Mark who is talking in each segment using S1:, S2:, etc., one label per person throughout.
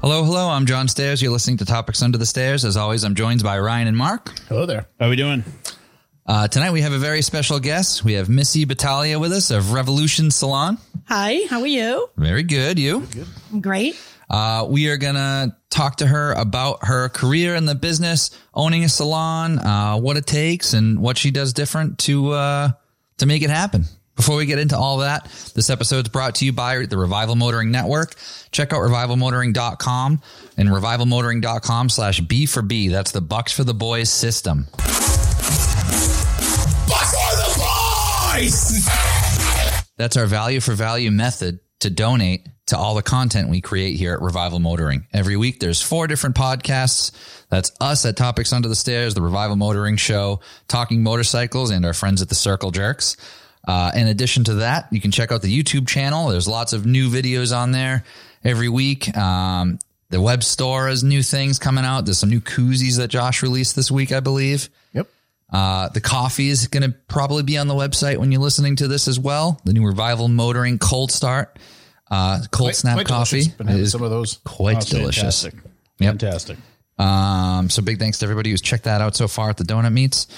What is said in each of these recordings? S1: Hello, hello. I'm John Stairs. You're listening to Topics Under the Stairs. As always, I'm joined by Ryan and Mark.
S2: Hello there.
S3: How we doing?
S1: Uh, tonight we have a very special guest. We have Missy Battaglia with us of Revolution Salon.
S4: Hi, how are you?
S1: Very good, you.
S4: I'm great.
S1: Uh, we are gonna talk to her about her career in the business, owning a salon, uh, what it takes, and what she does different to uh, to make it happen. Before we get into all that, this episode is brought to you by the Revival Motoring Network. Check out revivalmotoring.com and revivalmotoring.com slash B for B. That's the Bucks for the Boys system. That's our value for value method to donate to all the content we create here at Revival Motoring. Every week, there's four different podcasts. That's us at Topics Under the Stairs, the Revival Motoring Show, Talking Motorcycles, and our friends at the Circle Jerks. Uh, in addition to that, you can check out the YouTube channel. There's lots of new videos on there every week. Um, the web store has new things coming out. There's some new koozies that Josh released this week, I believe.
S2: Yep.
S1: Uh, the coffee is going to probably be on the website when you're listening to this as well. The new Revival Motoring Cold Start, uh, Cold Snap
S2: Quite delicious.
S1: Coffee
S2: Been having
S1: is
S2: some of those.
S1: quite
S3: Oh,
S1: delicious.
S3: Fantastic.
S1: Yep.
S3: Fantastic.
S1: Um, so big thanks to everybody who's checked that out so far at the Donut Meets,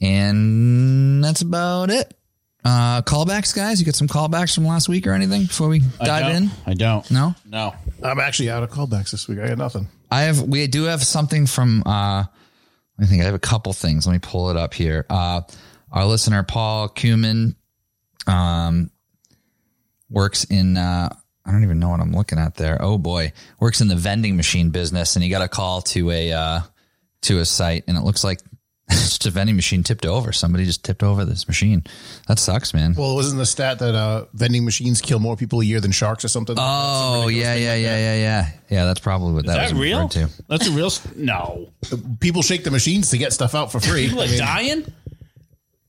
S1: and that's about it. Uh, callbacks, guys. You get some callbacks from last week or anything before we
S3: I
S1: dive
S3: don't-
S1: in?
S3: I don't.
S1: No.
S3: No.
S2: I'm actually out of callbacks this week. I got nothing.
S1: I have we do have something from uh I think I have a couple things. Let me pull it up here. Uh our listener Paul Cumin um works in uh I don't even know what I'm looking at there. Oh boy. Works in the vending machine business and he got a call to a uh to a site and it looks like just a vending machine tipped over. Somebody just tipped over this machine. That sucks, man.
S2: Well, wasn't the stat that uh, vending machines kill more people a year than sharks or something?
S1: Oh yeah, yeah, yeah, yeah, yeah. Yeah, that's probably what that,
S3: Is that
S1: was
S3: real?
S1: referred to.
S3: That's a real. s- No.
S2: People shake the machines to get stuff out for free.
S3: People
S2: I
S3: are
S2: mean,
S3: dying.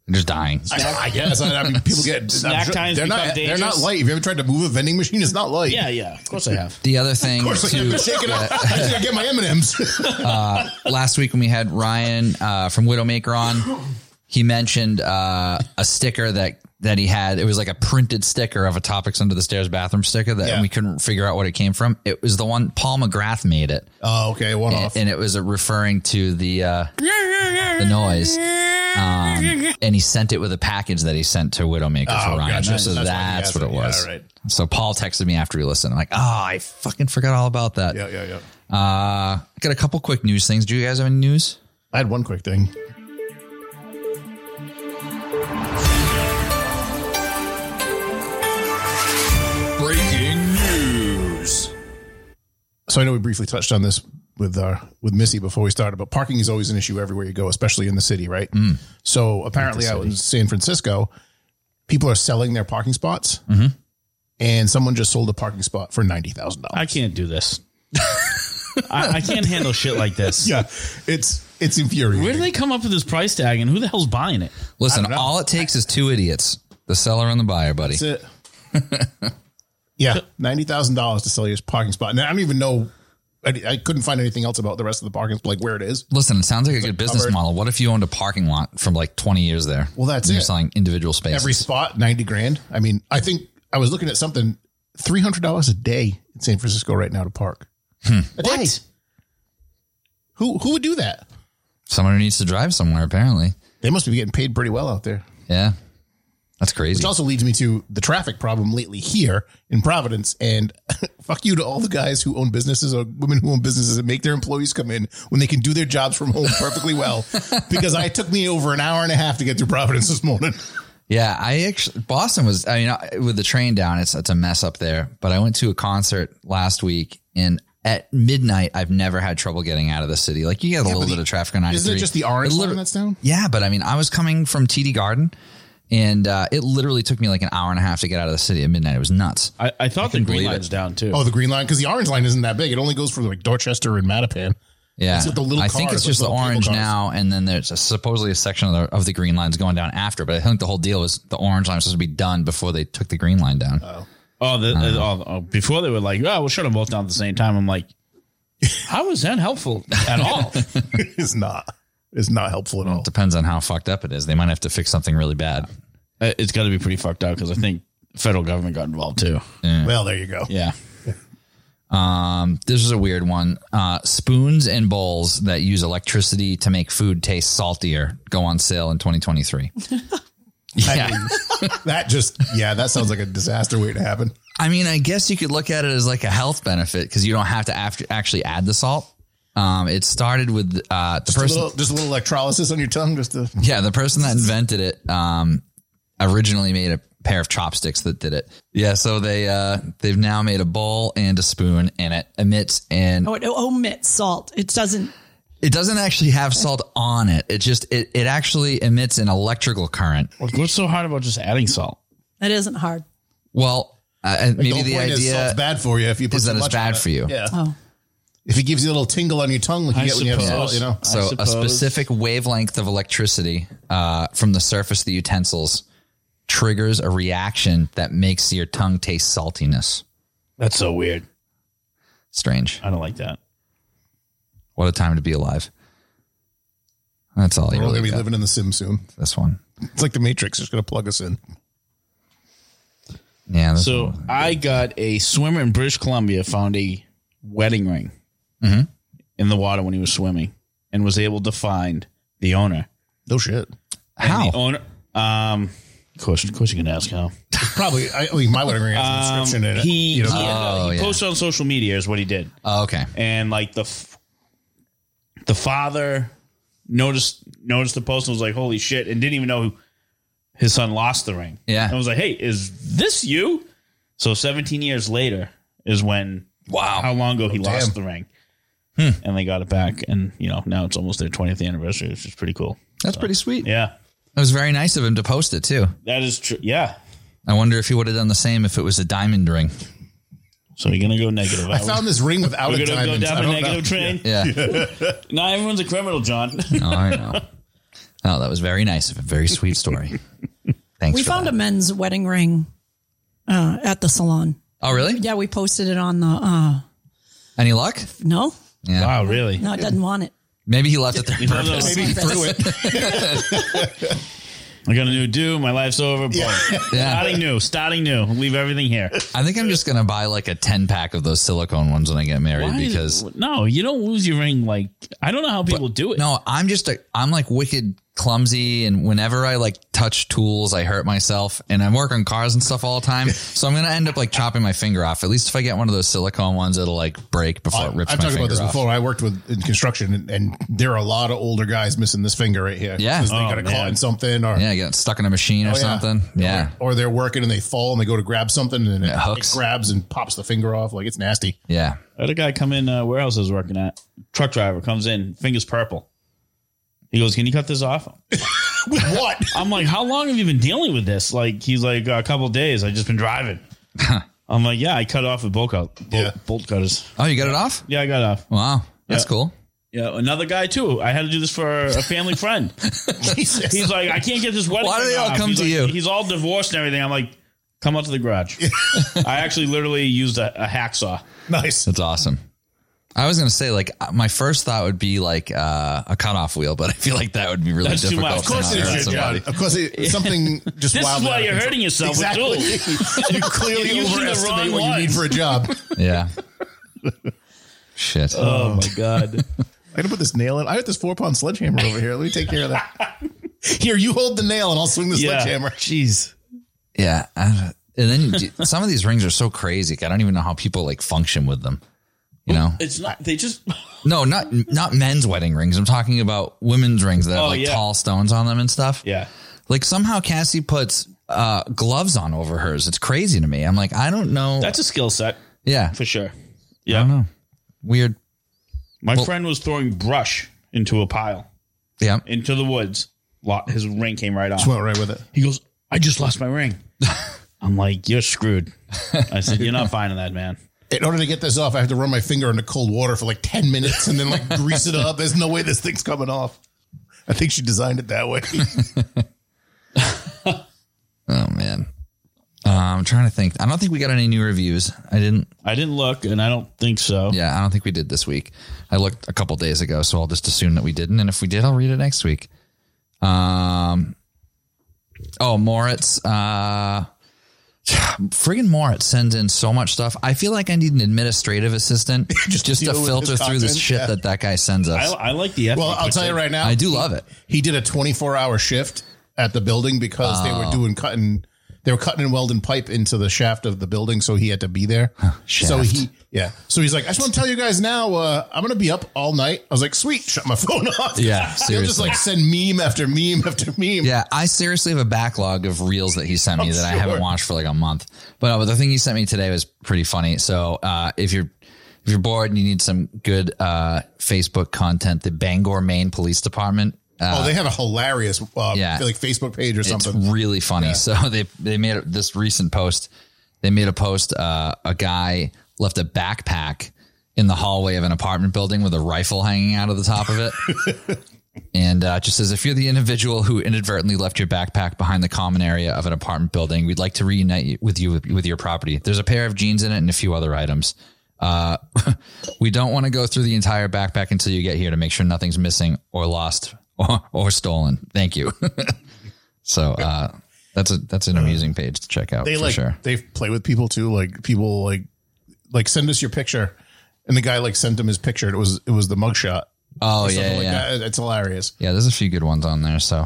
S1: Just dying.
S2: I I guess. I, I mean, people get
S3: Snack
S2: I'm
S3: times
S2: They're
S3: become
S2: not. They're not
S3: dangerous.
S2: light. If you ever tried to move a vending machine, it's not light.
S3: Yeah, yeah. Of course I have.
S1: The other thing
S2: Of course,
S1: too-
S2: I'm gonna shake it up. I think I get my M and M's.
S1: last week when we had Ryan uh, from Widowmaker on, he mentioned uh, a sticker that that he had. It was like a printed sticker of a Topics Under the Stairs bathroom sticker that
S2: Yeah.
S1: we couldn't figure out what it came from. It was the one Paul McGrath made it,
S2: Oh, okay. One off.
S1: and it was uh referring to the uh, the noise. Um, and he sent it with a package that he sent to Widowmaker
S2: Oh,
S1: for Ryan.
S2: gotcha.
S1: So
S2: That's why
S1: that's,
S2: he has
S1: what
S2: it.
S1: it
S2: Yeah,
S1: was.
S2: right.
S1: So Paul texted me after he listened. I'm like, oh, I fucking forgot all about that.
S2: Yeah, yeah, yeah.
S1: Uh, I got a couple quick news things. Do you guys have any news?
S2: I had one quick thing.
S5: Breaking news.
S2: so I know we briefly touched on this with uh, with Missy before we started, but parking is always an issue everywhere you go, especially in the city, right?
S3: Mm.
S2: So apparently, out in San Francisco, people are selling their parking spots,
S3: Mm-hmm.
S2: and someone just sold a parking spot for ninety thousand
S3: I
S2: dollars.
S3: can't do this. I, I can't handle shit like this.
S2: Yeah, it's it's infuriating.
S3: Where do they come up with this price tag and who the hell's buying it?
S1: Listen,
S2: know.
S1: all it takes is two idiots, the seller and the buyer, buddy.
S2: That's it. yeah, ninety thousand dollars to sell your parking spot, and I don't even know. I, I couldn't find anything else about the rest of the parking, like where it is.
S1: Listen, it sounds like a good business
S2: covered.
S1: model. What if you owned a parking lot from like 20 years there?
S2: Well, that's
S1: And You're
S2: it.
S1: selling individual space.
S2: every spot 90 grand i mean i think i was looking at something $300 a day in san francisco right now to park a day who who would do that
S1: Someone who needs to drive somewhere, apparently.
S2: they must be getting paid pretty well out there
S1: Yeah. That's crazy.
S2: which also leads me to the traffic problem lately here in providence and fuck you to all the guys who own businesses or women who own businesses and make their employees come in when they can do their jobs from home perfectly well because i it took me over an hour and a half to get through providence this morning
S1: Yeah, I actually Boston was. I mean, I- with the train down, it's it's a mess up there. But I went to a concert last week, and at midnight, I've never had trouble getting out of the city. Like you get a little bit of traffic on ninety three.
S2: isn't it just the orange line
S1: liter-
S2: that's down
S1: Yeah, but I mean, I was coming from TD Garden, and uh, it literally took me like an hour and a half to get out of the city at midnight. It was nuts.
S3: I, I thought the green
S1: believe
S3: light's
S1: it.
S3: down too.
S2: Oh, the green line because the orange line isn't that big. It only goes from like Dorchester and Mattapan.
S1: Yeah,
S2: It's with the little
S1: I think
S2: cars,
S1: it's
S2: like
S1: just the
S2: little cable
S1: orange
S2: cars.
S1: now, and then there's a, supposedly a section of the, of the green lines going down after. But I think the whole deal was the orange line was supposed to be done before they took the green line down.
S3: Oh, the,
S1: Uh-huh.
S3: oh, oh, before they were like, oh, we'll shut them both down at the same time. I'm like, how is that helpful at all?
S2: it's not. It's not helpful at all.
S1: Depends on how fucked up it is. They might have to fix something really bad.
S3: Uh, it's got to be pretty fucked up because I think federal government got involved too.
S2: Well, there you go.
S3: Yeah.
S1: Um, this is a weird one. Uh, spoons and bowls that use electricity to make food taste saltier go on sale in 2023. yeah.
S2: That just, yeah, that sounds like a disaster waiting to happen.
S1: I mean, I guess you could look at it as like a health benefit because you don't have to after, actually add the salt. Um, it started with uh, the
S2: Just a,
S1: person.
S2: little, just a little electrolysis on your tongue, just to
S1: Yeah, the person that invented it um, originally made a pair of chopsticks that did it. Yeah, so they uh, they've now made a bowl and a spoon, and it emits and
S4: Oh, it omits salt. It doesn't.
S1: it doesn't actually have salt on it. It just it, it actually emits an electrical current.
S3: What's so hard about just adding salt?
S4: That isn't hard.
S1: Well, uh, and maybe
S2: whole
S1: the
S2: point is salt's
S1: idea
S2: bad for you if you put
S1: is
S2: too
S1: that it's
S2: much on
S1: bad
S2: it.
S1: for you.
S2: Yeah.
S4: Oh,
S2: If it gives you a little tingle on your tongue, like you
S3: I
S2: get when you have
S3: suppose.
S2: salt, you know.
S1: So
S3: I
S1: a
S3: suppose.
S1: specific wavelength of electricity uh, from the surface of the utensils triggers a reaction that makes your tongue taste saltiness.
S3: That's so weird.
S1: Strange.
S3: I don't like that.
S1: What a time to be alive. That's all you
S2: We're all
S1: really
S2: gonna be
S1: got.
S2: living in the sim soon.
S1: for this one.
S2: It's like the Matrix, just gonna plug us in.
S1: Yeah. this
S3: So
S1: one.
S3: I got a swimmer in British Columbia found a wedding ring Mm-hmm. in the water when he was swimming and was able to find the owner.
S2: No shit.
S1: how?
S3: The owner, um, of course, of course, you can ask how.
S2: Probably. I, I mean, my wedding ring has an
S3: Um,
S2: inscription in it.
S3: he
S2: you know,
S3: he, uh, he
S1: yeah.
S3: posted on social media is what he did,
S1: Oh, okay.
S3: and like the f- the father noticed noticed the post and was like, "Holy shit!" and didn't even know who, his son lost the ring.
S1: Yeah.
S3: and was like, "Hey, is this you?" So 17 years later is when
S1: Wow. Hmm.
S3: how long ago he
S2: Oh, damn.
S3: lost the ring. And they got it back, and you know now it's almost their 20th anniversary, which is pretty cool.
S1: That's pretty sweet.
S3: Yeah,
S1: It was very nice of him to post it too.
S3: that is true. Yeah,
S1: I wonder if he would have done the same if it was a diamond ring.
S3: so you're gonna go negative.
S2: I found this ring without
S3: we're
S2: a
S3: gonna go
S2: diamond. I
S3: down a
S2: don't know.
S3: negative train.
S1: Yeah.
S3: Not everyone's a criminal, John.
S1: No, I know. Oh, that was very nice of him. Very sweet story. Thanks.
S4: we
S1: for
S4: found
S1: that.
S4: a men's wedding ring uh, at the salon.
S1: Oh, really?
S4: Yeah, we posted it on the. Uh,
S1: Any luck?
S4: no,
S1: Yeah.
S3: wow, really?
S4: no, it doesn't want it.
S1: Maybe he left it there.
S3: No, no,
S2: Maybe he threw it.
S3: I got a new do. My life's over. Boom.
S1: Yeah.
S3: Starting new. Starting new. Leave everything here.
S1: I think I'm just gonna buy like a ten pack of those silicone ones when I get married because
S3: no, you don't lose your ring. Like I don't know how people do it.
S1: no, I'm just a I'm like wicked clumsy and whenever I like touch tools, I hurt myself and I work on cars and stuff all the time. So I'm gonna end up like chopping my finger off. At least if I get one of those silicone ones, it'll like break before it rips
S2: I've
S1: my
S2: talked
S1: finger
S2: about this
S1: off.
S2: before. I worked with in construction, and, and there are a lot of older guys missing this finger right here.
S1: Yeah.
S2: 'Cause they
S3: Oh,
S2: got a
S3: man.
S2: caught in something, or
S1: Yeah, I got stuck in a machine or
S2: Oh, yeah.
S1: something. Yeah.
S2: or they're working and they fall and they go to grab something and it,
S1: It hooks.
S2: it grabs and pops the finger off. Like it's nasty.
S1: Yeah.
S3: I had a guy come in uh, where else I was working at. Truck driver comes in, fingers purple. He goes, "Can you cut this off?"
S2: With what?
S3: I'm like, "How long have you been dealing with this?" Like he's like, "A couple days. I just been driving." I'm like, "Yeah, I cut off with bolt cut, bolt,
S2: Yeah.
S3: bolt cutters.
S1: Oh, you got it off?
S3: Yeah, I got it off."
S1: Wow. That's
S3: Yeah.
S1: cool.
S3: Yeah, another guy too. I had to do this for a family friend.
S2: Jesus.
S3: He's like, I can't get this wedding.
S1: Why do they
S3: thing
S1: all
S3: off."
S1: come
S3: he's
S1: to
S3: like-
S1: you?
S3: He's all divorced and everything. I'm like, come out to the garage. I actually literally used a, a hacksaw.
S2: nice.
S1: That's awesome. I was gonna say, like, uh, my first thought would be like uh, a cutoff wheel, but I feel like that would be really
S3: That's too
S1: difficult.
S3: much. Of course
S1: to
S3: it is
S1: not
S3: your
S1: hurt somebody.
S2: Of course, it, something just
S3: This
S2: wild.
S3: is why
S2: out of
S3: you're
S2: control.
S3: hurting yourself
S2: Exactly.
S3: with tools.
S2: you clearly
S3: You're using the
S2: overestimate
S3: wrong
S2: what you need
S3: ones.
S2: for a job.
S1: Yeah. Shit.
S3: Oh my god!
S2: I gotta put this nail in. I got this four pound sledgehammer over here. Let me take care of that. Here, you hold the nail and I'll swing the
S3: Yeah.
S2: sledgehammer.
S3: Jeez.
S1: yeah. I don't- and then d- some of these rings are so crazy. I don't even know how people like function with them. You know?
S3: It's not. They just.
S1: No, not not men's wedding rings. I'm talking about women's rings that have
S3: Oh,
S1: like
S3: yeah.
S1: tall stones on them and stuff.
S3: Yeah.
S1: Like somehow Cassie puts uh, gloves on over hers. It's crazy to me. I'm like, I don't know.
S3: That's a skill set
S1: yeah.
S3: for
S1: I
S3: sure.
S1: don't
S3: Yeah.
S1: know. Weird.
S3: My friend was throwing brush into a pile
S1: Yeah.
S3: into the woods. Lot his ring came right off.
S2: Just went right with it.
S3: He goes, I just lost my ring. I'm like, you're screwed. I said, you're not finding that, man.
S2: In order to get this off, I have to run my finger into cold water for like 10 minutes and then like grease it up. There's no way this thing's coming off. I think she designed it that way.
S1: Oh man. Uh, I'm trying to think. I don't think we got any new reviews. I didn't
S3: I didn't look, and I don't think so.
S1: Yeah, I don't think we did this week. I looked a couple days ago, so I'll just assume that we didn't. And if we did, I'll read it next week. Um, oh, Moritz uh, Friggin' Moritz sends in so much stuff. I feel like I need an administrative assistant just, to
S2: deal with
S1: filter
S2: his
S1: through this
S2: content,
S1: shit
S2: yeah.
S1: that that guy sends us.
S3: I, I like the. ethnic
S2: Well, I'll tell you
S3: picture.
S2: right now,
S1: I do love it.
S2: He did a 24 hour shift at the building because they were doing cutting. They were cutting and welding pipe into the shaft of the building, so he had to be there. So
S1: shaft.
S2: he, yeah. So he's like, I just want to tell you guys now, uh, I'm going to be up all night. I was like, sweet, shut my phone off.
S1: Yeah,
S2: He'll just
S1: seriously.
S2: like send meme after meme after meme.
S1: Yeah, I seriously have a backlog of reels that he sent me
S2: I'm
S1: that I
S2: sure.
S1: haven't watched for like a month. But, uh, but the thing he sent me today was pretty funny. So uh, if you're if you're bored and you need some good uh, Facebook content, the Bangor, Maine Police Department. Uh,
S2: Oh, they had a hilarious, uh,
S1: Yeah.
S2: like Facebook page or
S1: it's
S2: something.
S1: really funny. So they they made a- this recent post. They made a post. Uh, a guy left a backpack in the hallway of an apartment building with a rifle hanging out of the top of it. And uh, it just says, if you're the individual who inadvertently left your backpack behind the common area of an apartment building, we'd like to reunite you- with you with your property. There's a pair of jeans in it and a few other items. Uh, we don't want to go through the entire backpack until you get here to make sure nothing's missing or lost or, or stolen. Thank you. so uh, that's a that's an amusing page to check out
S2: they
S1: for
S2: like
S1: sure.
S2: they play with people too. Like people like like send us your picture, and the guy like sent him his picture. and It was it was the mugshot.
S1: Oh
S2: Something
S1: yeah,
S2: like
S1: yeah.
S2: that. It's hilarious.
S1: Yeah, there's a few good ones on there, so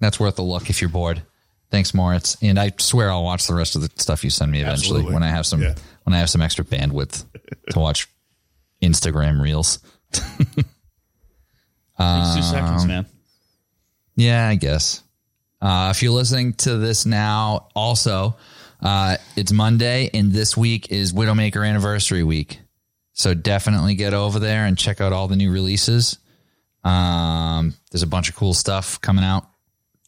S1: that's worth a look if you're bored. Thanks, Moritz, and I swear I'll watch the rest of the stuff you send me eventually
S2: Absolutely.
S1: when I have some
S2: Yeah.
S1: when I have some extra bandwidth to watch Instagram reels.
S3: Takes
S1: Um,
S3: two seconds, man.
S1: Yeah, I guess. Uh, if you're listening to this now, also, uh, it's Monday, and this week is Widowmaker Anniversary Week. So definitely get over there and check out all the new releases. Um, there's a bunch of cool stuff coming out.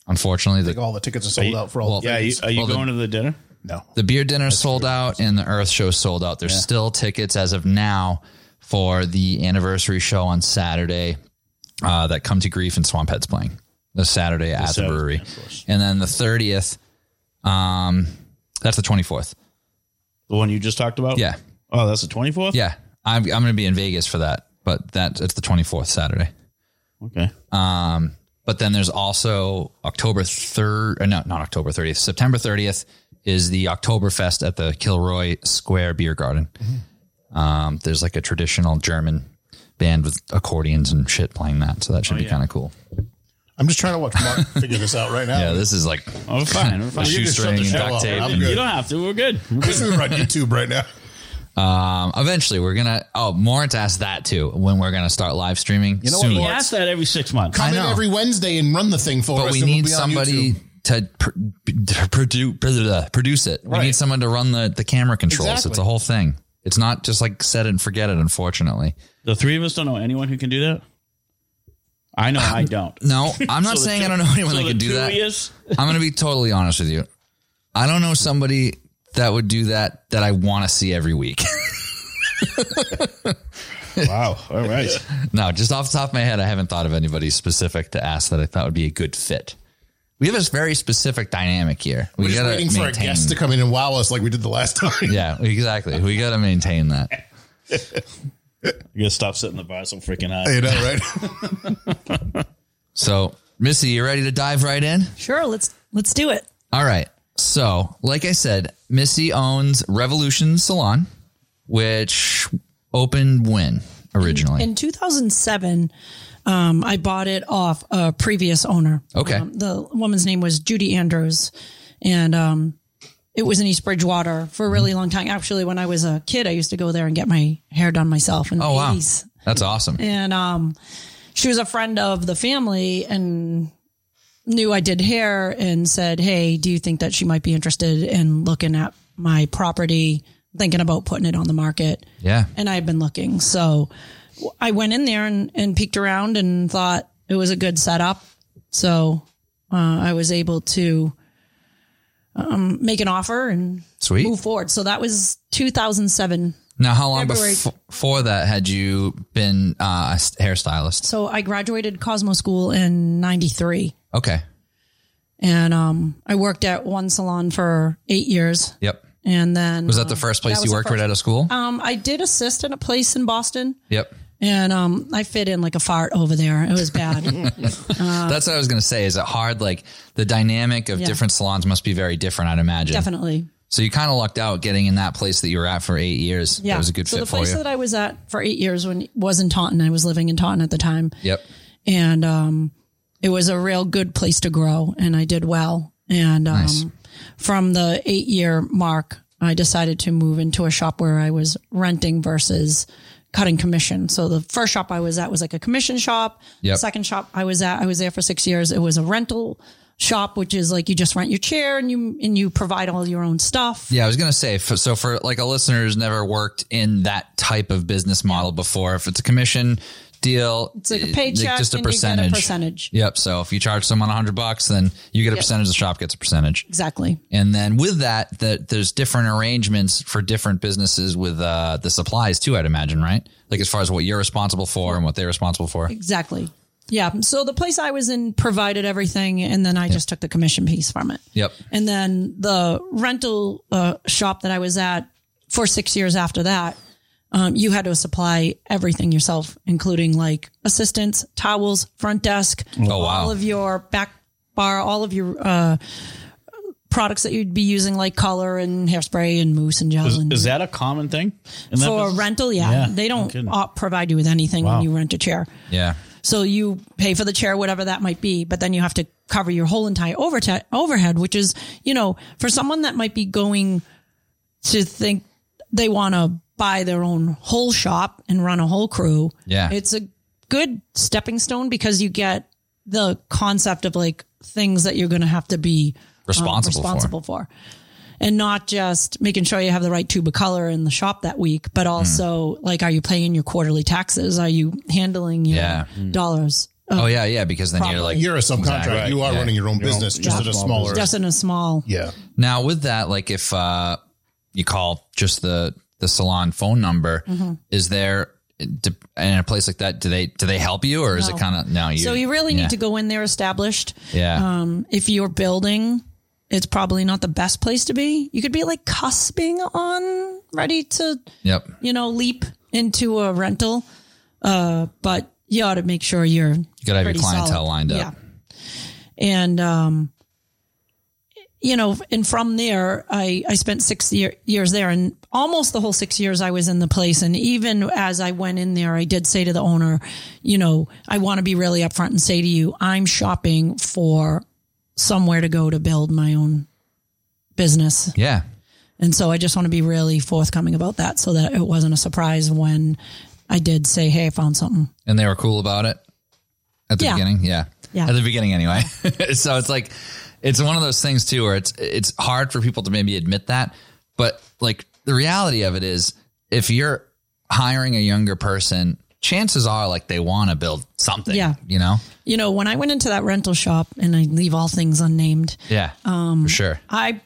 S1: Unfortunately, the
S2: Like all "Oh, the tickets are sold out for all.
S1: well,
S2: the
S3: Yeah, you, are you
S1: Well, the-
S3: going to the dinner?
S2: no,
S1: The beer dinner sold out and the Earth show sold out. There's still tickets as of now for the anniversary show on Saturday uh, that Come to Grief and Swamp Heads playing the Saturday at the
S3: Saturday,
S1: brewery,
S3: of course.
S1: and then the thirtieth. Um, that's the twenty fourth.
S3: The one you just talked about?
S1: Yeah,
S3: Oh, that's the twenty fourth.
S1: yeah. I'm I'm going to be in Vegas for that, but that it's the twenty fourth Saturday.
S3: Okay. Oh,
S1: But then there's also October 3rd, or no, not October 30th, September 30th is the Oktoberfest at the Kilroy Square Beer Garden.
S2: Mm-hmm.
S1: Um, there's like a traditional German band with accordions and shit playing that. So that
S2: Oh,
S1: should be kind of cool.
S2: I'm just trying to watch Mark figure this out right now.
S1: Yeah, this is like
S3: Oh, we're fine. We're fine.
S2: Well, you can shut
S1: shoestring
S2: the
S1: and
S2: show
S1: duct
S2: off.
S1: tape.
S2: I'm
S1: and-
S3: You
S2: good.
S3: don't have to. We're good. We're good.
S2: We're on YouTube right now.
S1: Um, eventually, we're going to, oh, Moritz asked that too, when we're going to start live streaming
S2: know what,
S1: soon.
S3: We ask that every six months.
S2: Come in
S1: know.
S2: every Wednesday and run the thing for us.
S1: but we
S2: and we'll
S1: need
S2: be on
S1: somebody
S2: YouTube.
S1: to produce produce it. We need
S2: Right.
S1: someone to run the the camera controls. It's
S2: Exactly.
S1: a whole thing. It's not just like set it and forget it. Unfortunately,
S3: The three of us don't know anyone who can do that. I know I don't.
S1: no. I'm not
S3: So the
S1: saying
S3: two-
S1: I don't know anyone
S3: so
S1: that
S3: the
S1: can do
S3: two
S1: that.
S3: Is,
S1: I'm going to be totally honest with you. I don't know somebody that would do that that I want to see every week.
S3: wow. All right.
S1: no, just off the top of my head, I haven't thought of anybody specific to ask that I thought would be a good fit. We have a very specific dynamic here. We
S2: We're just
S1: gotta
S2: waiting for a
S1: maintain-
S2: guest to come in and wow us like we did the last time.
S1: Yeah, exactly. We got to maintain that.
S3: You gotta stop sitting the bar so freaking high.
S2: You know, right?
S1: So, Missy, you ready to dive right in?
S4: Sure, let's let's do it.
S1: All right. So, like I said, Missy owns Revolution Salon, which opened when originally?
S4: In 2007, um, I bought it off a previous owner.
S1: Okay.
S4: Um, the woman's name was Judy Andrews, and um, it was in East Bridgewater for a really long time. Actually, when I was a kid, I used to go there and get my hair done myself in the
S1: oh, wow.
S4: 80s.
S1: That's awesome.
S4: and um, she was a friend of the family and knew I did hair and said, "Hey, do you think that she might be interested in looking at my property, thinking about putting it on the market?"
S1: Yeah.
S4: And I had been looking, so w- I went in there and, and peeked around and thought it was a good setup. So uh, I was able to um, make an offer and
S1: Sweet.
S4: move forward. So that was 2007.
S1: Now, how long
S4: February-
S1: befo- before that had you been uh, a s- hairstylist?
S4: So I graduated Cosmo School in '93.
S1: Okay.
S4: and um, I worked at one salon for eight years,
S1: Yep.
S4: and then
S1: Was that the first place you worked right out of school?
S4: Um, I did assist in a place in Boston,
S1: yep.
S4: and um, I fit in like a fart over there. It was bad.
S1: That's what I was going to say. Is it hard? Like the dynamic of different salons must be very different, I'd imagine.
S4: Definitely.
S1: So you kind of lucked out getting in that place that you were at for eight years.
S4: Yeah.
S1: That was a good
S4: so
S1: fit
S4: the
S1: for
S4: place
S1: you.
S4: that I was at for eight years when was in Taunton. I was living in Taunton at the time.
S1: yep.
S4: and um, it was a real good place to grow and i did well and um, from the eight year mark i decided to move into a shop where i was renting versus cutting commission so the first shop i was at was like a commission shop
S1: Yep.
S4: The second shop i was at i was there for six years it was a rental shop which is like you just rent your chair and you and you provide all your own stuff
S1: Yeah, I was gonna say. For, so for like a listener who's never worked in that type of business model before, if it's a commission deal,
S4: it's like
S1: it-
S4: a paycheck
S1: just a
S4: and you get
S1: percentage.
S4: a percentage
S1: Yep. So if you charge someone hundred bucks, then you get a percentage. The shop gets a percentage.
S4: exactly
S1: And then with that, that there's different arrangements for different businesses with uh, the supplies too. I'd imagine, right? Like as far as what you're responsible for and what they're responsible for.
S4: Exactly. Yeah. So the place I was in provided everything, and then I just took the commission piece from it.
S1: Yep.
S4: And then the rental uh, shop that I was at for six years after that, um, you had to supply everything yourself, including like assistants, towels, front desk,
S1: Oh wow.
S4: all of your back bar, all of your uh, products that you'd be using, like color and hairspray and mousse and gel.
S3: Is,
S4: and
S3: is that a common thing? in that
S4: for a
S3: business?
S4: rental, yeah,
S3: Yeah,
S4: they
S3: no
S4: don't
S3: kidding.
S4: uh, provide you with anything when you rent a chair.
S1: yeah.
S4: So you pay for the chair, whatever that might be, but then you have to cover your whole entire overta- overhead, which is, you know, for someone that might be going to think they want to buy their own whole shop and run a whole crew.
S1: Yeah.
S4: It's a good stepping stone because you get the concept of like things that you're going to have to be uh,
S1: Responsible for.
S4: responsible for. And not just making sure you have the right tube of color in the shop that week, but
S1: Hmm.
S4: also like, are you paying your quarterly taxes? Are you handling your
S1: Yeah.
S4: dollars?
S1: Oh yeah, yeah. Because then you're
S4: Probably.
S1: like
S2: You're a subcontractor.
S1: Exactly.
S2: You are
S1: Yeah.
S2: running your own business, just at a
S3: small
S2: smaller.
S4: Just in a small.
S2: Yeah.
S1: Now with that, like if uh, you call just the the salon phone number,
S4: Mm-hmm.
S1: is there in a place like that? Do they do they help you or is it
S4: No.
S1: kind of no? You,
S4: So you really
S1: yeah.
S4: need to go in there established.
S1: Yeah.
S4: Um, if you're building, it's probably not the best place to be. You could be like cusping on, ready to,
S1: yep.
S4: you know, leap into a rental. Uh, but you ought to make sure you're
S1: You gotta have your
S4: pretty
S1: clientele
S4: solid.
S1: lined up.
S4: And um, you know, and from there, I I spent six year, years there, and almost the whole six years I was in the place. And even as I went in there, I did say to the owner, you know, I want to be really upfront and say to you, I'm shopping for somewhere to go to build my own business
S1: Yeah.
S4: and so I just want to be really forthcoming about that so that it wasn't a surprise when I did say, Hey, I found something.
S1: And they were cool about it at the
S4: Yeah.
S1: beginning. Yeah.
S4: Yeah.
S1: At the beginning anyway. so it's like it's one of those things too where it's it's hard for people to maybe admit that. But like the reality of it is if you're hiring a younger person, chances are like they want to build something.
S4: Yeah.
S1: You know?
S4: You know, when I went into that rental shop and I leave all things unnamed,
S1: Yeah. Um for sure.
S4: I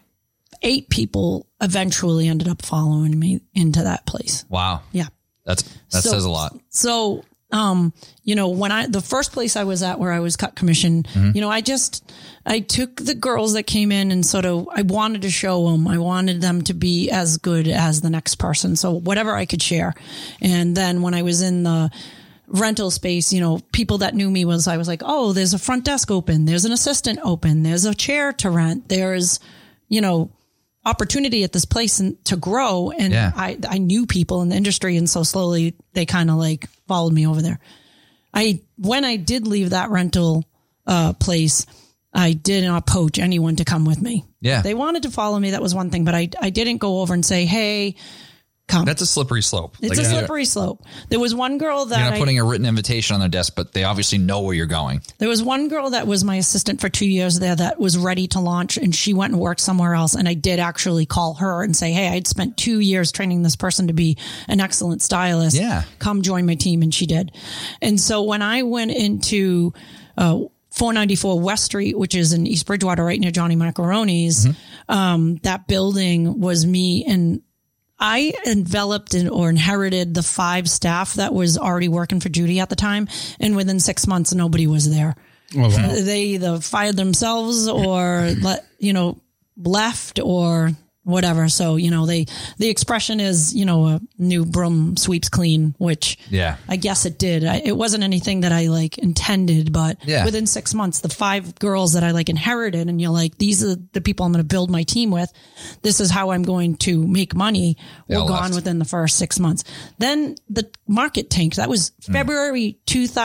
S4: eight people eventually ended up following me into that place.
S1: Wow.
S4: Yeah.
S1: That's that
S4: So-
S1: says a lot.
S4: So, um, you know, when I, the first place I was at where I was cut commission, you know, I just, I took the girls that came in and sort of, I wanted to show them, I wanted them to be as good as the next person. So whatever I could share. And then when I was in the, rental space, you know, people that knew me was I was like, oh, there's a front desk open, there's an assistant open, there's a chair to rent, there's, you know, opportunity at this place and to grow. And
S1: Yeah.
S4: I I knew people in the industry, and so slowly they kind of like followed me over there. I when I did leave that rental uh, place, I did not poach anyone to come with me.
S1: Yeah.
S4: They wanted to follow me. That was one thing, but I, I didn't go over and say, Hey,
S1: That's a slippery slope.
S4: it's
S1: Like,
S4: a
S1: you're-
S4: slippery slope. There was one girl that
S1: You're not
S4: I
S1: putting a written invitation on their desk, but they obviously know where you're going.
S4: There was one girl that was my assistant for two years there that was ready to launch and she went and worked somewhere else. And I did actually call her and say, Hey, I'd spent two years training this person to be an excellent stylist.
S1: Yeah.
S4: Come join my team. And she did. And so when I went into, uh, 494 West Street, which is in East Bridgewater, right near Johnny Macaroni's. Um, that building was me and I enveloped and or inherited the five staff that was already working for Judy at the time, and within six months, nobody was there. They either fired themselves or let you know left or whatever. So, you know, they, the expression is, you know, a new broom sweeps clean, which
S1: Yeah.
S4: I guess it did. I, it wasn't anything that I like intended, but
S1: Yeah.
S4: within six months, the five girls that I like inherited, and you're like, these are the people I'm going to build my team with. This is how I'm going to make money. We're
S1: all
S4: gone
S1: left.
S4: within the first six months. Then the market tanked. That was
S1: Hmm.
S4: February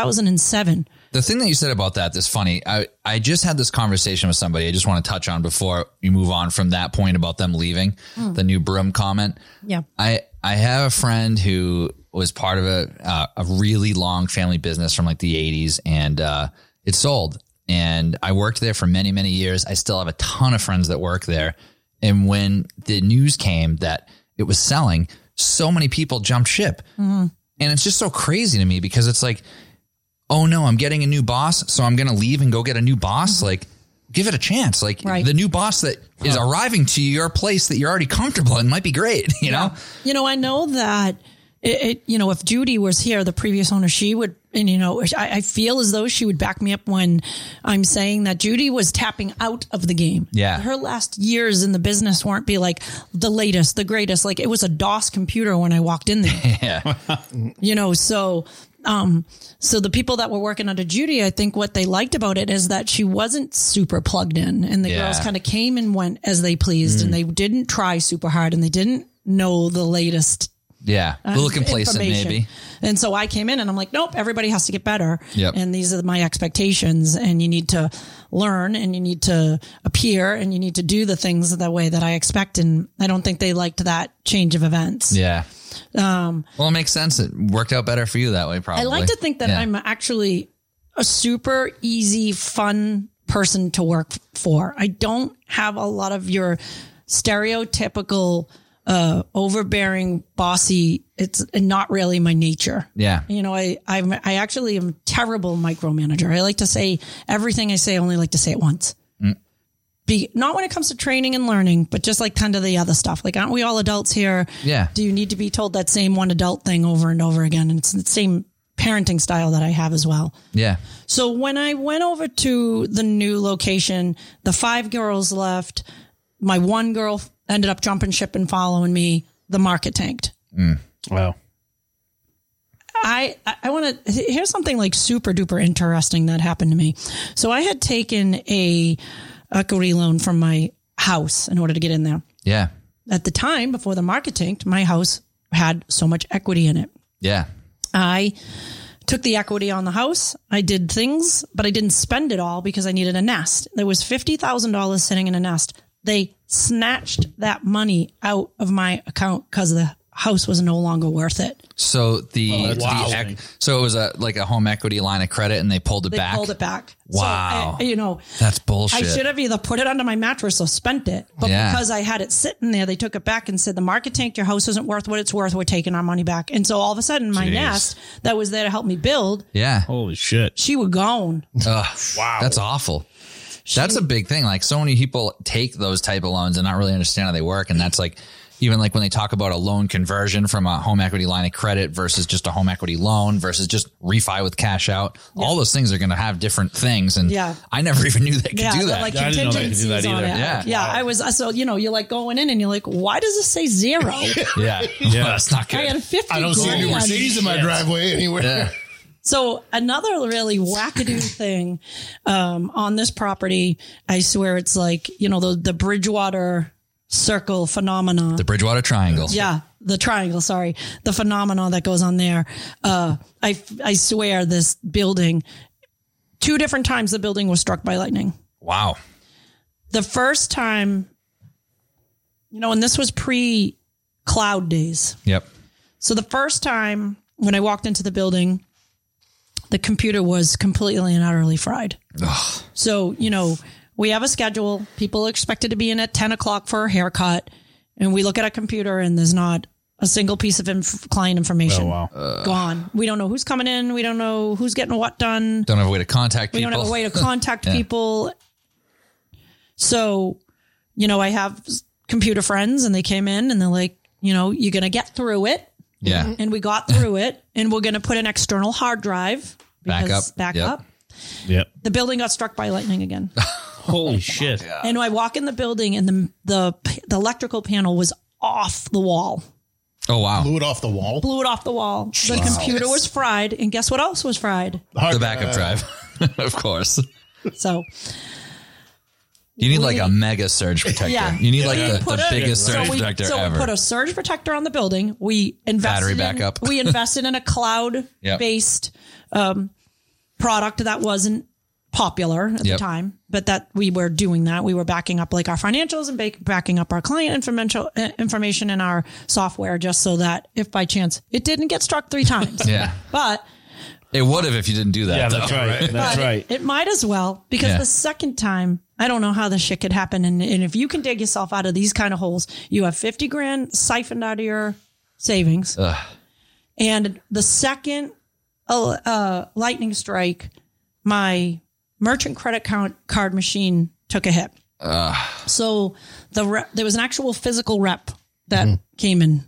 S4: 2007.
S1: The thing that you said about that is funny. I, I just had this conversation with somebody I just want to touch on before you move on from that point about them leaving the new broom comment.
S4: Yeah.
S1: I I have a friend who was part of a uh, a really long family business from like the 80s and uh, it sold and I worked there for many many years. I still have a ton of friends that work there. And when the news came that it was selling, so many people jumped ship. And it's just so crazy to me because it's like oh no, I'm getting a new boss, so I'm going to leave and go get a new boss. Like, give it a chance. Like,
S4: Mm-hmm. Right.
S1: the new boss that is arriving to your place that you're already comfortable in might be great, you know?
S4: You know, I know that it, it you know, if Judy was here, the previous owner, she would, and you know, I, I feel as though she would back me up when I'm saying that Judy was tapping out of the game.
S1: Yeah.
S4: Her last years in the business weren't be like the latest, the greatest. Like it was a DOS computer when I walked in there
S1: Yeah.
S4: you know so um so the people that were working under judy i think what they liked about it is that she wasn't super plugged in and the
S1: Yeah. Mm.
S4: girls kind of came and went as they pleased and they didn't try super hard and they didn't know the latest
S1: Yeah. A little complacent,
S4: Um, information.
S1: maybe.
S4: and so i came in and i'm like nope everybody has to get better
S1: Yep.
S4: and these are my expectations and you need to learn and you need to appear and you need to do the things the way that i expect and i don't think they liked that change of events
S1: Yeah. Um, well, it makes sense. It worked out better for you that way, probably.
S4: I like to think that
S1: Yeah.
S4: I'm actually a super easy, fun person to work for. I don't have a lot of your stereotypical, uh, overbearing, bossy. It's not really my nature.
S1: Yeah.
S4: You know, I I'm, I actually am terrible micromanager. I like to say everything I say. I only like to say it once. Be not when it comes to training and learning, but just like kind of the other stuff. Like, aren't we all adults here?
S1: Yeah.
S4: Do you need to be told that same one adult thing over and over again? And it's the same parenting style that I have as well.
S1: Yeah.
S4: So when I went over to the new location, the five girls left. My one girl ended up jumping ship and following me. The market tanked.
S3: Wow.
S4: I I want to here's something like super duper interesting that happened to me. So I had taken a equity loan from my house in order to get in there.
S1: Yeah.
S4: At the time before the market tanked, my house had so much equity in it.
S1: Yeah.
S4: I took the equity on the house. I did things, but I didn't spend it all because I needed a nest. There was $50,000 sitting in a nest. They snatched that money out of my account because the house was no longer worth it.
S1: So the,
S4: Oh,
S3: that's
S1: the
S3: interesting.
S1: ec- so it was a like a home equity line of credit, and they pulled it
S4: They
S1: back.
S4: pulled it back.
S1: Wow.
S4: So I, you know,
S1: That's bullshit.
S4: I should have either put it under my mattress or spent it. But
S1: Yeah.
S4: because I had it sitting there, they took it back and said, the market tanked. Your house isn't worth what it's worth. We're taking our money back. And so all of a sudden, my
S1: Jeez.
S4: nest that was there to help me build,
S1: yeah.
S3: Holy shit.
S4: she were gone.
S1: wow. That's awful. that's a big thing. Like so many people take those type of loans and not really understand how they work. And that's like even like when they talk about a loan conversion from a home equity line of credit versus just a home equity loan versus just refi with cash out. All those things are going to have different things. And
S4: Yeah.
S1: I never even knew they could
S4: yeah,
S1: do
S4: they're
S1: that.
S4: like
S3: Yeah, I didn't know they could do
S4: contingencies
S3: that
S4: on
S3: either.
S4: it.
S1: Yeah.
S4: Yeah, I was so you know you're like going in and you're like, why does this say zero?
S1: yeah. yeah. That's not
S4: I
S1: good.
S4: had fifty.
S2: I don't see a new
S4: grand.
S2: Mercedes in my driveway anywhere.
S1: Yeah.
S4: So another really wackadoo thing um, on this property, I swear it's like you know the the Bridgewater circle phenomena.
S1: The Bridgewater Triangle.
S4: yeah, the triangle. Sorry, the phenomena that goes on there. Uh, I I swear this building. Two different times the building was struck by lightning.
S1: Wow.
S4: the first time, you know, and this was pre cloud days.
S1: Yep.
S4: So the first time when I walked into the building, the computer was completely and utterly fried.
S1: Ugh.
S4: So, you know, we have a schedule. People are expected to be in at 10 o'clock for a haircut. And we look at a computer and there's not a single piece of inf- client
S1: Oh,
S4: information.
S3: Oh, wow.
S4: Gone. We don't know who's coming in. We don't know who's getting what done.
S1: Don't have a way to contact
S4: We
S1: people.
S4: don't have a way to contact people. So, you know, I have s- computer friends and they came in and they're like, you know, you're going to get through it.
S1: yeah.
S4: And we got through it and we're going to put an external hard drive
S1: Back
S4: because-
S1: up.
S4: Back
S1: Yep.
S4: up.
S3: Yep.
S4: The building got struck by lightning again.
S1: Oh,
S6: Holy shit.
S4: And I walk in the building and the, the the electrical panel was off the wall.
S1: Oh wow.
S2: Blew it off the wall.
S4: Blew it off the wall. The computer was fried and guess what else was fried?
S1: The backup drive. of course.
S4: So
S1: You need like a mega surge protector.
S4: Yeah.
S1: You need like
S4: We
S1: the,
S4: put
S1: the
S4: a-
S1: biggest surge
S4: we,
S1: protector
S4: so
S1: ever.
S4: we put a surge protector on the building. We invested
S1: Battery
S4: in-
S1: backup.
S4: we invested in a cloud
S1: Yep.
S4: based um, product that wasn't popular at
S1: Yep.
S4: the time, but that we were doing that. We were backing up like our financials and back, backing up our client information uh, information in our software just so that if by chance it didn't get struck three times.
S1: yeah.
S4: But
S1: It would have if you didn't do that.
S6: Yeah,
S1: though.
S6: that's right.
S3: That's
S4: but
S3: right.
S4: It, it might as well because
S1: Yeah.
S4: the second time, I don't know how this shit could happen. And, and if you can dig yourself out of these kind of holes, you have 50 grand siphoned out of your savings. And the second uh, uh, lightning strike, my merchant credit count card machine took a hit. So the rep, there was an actual physical rep that
S1: Hmm.
S4: came in.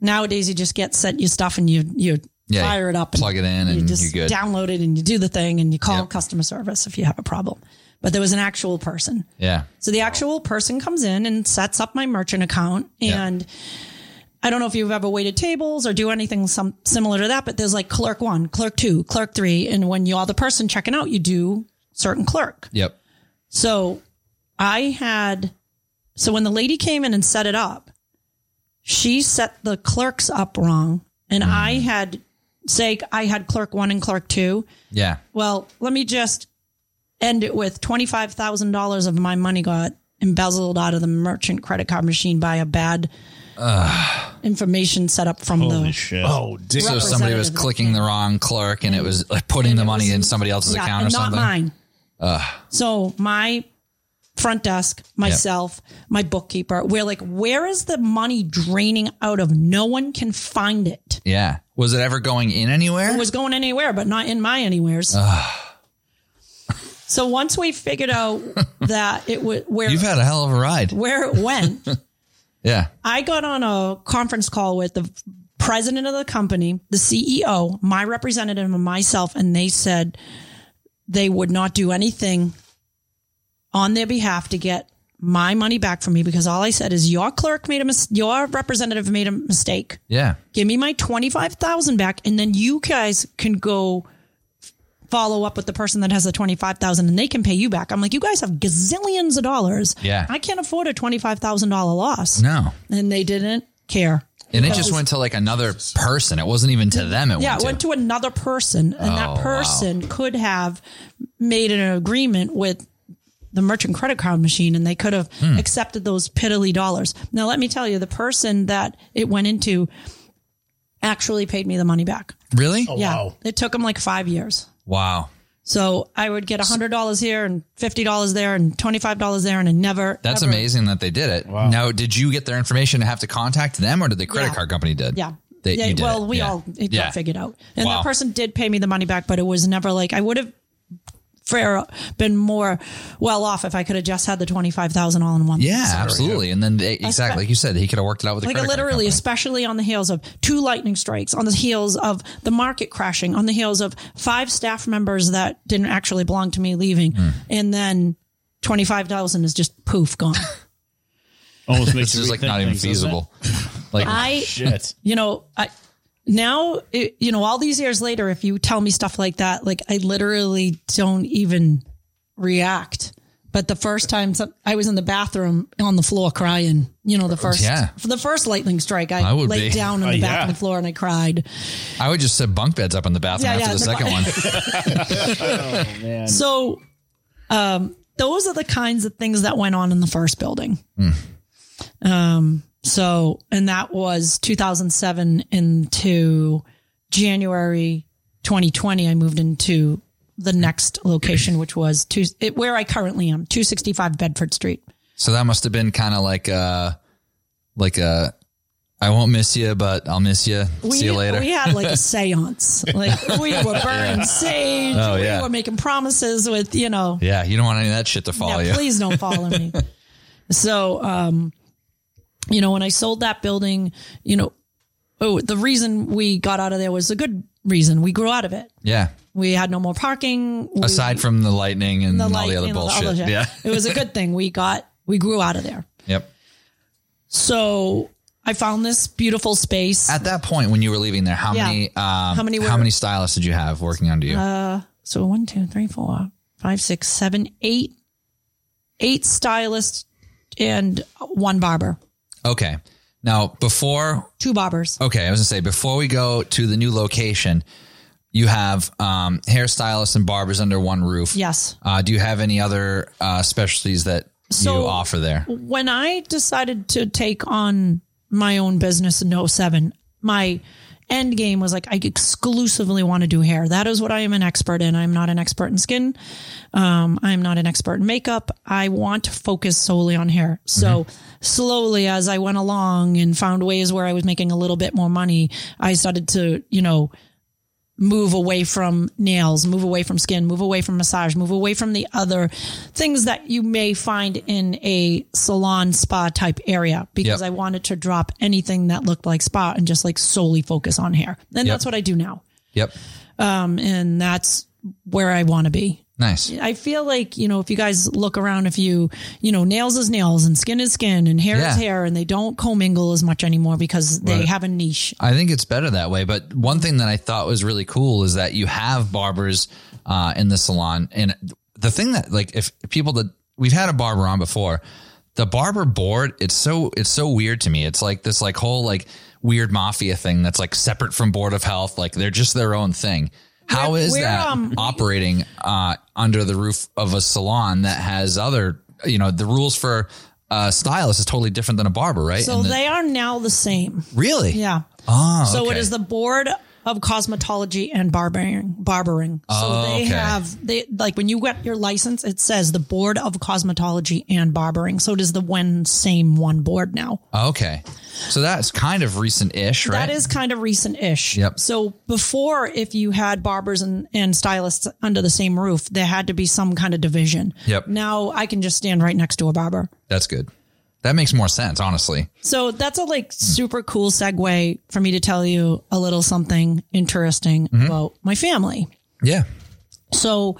S4: Nowadays, you just get sent your stuff and you you
S1: Yeah, you
S4: fire it up,
S1: plug it in
S4: you
S1: and
S4: just
S1: you're good.
S4: download it and you do the thing and you call
S1: Yep.
S4: customer service if you have a problem. But there was an actual person.
S1: Yeah.
S4: So the actual person comes in and sets up my merchant account.
S1: Yeah.
S4: And I don't know if you've ever waited tables or do anything some similar to that, but there's like clerk one, clerk two, clerk three. And when you are the person checking out, you do certain clerk.
S1: Yep.
S4: So I had, so when the lady came in and set it up, she set the clerks up wrong. And I had, say, I had clerk one and clerk two.
S1: Yeah.
S4: Well, let me just end it with $25,000 of my money got embezzled out of the merchant credit card machine by a bad information set up from
S6: Holy
S4: the.
S6: shit.
S2: Oh, damn.
S1: So somebody was
S4: Representative.
S1: clicking the wrong clerk and it was like putting the money in somebody else's
S4: Yeah,
S1: account or
S4: and not
S1: something.
S4: mine. So my front desk, myself, my bookkeeper, we're like, where is the money draining out of? No one can find it.
S1: Yeah. Was it ever going in anywhere?
S4: It was going anywhere, but not in my anywheres. so once we figured out that it was where
S1: You've had a hell of a ride.
S4: where it went,
S1: Yeah.
S4: I got on a conference call with the president of the company, the CEO, my representative, and myself, and they said they would not do anything on their behalf to get my money back from me because all I said is your clerk made a mis- your representative made a mistake.
S1: Yeah.
S4: Give me my twenty five thousand back, and then you guys can go follow up with the person that has the twenty five thousand, and they can pay you back. I'm like, you guys have gazillions of dollars.
S1: Yeah.
S4: I can't afford a twenty five thousand dollar loss
S1: No.
S4: and they didn't care.
S1: And it just went to like another person. It wasn't even to them. It
S4: Yeah,
S1: went
S4: it
S1: to.
S4: went to another person, and
S1: Oh,
S4: that
S1: wow.
S4: person could have made an agreement with the merchant credit card machine, and they could have
S1: Hmm.
S4: accepted those piddly dollars. Now, let me tell you, the person that it went into actually paid me the money back.
S1: really?
S4: yeah,
S2: Oh, wow.
S4: it took them like five years.
S1: Wow.
S4: So I would get hundred dollars here and fifty dollars there and twenty five dollars there, and I never.
S1: That's
S4: ever-
S1: amazing that they did it. Now, did you get their information to have to contact them, or did the credit
S4: Yeah.
S1: card company did?
S4: Yeah.
S1: They,
S4: yeah,
S1: you did
S4: well,
S1: it.
S4: we
S1: Yeah.
S4: all it
S1: yeah.
S4: got figured out, and
S1: Wow.
S4: that person did pay me the money back, but it was never like I would have fair been more well off if I could have just had the twenty five thousand all in one.
S1: Yeah, absolutely. And then they,
S4: spent-
S1: exactly like you said, he could have worked it out with the
S4: like
S1: credit card
S4: literally,
S1: company.
S4: especially on the heels of two lightning strikes, on the heels of the market crashing, on the heels of five staff members that didn't actually belong to me leaving,
S1: Hmm.
S4: and then twenty five thousand is just poof gone.
S3: Almost makes
S1: It's
S3: you
S1: just like
S3: rethink
S1: not even
S3: things, doesn't
S1: feasible. like
S4: I
S3: it? Shit.
S4: you know, I now it, you know all these years later, if you tell me stuff like that, like I literally don't even react. But the first time some, I was in the bathroom on the floor crying, you know, the first
S1: Oh, Yeah.
S4: for the first lightning strike, I,
S1: I would
S4: laid
S1: be.
S4: down on
S3: Oh,
S4: the
S3: yeah.
S4: bathroom floor and I cried.
S1: I would just set bunk beds up in the bathroom after
S4: Yeah, yeah,
S1: the
S4: the
S1: second
S4: bu-
S1: one.
S4: So, um, those are the kinds of things that went on in the first building. Um, so, and that was 2007 into January 2020. I moved into the next location, which was two, it, where I currently am, 265 Bedford Street.
S1: So that must have been kind of like a, like a, I won't miss you, but I'll miss you. See you later.
S4: We had like a seance. Like we were burning sage.
S1: Oh,
S4: we
S1: yeah.
S4: were making promises with, you know,
S1: yeah, you don't want any of that shit to follow
S4: yeah,
S1: you.
S4: please don't follow me. So, um, you know, when I sold that building, you know, oh, the reason we got out of there was a good reason. We grew out of it.
S1: Yeah.
S4: We had no more parking. We,
S1: Aside from the lightning and all
S4: light-
S1: the other
S4: you know, all
S1: bullshit.
S4: the shit.
S1: yeah.
S4: it was a good thing. We got we grew out of there.
S1: Yep.
S4: So I found this beautiful space.
S1: At that point, when you were leaving there, how
S4: Yeah.
S1: many um,
S4: How many were- Uh,
S1: how many stylists did you have working under you?
S4: so one, two, three, four, five, six, seven, eight, eight stylists and one barber,
S1: okay. Now, before
S4: two barbers.
S1: okay, I was gonna say before we go to the new location, you have um, hairstylists and barbers under one roof.
S4: Yes.
S1: Uh, do you have any other uh, specialties that you
S4: So-
S1: offer there?
S4: When I decided to take on my own business in 07, my end game was like, I exclusively want to do hair. That is what I am an expert in. I'm not an expert in skin. Um, I'm not an expert in makeup. I want to focus solely on hair. So slowly as I went along and found ways where I was making a little bit more money, I started to, you know, move away from nails, move away from skin, move away from massage, move away from the other things that you may find in a salon spa type area because
S1: Yep.
S4: I wanted to drop anything that looked like spa and just like solely focus on hair. And that's what I do now.
S1: Yep.
S4: Um, and that's where I want to be.
S1: Nice.
S4: I feel like, you know, if you guys look around, if you, you know, nails is nails and skin is skin and hair
S1: Yeah.
S4: is hair and they don't commingle as much anymore because they have a niche.
S1: I think it's better that way. But one thing that I thought was really cool is that you have barbers uh, in the salon, and the thing that like if people that we've had a barber on before, the barber board it's so it's so weird to me. It's like this like whole like weird mafia thing that's like separate from board of health. Like they're just their own thing. How
S4: We're-
S1: is
S4: we're,
S1: that
S4: um,
S1: operating uh, under the roof of a salon that has other you know the rules for a stylist is totally different than a barber, right?
S4: So
S1: And the-
S4: they are now the same.
S1: really
S4: Yeah.
S1: Oh,
S4: So
S1: okay.
S4: it is the board of cosmetology and barbering. Barbering. So
S1: Oh,
S4: they
S1: okay.
S4: have they like when you get your license, it says the board of cosmetology and barbering. So it is the one same one board now.
S1: Okay. So that's kind of recent ish, right?
S4: That is kind of recent ish.
S1: Yep.
S4: So before, if you had barbers and, and stylists under the same roof, there had to be some kind of division.
S1: Yep.
S4: Now I can just stand right next to a barber.
S1: That's good. That makes more sense, honestly.
S4: So that's a like
S1: Hmm.
S4: super cool segue for me to tell you a little something interesting
S1: Mm-hmm.
S4: about my family.
S1: Yeah.
S4: So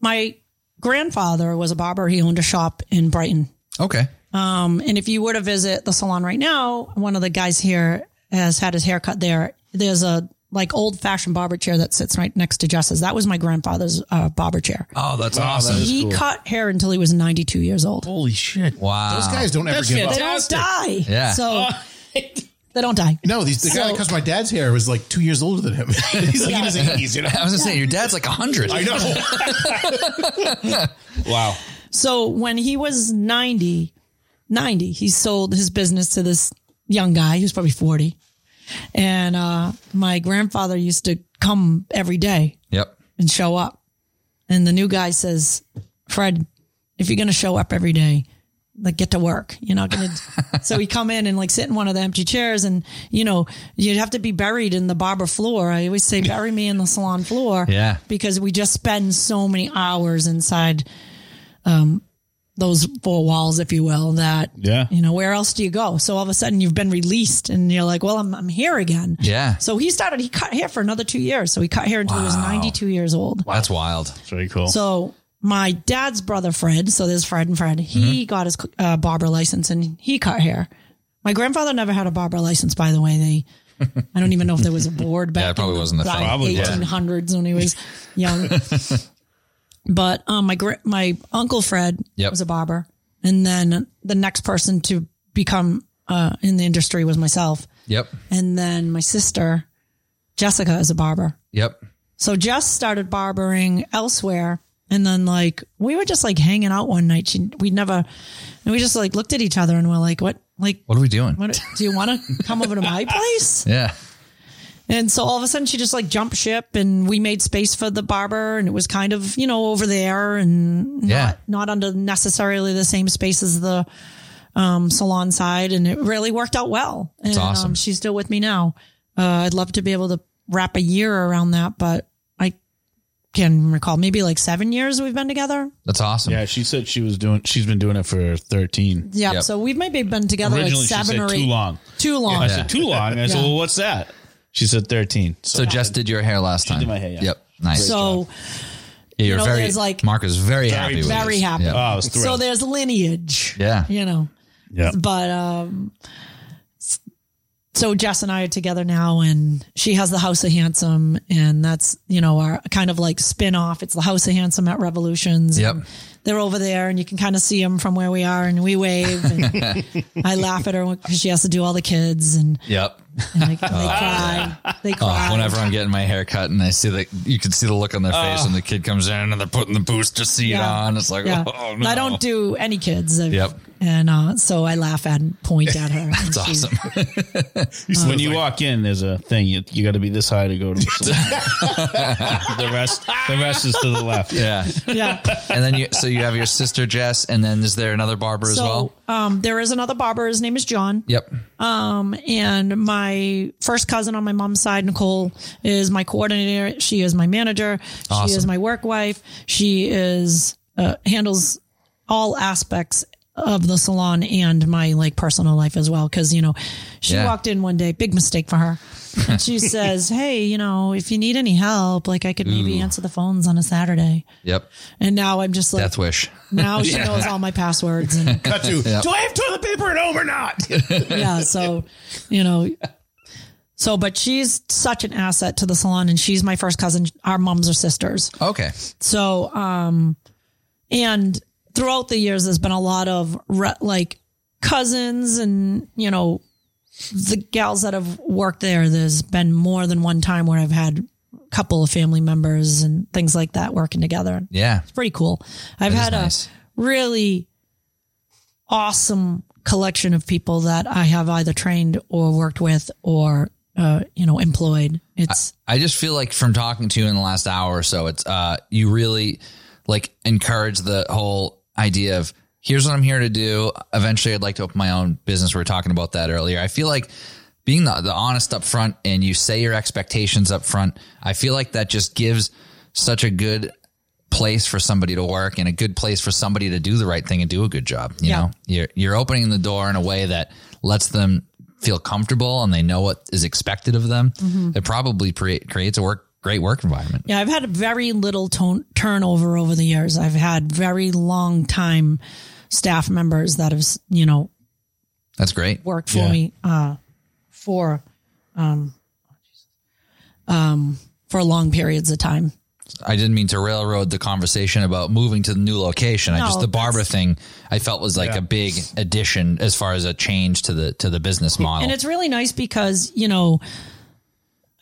S4: my grandfather was a barber. He owned a shop in Brighton.
S1: Okay.
S4: Um, and if you were to visit the salon right now, one of the guys here has had his hair cut there. There's a like old fashioned barber chair that sits right next to Jess's. That was my grandfather's uh, barber chair.
S1: Oh, that's awesome.
S4: he cut hair until he was 92 years old.
S3: Holy shit!
S1: wow.
S2: Those guys don't ever
S3: That's
S2: give
S4: They
S2: up.
S4: don't
S3: Fantastic.
S4: die.
S1: Yeah.
S4: So they don't die.
S2: No, these, the guy
S4: So-
S2: that cuts my dad's hair was like two years older than him. He's like in his eighties, you know.
S1: I was gonna say your dad's like a hundred.
S2: I know.
S3: Wow.
S4: So when he was 90, 90, he sold his business to this young guy. He was probably 40. And uh, my grandfather used to come every day
S1: Yep.
S4: and show up. And the new guy says, Fred, if you're going to show up every day, like get to work. You're not going to. so he come in and like sit in one of the empty chairs and, you know, you'd have to be buried in the barber floor. I always say, bury me in the salon floor.
S1: Yeah.
S4: Because we just spend so many hours inside, um, those four walls, if you will, that,
S3: Yeah.
S4: you know, where else do you go? So all of a sudden you've been released and you're like, well, I'm, I'm here again.
S1: Yeah.
S4: So he started, he cut hair for another two years. So he cut hair until he was 92 years old.
S1: That's wild.
S3: Very cool.
S4: So my dad's brother, Fred, so there's Fred and Fred,
S1: Mm-hmm.
S4: he got his uh, barber license and he cut hair. My grandfather never had a barber license, by the way. They, I don't even know if there was a board back
S1: Yeah, it probably
S4: in
S1: wasn't a
S4: the
S1: thing.
S3: Probably wasn't.
S4: 1800s when he was young. but um, my gra- my uncle Fred
S1: Yep.
S4: was a barber, and then the next person to become uh, in the industry was myself.
S1: Yep.
S4: And then my sister, Jessica, is a barber.
S1: Yep.
S4: So Jess started barbering elsewhere. And then like we were just like hanging out one night. She we never and we just like looked at each other and we're like, What like
S1: What are we doing?
S4: what do you wanna come over to my place?
S1: Yeah.
S4: And so all of a sudden she just like jumped ship and we made space for the barber and it was kind of, you know, over there and
S1: Yeah.
S4: not under necessarily the same space as the um, salon side. And it really worked out well. And
S1: awesome.
S4: um, she's still with me now. Uh, I'd love to be able to wrap a year around that, but I can recall, maybe like seven years we've been together.
S1: That's awesome.
S3: Yeah, she said she was doing. She's been doing it for thirteen.
S4: Yeah.
S1: Yep.
S4: So we've maybe been together
S3: Originally,
S4: like
S3: she
S4: seven
S3: said
S4: or eight.
S3: too long.
S4: Too long.
S3: I said too long. I said,
S4: Yeah.
S3: well, what's that? She said thirteen.
S1: So Jess did your hair last time.
S3: did my hair, yeah.
S1: Yep. Nice.
S4: So
S1: Yeah, You're
S4: know,
S1: very
S4: there's like-
S1: Mark is very, happy with
S4: very Uh,
S1: this.
S4: happy.
S1: Yeah.
S3: Oh, I was
S4: so
S3: thrilled.
S4: there's lineage.
S1: Yeah.
S4: You know.
S3: yeah.
S4: But um so Jess and I are together now and she has the House of Handsome and that's, you know, our kind of like spin off. It's the House of Handsome at Revolutions.
S1: Yep.
S4: And They're over there and you can kind of see them from where we are and we wave and I laugh at her because she has to do all the kids and,
S1: Yep.
S4: and they, they cry. They cry.
S1: Oh, Uh, whenever I'm getting my hair cut and I see that you can see the look on their face when the kid comes in and they're putting the booster seat
S4: Yeah.
S1: on. It's like,
S4: yeah.
S1: oh
S4: And
S1: no.
S4: I don't do any kids.
S1: Yep.
S4: And uh, so I laugh at and point at her.
S1: It's awesome.
S3: when you walk in, there's a thing. You, you got to be this high to go to the salon. the rest. The rest is to the left.
S1: yeah.
S4: Yeah.
S1: And then you, so you have your sister Jess, and then is there another barber as
S4: so
S1: well?
S4: um, there is another barber. His name is John.
S1: Yep.
S4: Um, and my first cousin on my mom's side, Nicole, is my coordinator. She is my manager. She
S1: Awesome.
S4: is my work wife. She is uh, handles all aspects of the salon and my like personal life as well. Because you know, she
S1: Yeah.
S4: walked in one day, big mistake for her. And she says, "Hey, you know, if you need any help, like I could maybe
S1: Mm.
S4: answer the phones on a Saturday."
S1: Yep.
S4: And now I'm just like,
S1: Death wish.
S4: now she knows all my passwords. And,
S2: Cut to, do I have toilet paper at home or not?
S4: yeah. So, you know, so, but she's such an asset to the salon and she's my first cousin. Our moms are sisters.
S1: Okay.
S4: So, um, and throughout the years, there's been a lot of re- like cousins and, you know, the gals that have worked there, there's been more than one time where I've had a couple of family members and things like that working together
S1: Yeah.
S4: it's pretty cool. I've
S1: is
S4: had
S1: nice.
S4: a really awesome collection of people that I have either trained or worked with or uh, you know employed. It's
S1: I just feel like from talking to you in the last hour or so, it's uh, you really like encourage the whole idea of here's what I'm here to do. Eventually, I'd like to open my own business. We were talking about that earlier. I feel like being the, the honest up front and you say your expectations up front. I feel like that just gives such a good place for somebody to work and a good place for somebody to do the right thing and do a good job. You
S4: Yeah.
S1: know, you're you're opening the door in a way that lets them feel comfortable and they know what is expected of them.
S4: Mm-hmm.
S1: It probably pre- creates a work great work environment.
S4: yeah, I've had very little ton- turnover over the years. I've had very long time staff members that have s- you know
S1: That's great.
S4: worked for me uh, for um, oh, Jesus. um, for long periods of time.
S1: I didn't mean to railroad the conversation about moving to the new location. I
S4: No,
S1: just the barber
S4: that's-
S1: thing I felt was like a big addition as far as a change to the to the business model.
S4: And it's really nice because, you know, uh,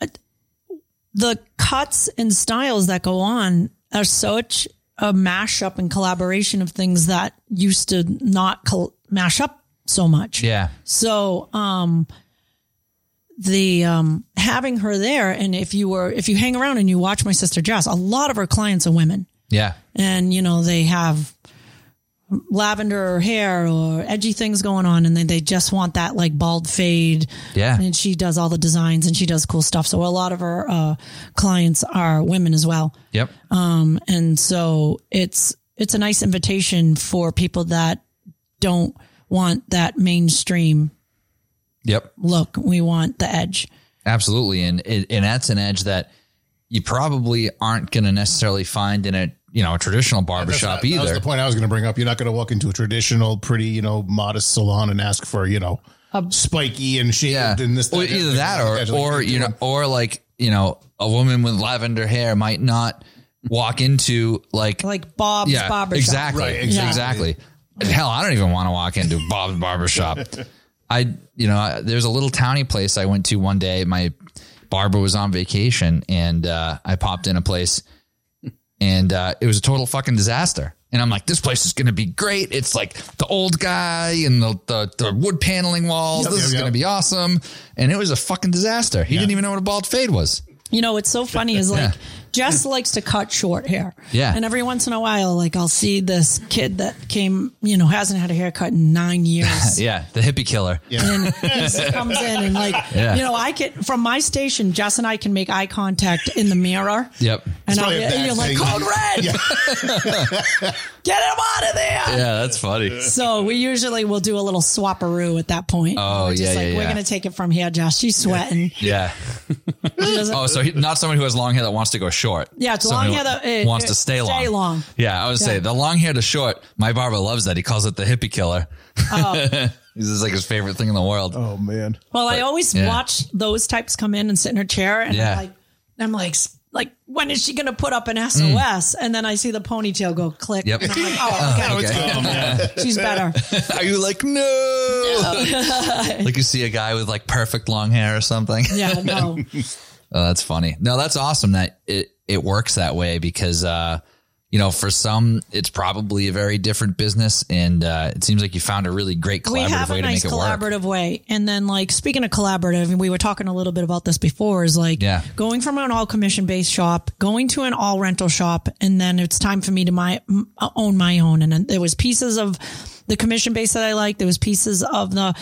S4: the cuts and styles that go on are such a mashup and collaboration of things that used to not col- mash up so much.
S1: yeah.
S4: So, um, the um having her there and if you were if you hang around and you watch my sister Jess a lot of her clients are women
S1: Yeah.
S4: and you know they have lavender hair or edgy things going on and then they just want that like bald fade
S1: Yeah.
S4: and she does all the designs and she does cool stuff so a lot of her uh, clients are women as well
S1: Yep.
S4: um, and so it's it's a nice invitation for people that don't want that mainstream
S1: Yep.
S4: look we want the edge
S1: Absolutely, and it, and that's an edge that you probably aren't going to necessarily find in a you know a traditional barbershop
S2: That was
S1: either.
S2: the point I was going to bring up. You're not going to walk into a traditional, pretty, you know, modest salon and ask for, you know, spiky and shaved
S1: Yeah,
S2: and this.
S1: Well,
S2: that,
S1: either
S2: and
S1: that
S2: like
S1: or or you know or like you know a woman with lavender hair might not walk into like
S4: like bob's
S1: yeah
S4: barbershop
S1: exactly
S2: Right,
S1: exactly.
S2: exactly.
S1: Hell, I don't even want to walk into Bob's barbershop. I you know I- there's a little towny place I went to one day. My barber was on vacation, and uh, I popped in a place and uh, it was a total fucking disaster. And I'm like, this place is going to be great. It's like the old guy and the the, the wood paneling walls.
S2: Yep,
S1: this
S2: yep,
S1: is
S2: yep.
S1: going to be awesome. And it was a fucking disaster. He didn't even know what a bald fade was.
S4: You know, it's so funny is like Jess likes to cut short hair.
S1: Yeah.
S4: And every once in a while, like I'll see this kid that came, you know, hasn't had a haircut in nine years.
S1: Yeah, the hippie killer.
S4: And he just comes in and like,
S1: Yeah.
S4: you know, I can from my station, Jess and I can make eye contact in the mirror.
S1: Yep.
S4: And, I'll,
S2: probably
S4: be-
S2: a
S4: and
S2: bad
S4: you're like,
S2: thing.
S4: code red, get him out of there.
S1: Yeah, that's funny.
S4: So we usually will do a little swaparoo at that point.
S1: Oh,
S4: We're just
S1: yeah,
S4: like,
S1: yeah,
S4: We're
S1: yeah.
S4: gonna take it from here, Josh. She's sweating.
S1: Yeah.
S4: She doesn't-
S1: Oh, so he, not someone who has long hair that wants to go short.
S4: Yeah, it's
S1: Someone
S4: long
S1: who
S4: hair that, eh,
S1: wants
S4: eh,
S1: to stay long.
S4: stay long.
S1: Yeah, I would say
S4: Yeah.
S1: the long hair to short. My barber loves that. He calls it the hippie killer.
S4: Oh.
S1: this is like his favorite thing in the world.
S2: Oh man.
S4: Well, I always
S1: yeah.
S4: watch those types come in and sit in her chair, and
S1: Yeah. Mm.
S4: I'm like, I'm like, s- like when is she going to put up an SOS? And then I see the ponytail go click.
S1: Yep.
S4: And I'm like, oh, okay, she's better.
S1: Are you like no? like you see a guy with like perfect long hair or something.
S4: Yeah, no,
S1: Oh, that's funny. No, that's awesome that it, it works that way because, uh, you know, for some, it's probably a very different business. And uh, it seems like you found a really great
S4: we
S1: collaborative
S4: have
S1: way
S4: a
S1: to
S4: nice
S1: make it work.
S4: collaborative way. And then, like speaking of collaborative, and we were talking a little bit about this before, is like
S1: Yeah.
S4: going from an all commission based shop, going to an all rental shop, and then it's time for me to my m- own my own. And then there was pieces of the commission base that I liked. There was pieces of the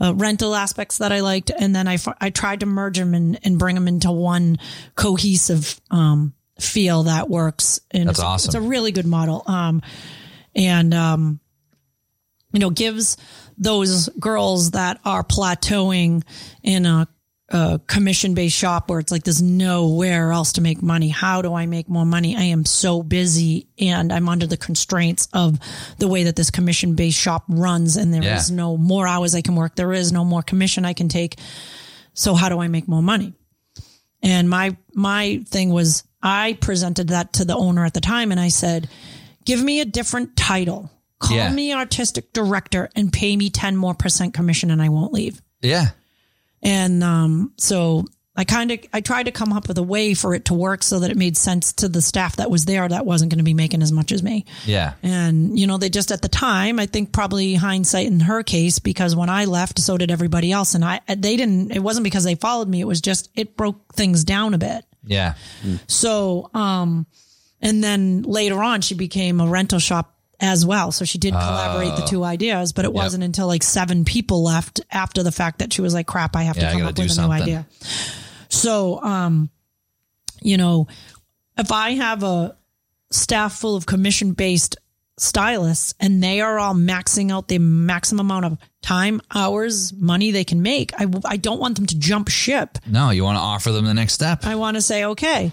S4: uh, rental aspects that I liked, and then I f- I tried to merge them and, and bring them into one cohesive um, feel that works. And
S1: That's
S4: it's,
S1: awesome.
S4: It's a really good model. Um, and um, you know gives those girls that are plateauing in a, a commission based shop where it's like there's nowhere else to make money. How do I make more money? I am so busy and I'm under the constraints of the way that this commission based shop runs, and there is
S1: Yeah.
S4: no more hours I can work. There is no more commission I can take. So how do I make more money? And my my thing was I presented that to the owner at the time and I said, "Give me a different title. Call
S1: Yeah.
S4: me artistic director and pay me 10 more percent commission and I won't leave."
S1: yeah.
S4: And um so I kind of I tried to come up with a way for it to work so that it made sense to the staff that was there that wasn't going to be making as much as me.
S1: Yeah.
S4: And, you know, they just at the time, I think probably hindsight in her case, because when I left, so did everybody else. And I, they didn't, it wasn't because they followed me. It was just, it broke things down a bit.
S1: Yeah.
S4: So, um, and then later on, she became a rental shop as well. So she did
S1: Ah.
S4: collaborate the two ideas, but it wasn't until like seven people left after the fact that she was like, crap, I have
S1: Yeah, I
S4: to come
S1: gotta
S4: up
S1: do
S4: with
S1: something.
S4: a new idea. So, um, you know, if I have a staff full of commission based stylists and they are all maxing out the maximum amount of time, hours, money they can make, I, I don't want them to jump ship.
S1: No, you want to offer them the next step.
S4: I want to say, okay,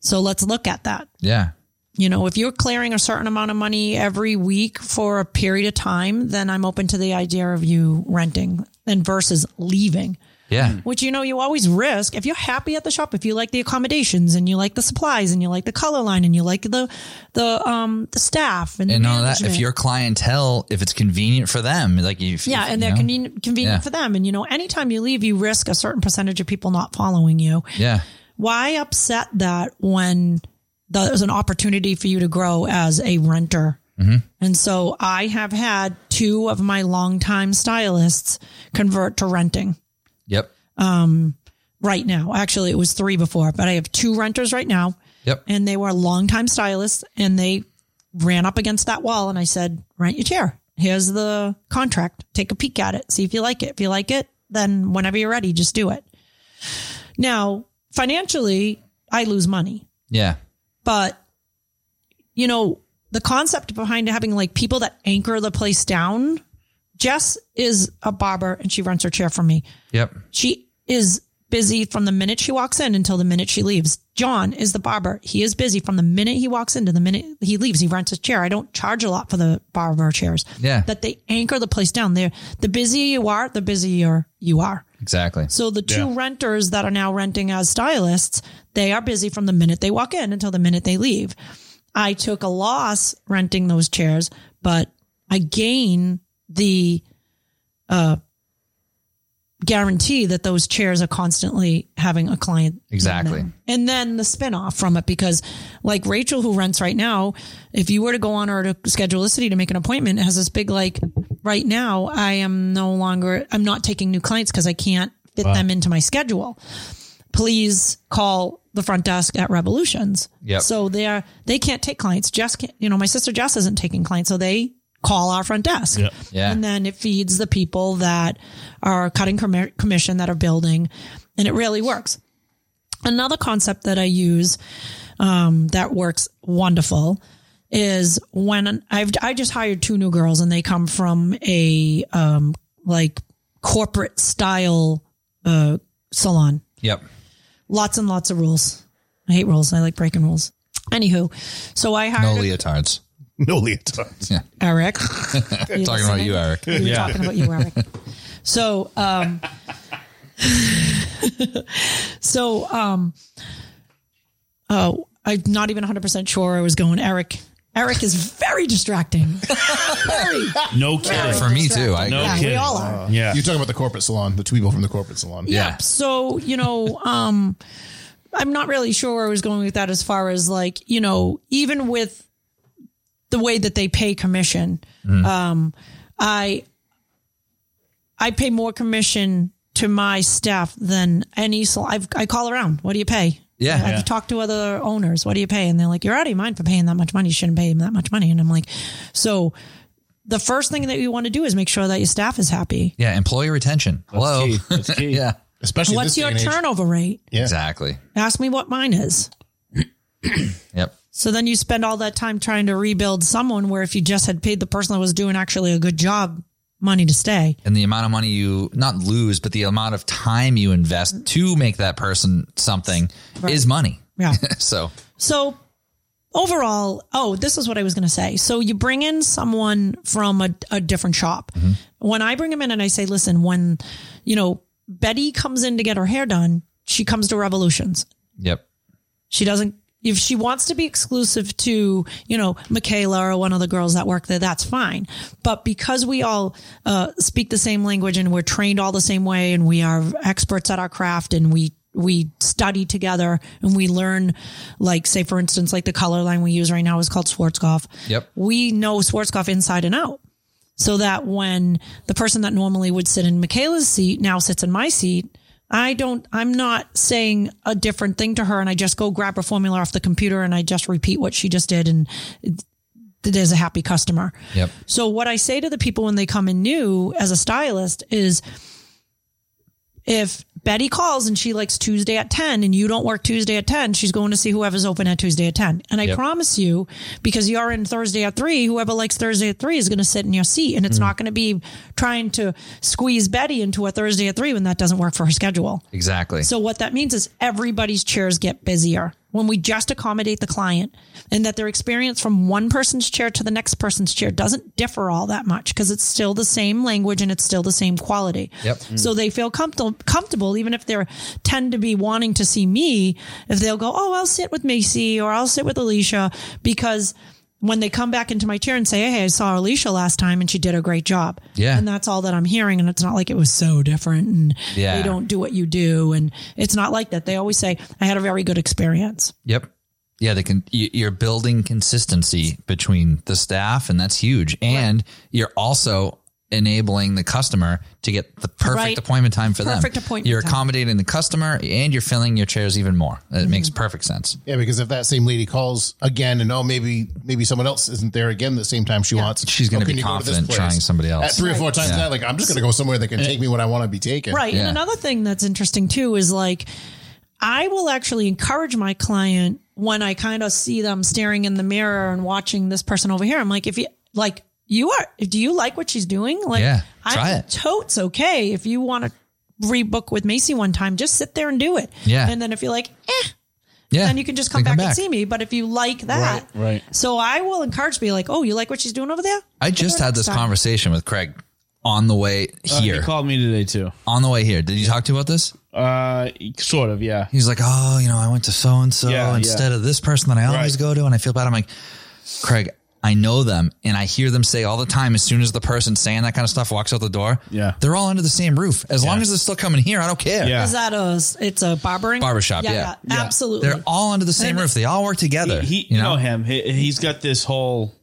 S4: so let's look at that.
S1: yeah.
S4: You know, if you're clearing a certain amount of money every week for a period of time, then I'm open to the idea of you renting and versus leaving,
S1: Yeah.
S4: which you know you always risk. If you're happy at the shop, if you like the accommodations and you like the supplies and you like the color line and you like the the um the staff and, the
S1: And all that, if
S4: management.
S1: your clientele, if it's convenient for them, like if,
S4: yeah,
S1: if,
S4: and
S1: you
S4: they're
S1: know?
S4: convenient, convenient
S1: Yeah.
S4: for them. And you know, anytime you leave, you risk a certain percentage of people not following you.
S1: yeah,
S4: why upset that when there's an opportunity for you to grow as a renter? And so I have had two of my longtime stylists convert to renting
S1: yep,
S4: right now. Actually, it was three before, but I have two renters right now,
S1: yep,
S4: and they were longtime stylists, and they ran up against that wall, and I said, "Rent your chair. Here's the contract. Take a peek at it. See if you like it. If you like it, then whenever you're ready, just do it." Now, financially, I lose money
S1: yeah,
S4: but you know the concept behind having like people that anchor the place down jess is a barber and she rents her chair for me
S1: yep,
S4: she is busy from the minute she walks in until the minute she leaves john is the barber he is busy from the minute he walks in to the minute he leaves he rents his chair i don't charge a lot for the barber chairs
S1: Yeah.
S4: that they anchor the place down there the busier you are the busier you are
S1: exactly.
S4: so the two renters that are now renting as stylists, they are busy from the minute they walk in until the minute they leave. I took a loss renting those chairs, but I gain the uh, guarantee that those chairs are constantly having a client. in
S1: Exactly.
S4: them. And then the spinoff from it, because like Rachel, who rents right now, if you were to go on her to schedule a city to make an appointment, it has this big like, right now, I am no longer, I'm not taking new clients because I can't fit them into my schedule. Please call the front desk at Revolutions.
S1: Yep.
S4: So they're they can't take clients. Jess can't, you know, my sister Jess isn't taking clients, so they call our front desk.
S1: Yeah.
S4: And then it feeds the people that are cutting commi- commission that are building, and it really works. Another concept that I use um, that works wonderful is when I've I just hired two new girls and they come from a um, like corporate style uh, salon
S1: Yep.
S4: lots and lots of rules. I hate rules. I like breaking rules. Anywho, so I
S1: No
S4: hired
S1: leotards.
S2: No leotards.
S4: Eric.
S1: I'm talking about you, Eric.
S4: We were talking about you, Eric. So, um, so, um, oh, I'm not even 100% sure I was going. Eric, Eric is very distracting. very.
S3: No kidding.
S1: For me too. I
S3: No
S1: agree.
S4: Yeah, we
S3: kidding.
S4: all are.
S3: Yeah.
S2: You're talking about the corporate salon, the two people from the corporate salon.
S1: Yeah.
S4: So, you know, um, I'm not really sure where I was going with that as far as like, you know, even with the way that they pay commission,
S1: Mm-hmm.
S4: um, I, I pay more commission to my staff than any, so I've, I call around. What do you pay?
S1: Yeah.
S4: I've
S1: Yeah.
S4: talked to other owners. What do you pay? And they're like, you're out of your mind for paying that much money. You shouldn't pay them that much money. And I'm like, so the first thing that you want to do is make sure that your staff is happy.
S1: Yeah. Employee retention. Hello.
S3: Key. That's key.
S1: yeah.
S2: Especially
S4: What's
S2: this day
S4: your
S2: and age.
S4: turnover rate?
S2: Yeah.
S1: Exactly.
S4: Ask me what mine is.
S1: Yep.
S4: So then you spend all that time trying to rebuild someone where if you just had paid the person that was doing actually a good job money to stay.
S1: And the amount of money you not lose, but the amount of time you invest to make that person something is money.
S4: Yeah.
S1: so
S4: so overall, oh, this is what I was going to say. So you bring in someone from a, a different shop. When I bring them in and I say, listen, when, you know, Betty comes in to get her hair done, she comes to Revolutions.
S1: yep.
S4: She doesn't. If she wants to be exclusive to, you know, Michaela or one of the girls that work there, that's fine. But because we all uh, speak the same language and we're trained all the same way, and we are experts at our craft, and we we study together and we learn, like say for instance, like the color line we use right now is called Schwarzkopf.
S1: Yep.
S4: We know Schwarzkopf inside and out, so that when the person that normally would sit in Michaela's seat now sits in my seat, I don't, I'm not saying a different thing to her and I just go grab her formula off the computer and I just repeat what she just did and it- there's a happy customer.
S1: Yep.
S4: So what I say to the people when they come in new as a stylist is if Betty calls and she likes Tuesday at 10 and you don't work Tuesday at 10, she's going to see whoever's open at Tuesday at 10. And I promise you, because you're in Thursday at three, whoever likes Thursday at three is going to sit in your seat and it's not going to be trying to squeeze Betty into a Thursday at three when that doesn't work for her schedule.
S1: Exactly.
S4: So what that means is everybody's chairs get busier when we just accommodate the client and that their experience from one person's chair to the next person's chair doesn't differ all that much because it's still the same language and it's still the same quality.
S1: Yep.
S4: So they feel comfortable comfortable even if they're tend to be wanting to see me if they'll go, "Oh, I'll sit with Macy or I'll sit with Alicia" because when they come back into my chair and say, "Hey, I saw Alicia last time and she did a great job."
S1: Yeah.
S4: And that's all that I'm hearing and it's not like it was so different and
S1: Yeah.
S4: they don't do what you do. And it's not like that. They always say, I had a very good experience.
S1: Yep. Yeah, they can. y- You're building consistency between the staff, and that's huge. And you're also enabling the customer to get the perfect
S4: Right.
S1: appointment time for them.
S4: Perfect appointment
S1: You're
S4: time. Mm-hmm.
S1: accommodating the customer, and you're filling your chairs even more. It makes perfect sense.
S2: Yeah, because if that same lady calls again and oh maybe maybe someone else isn't there again the same time she wants,
S1: She's gonna
S2: oh, can
S1: be
S2: you go to this
S1: confident
S2: place?
S1: trying somebody
S2: At
S1: else.
S2: three or four times that, like I'm just gonna go somewhere that can take me when I want to be taken.
S4: Right.
S1: Yeah.
S4: And another thing that's interesting too is like, I will actually encourage my client when I kind of see them staring in the mirror and watching this person over here. I'm like, if you like, you are, do you like what she's doing? Like,
S1: Yeah.
S4: I'm
S1: Try it.
S4: totes okay. If you want to rebook with Macy one time, just sit there and do it.
S1: Yeah.
S4: And then if you're like, eh,
S1: Yeah,
S4: then you can just come, back, and see me. But if you like that,
S3: Right, right.
S4: So I will encourage be like, oh, you like what she's doing over there?
S1: I just had this
S4: Sorry.
S1: conversation with Craig on the way
S3: He
S1: here.
S3: called me today too.
S1: on the way here, did you talk to you about this?
S3: Uh, sort of. Yeah.
S1: he's like, oh, you know, I went to so and so
S3: Yeah, yeah.
S1: instead of this person that I always
S3: Right.
S1: go to, and I feel bad. I'm like, Craig, I know them, and I hear them say all the time. As soon as the person saying that kind of stuff walks out the door,
S3: Yeah.
S1: they're all under the same roof. As long as they're still comeming here, I don't care.
S3: Yeah.
S4: Is that a it's a barbering
S1: Barbershop, yeah.
S3: Yeah.
S4: absolutely.
S1: they're all under the same roof. They all work together.
S3: He,
S1: you know,
S3: him. He, he's got this whole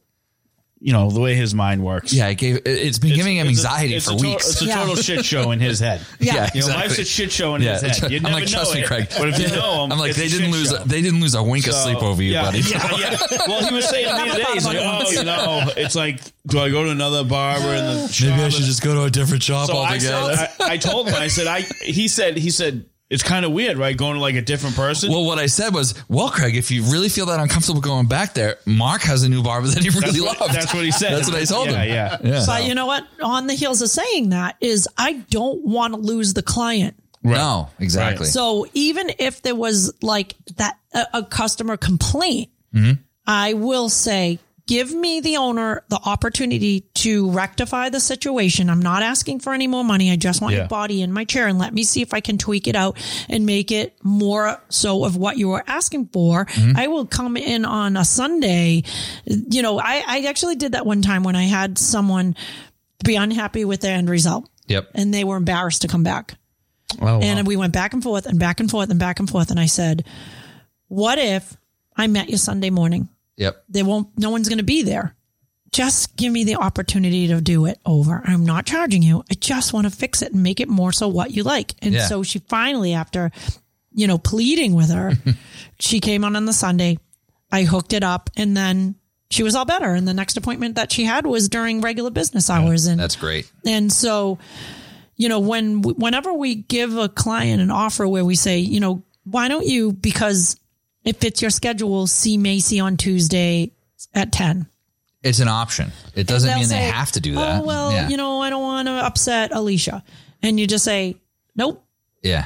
S3: you know, the way his mind works.
S1: Yeah, it gave, it- it's been giving him
S3: It's a-
S1: anxiety
S3: it's
S1: for
S3: a total-
S1: weeks.
S3: It's a
S4: Yeah.
S3: total shit show in his head.
S4: Yeah.
S3: You know,
S1: exactly.
S3: life's a shit show in
S1: Yeah,
S3: his head. You
S1: I'm
S3: never
S1: like,
S3: know
S1: trust me,
S3: it,
S1: Craig.
S3: But if you know him,
S1: I'm like,
S3: it's
S1: they
S3: a
S1: didn't
S3: shit
S1: lose.
S3: show.
S1: They didn't lose a wink of
S3: So,
S1: sleep over you,
S3: yeah,
S1: buddy.
S3: Yeah, yeah. Well, he was saying the other day, he's like, oh, you know, it's like, do I go to another barber and then
S1: Maybe I should just go to a different shop
S3: so I, said,
S1: altogether.
S3: I, I told him, I said, I. He said, he said, it's kind of weird, right? Going to like a different person.
S1: well, what I said was, well, Craig, if you really feel that uncomfortable going back there, Mark has a new barber that he really
S3: that's, what,
S1: loves.
S3: that's what he said.
S1: That's what I told
S3: yeah,
S1: him.
S3: Yeah,
S1: Yeah.
S4: But you know what? On the heels of saying that is I don't want to lose the client.
S1: No, exactly.
S4: So even if there was like that a, a customer complaint, I will say give me the owner the opportunity to rectify the situation. I'm not asking for any more money. I just want
S3: Yeah.
S4: your body in my chair and let me see if I can tweak it out and make it more so of what you were asking for. I will come in on a Sunday. You know, I, I actually did that one time when I had someone be unhappy with the end result
S1: Yep.
S4: and they were embarrassed to come back.
S1: Oh, wow.
S4: And we went back and forth and back and forth and back and forth. And I said, What if I met you Sunday morning?
S1: Yep.
S4: There won't, no one's going to be there. Just give me the opportunity to do it over. I'm not charging you. I just want to fix it and make it more so what you like. And
S1: Yeah.
S4: so she finally, after, you know, pleading with her, she came on on the Sunday. I hooked it up and then she was all better. And the next appointment that she had was during regular business hours. And
S1: That's great.
S4: and so, you know, when whenever we give a client an offer where we say, you know, why don't you because it fits your schedule, see Macy on Tuesday at 10.
S1: It's an option. It doesn't
S4: They'll
S1: mean they
S4: say,
S1: have to do that.
S4: Oh, well,
S1: yeah.
S4: you know, I don't want to upset Alicia. And you just say, nope.
S1: yeah.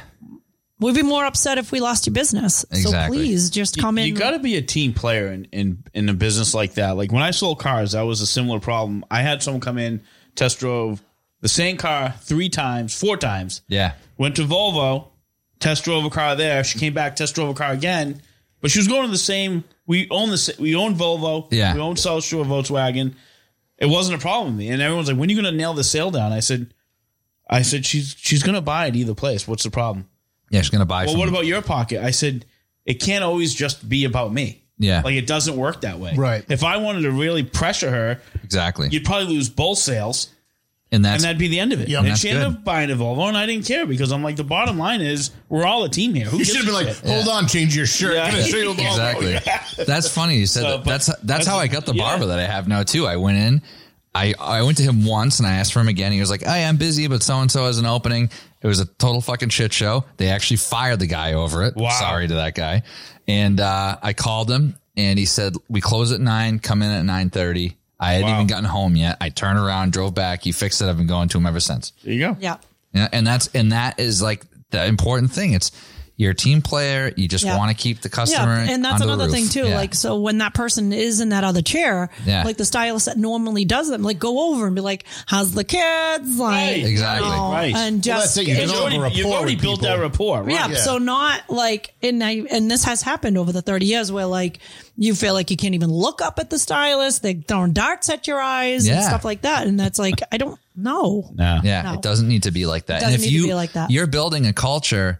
S4: We'd be more upset if we lost your business.
S1: Exactly.
S4: So please just come in.
S3: You got to be a team player in, in in a business like that. Like when I sold cars, that was a similar problem. I had someone come in, test drove the same car three times, four times.
S1: Yeah.
S3: Went to Volvo, test drove a car there. She came back, test drove a car again, but she was going to the same. We own the sa- we own Volvo.
S1: Yeah.
S3: we own South Shore Volkswagen. It wasn't a problem, and everyone's like, "When are you going to nail the sale down?" I said, "I said she's she's going to buy at either place. What's the problem?"
S1: Yeah. She's going to buy
S3: Well,
S1: from
S3: what
S1: you.
S3: about your pocket? I said, it can't always just be about me.
S1: Yeah.
S3: Like it doesn't work that way.
S2: Right.
S3: If I wanted to really pressure her,
S1: Exactly.
S3: you'd probably lose both sales
S1: and that's
S3: and that'd be the end of it.
S2: Yeah,
S3: and
S1: that's
S3: she ended
S1: good.
S3: up buying a Volvo and I didn't care because I'm like, the bottom line is we're all a team here. Who
S2: You
S3: gives
S2: should have
S3: a
S2: been like,
S3: shit?
S2: hold on, change your shirt.
S3: Yeah.
S2: Get a single ball.
S3: Oh,
S1: exactly. That's funny you said
S3: So,
S1: that.
S3: but
S1: That's that's
S3: that's-
S1: how I got the
S3: yeah.
S1: barber that I have now too. I went in, I I went to him once and I asked for him again. He was like, "I am busy, but so and so has an opening." It was a total fucking shit show. They actually fired the guy over it.
S3: Wow.
S1: Sorry to that guy. And uh, I called him and he said, "We close at nine. Come in at nine thirty. I hadn't
S3: Wow.
S1: even gotten home yet. I turned around, drove back. He fixed it. I've been going to him ever since.
S3: There you go.
S4: yeah.
S1: Yeah, and that's and that is like the important thing. It's you're a team player. You just
S4: Yeah.
S1: want to keep the
S4: Yeah,
S1: customer.
S4: and that's
S1: under the
S4: another
S1: roof.
S4: thing too.
S1: Yeah.
S4: Like, so when that person is in that other chair,
S1: Yeah.
S4: like the stylist that normally does them, like go over and be like, "How's the kids?" Like,
S3: Right.
S1: Exactly.
S4: you know,
S3: Right.
S4: And
S2: Well,
S4: just
S2: that's it. You
S3: You've
S2: develop a
S3: already, you've
S2: rapport
S3: already
S2: with
S3: built
S2: people.
S3: that rapport. Right?
S4: yeah, So not like, and I, and this has happened over the thirty years where like you feel like you can't even look up at the stylist. They're throwing darts at your eyes and
S1: Yeah.
S4: stuff like that. And that's like, I don't know.
S1: yeah,
S4: No.
S1: it doesn't need to be like that. and
S4: doesn't
S1: if
S4: need to
S1: you
S4: be like that.
S1: you're building a culture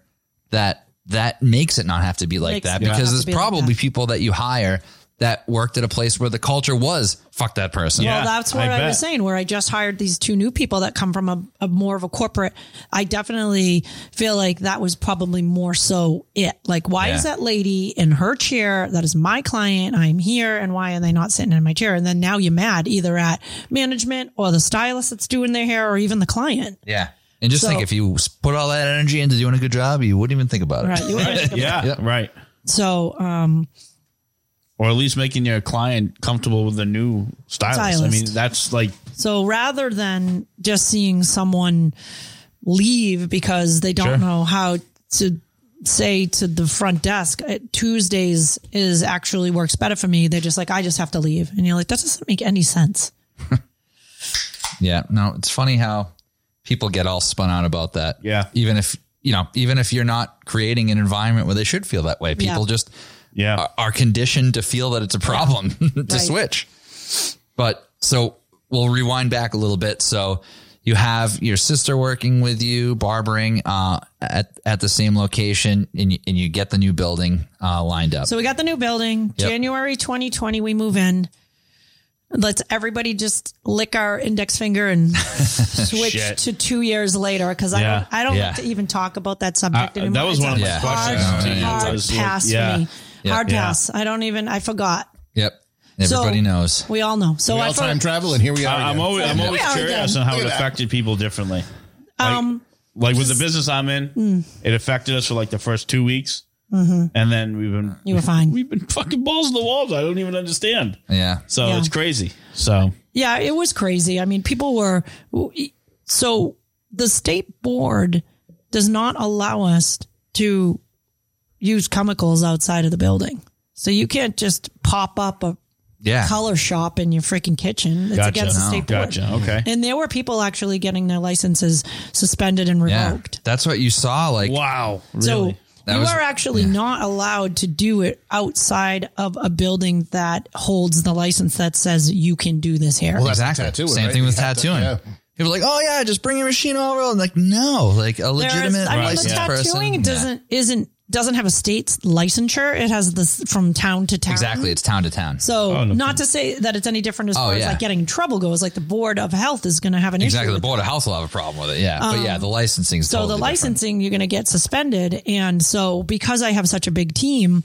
S1: that that makes it not have to be like
S4: Makes
S1: that
S4: it not
S1: because
S4: have to
S1: there's
S4: be like
S1: probably
S4: that.
S1: people that you hire that worked at a place where the culture was fuck that person.
S3: Yeah.
S4: Well, that's what
S3: I
S4: I,
S3: bet.
S4: was saying, where I just hired these two new people that come from a, a more of a corporate. I definitely feel like that was probably more so it. Like, why
S1: Yeah.
S4: is that lady in her chair? That is my client. I'm here. And why are they not sitting in my chair? And then now you're mad either at management or the stylist that's doing their hair or even the client.
S1: Yeah. And just
S4: So-
S1: think if you s- put all that energy into doing a good job, you wouldn't even think about it.
S4: Right. You wouldn't think about
S3: Yeah.
S1: Yeah.
S3: Right.
S4: it. So, um,
S3: Or at least making your client comfortable with the new stylist. I mean,
S4: Stylist.
S3: that's like
S4: so rather than just seeing someone leave because they don't know how to say to the front desk uh, Tuesdays is actually works better for me. They're just like, I just have to leave. And you're like, that doesn't make any sense.
S1: Yeah. No, it's funny how people get all spun out about that.
S3: Yeah.
S1: Even if, you know, even if you're not creating an environment where they should feel that way, people
S4: Yeah.
S1: just
S3: yeah.
S1: are- are conditioned to feel that it's a problem to
S4: Right.
S1: switch. But so we'll rewind back a little bit. So you have your sister working with you, barbering uh, at at the same location, and you, and you get the new building uh, lined up.
S4: So we got the new building,
S1: Yep.
S4: January 2020, we move in. Let's everybody just lick our index finger and switch
S3: Shit.
S4: to two years later because
S3: Yeah.
S4: I don't, I don't
S1: Yeah.
S4: like to even talk about that subject
S3: Uh,
S4: anymore.
S3: that was
S4: It's
S3: one of my
S4: a
S3: questions.
S4: Hard,
S3: Yeah.
S4: hard
S3: I was like,
S4: pass
S3: yeah.
S4: for me.
S1: Yeah.
S4: Hard
S3: Yeah.
S4: pass. I don't even. I forgot.
S1: Yep. Everybody
S4: So-
S1: knows.
S4: We all know. So
S2: We
S4: I
S2: all
S4: for-
S2: time travel, and here we are.
S3: I- I'm
S2: again.
S3: always, I'm
S4: Yeah.
S3: always
S4: We are
S3: curious
S4: done.
S3: on how
S2: Look
S3: it
S2: at that.
S3: affected people differently. Like,
S4: um, Hmm.
S3: like with the business I'm in, it affected us for like the first two weeks, and then we've been
S4: Mm-hmm. you were fine.
S3: we've been fucking balls to the walls. I don't even understand.
S1: Yeah.
S3: So
S4: Yeah.
S3: it's crazy. So
S4: Yeah, it was crazy. I mean, people were so the state board does not allow us to use chemicals outside of the building. So you can't just pop up a
S1: Yeah.
S4: color shop in your freaking kitchen. It's
S3: Gotcha.
S4: against the
S3: No.
S4: state board.
S3: gotcha. Okay.
S4: And there were people actually getting their licenses suspended and
S1: Yeah.
S4: revoked.
S1: That's what you saw. Like,
S3: Wow. Really.
S4: So
S1: That
S4: you
S1: was-
S4: are actually not allowed to do it outside of a building that holds the license that says you can do this here.
S2: Well, that's the
S1: exactly.
S2: tattooing,
S1: Same
S2: right?
S1: thing with
S2: You have to-
S1: tattooing.
S2: yeah.
S1: People are like, oh yeah, just bring your machine over. I'm like, no, like a
S4: There is-
S1: legitimate
S4: I mean,
S1: licensed
S4: the tattooing
S1: person. Yeah.
S4: doesn't isn't doesn't have a state's licensure. It has this from town to town.
S1: Exactly. It's town to town.
S4: So
S3: no.
S4: not to say that it's any different as
S1: Oh,
S4: far
S1: yeah.
S4: as like getting in trouble goes. Like the board of health is going to have an
S1: Exactly.
S4: issue.
S1: The
S4: with
S1: board of health will have a problem with it. Yeah. but yeah, the licensing.
S4: Um, so the licensing you're going to get suspended and so because i have such a big team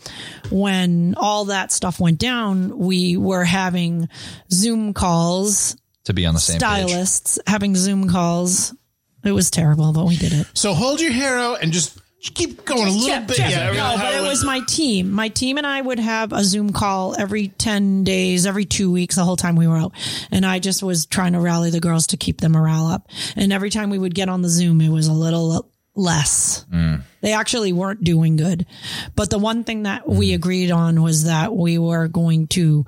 S4: when all that stuff went down we were having zoom calls
S1: to be on the same page.
S4: stylists having zoom calls it was terrible but we did it
S2: So hold your hair out and just keep going a little bit.
S4: Check.
S2: Yeah,
S4: no, but it was my team. My team and I would have a Zoom call every 10 days, every two weeks, the whole time we were out. And I just was trying to rally the girls to keep the morale up. And every time we would get on the Zoom, it was a little less.
S1: Hmm.
S4: They actually weren't doing good. But the one thing that
S1: Hmm.
S4: we agreed on was that we were going to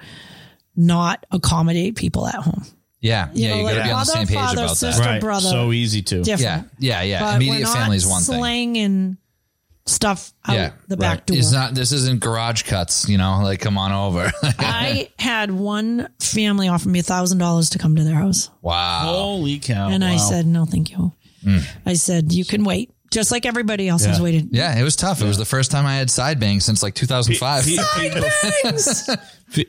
S4: not accommodate people at home.
S1: Yeah. yeah.
S4: know,
S1: You got to
S4: like
S1: be on the
S4: mother,
S1: same page
S4: father,
S1: about that.
S4: sister.
S3: right.
S4: brother.
S3: So easy to.
S4: Different.
S1: Yeah. Yeah. Yeah.
S4: But we're
S1: Immediate
S4: not
S1: family is one thing.
S4: slang and stuff out
S1: Yeah,
S4: the back door.
S1: It's not. This isn't garage cuts. You know, like come on over.
S4: I had one family offer me a thousand dollars to come to their house,
S1: wow.
S4: Oh.
S3: Holy cow.
S4: and
S3: Wow.
S4: I
S3: Mm.
S4: said no, thank you. I said you can wait, just like everybody else has
S3: Yeah.
S4: waited.
S1: Yeah, it was tough. It was the first time I had side bang since like 2005.
S3: Pe- people- Pe-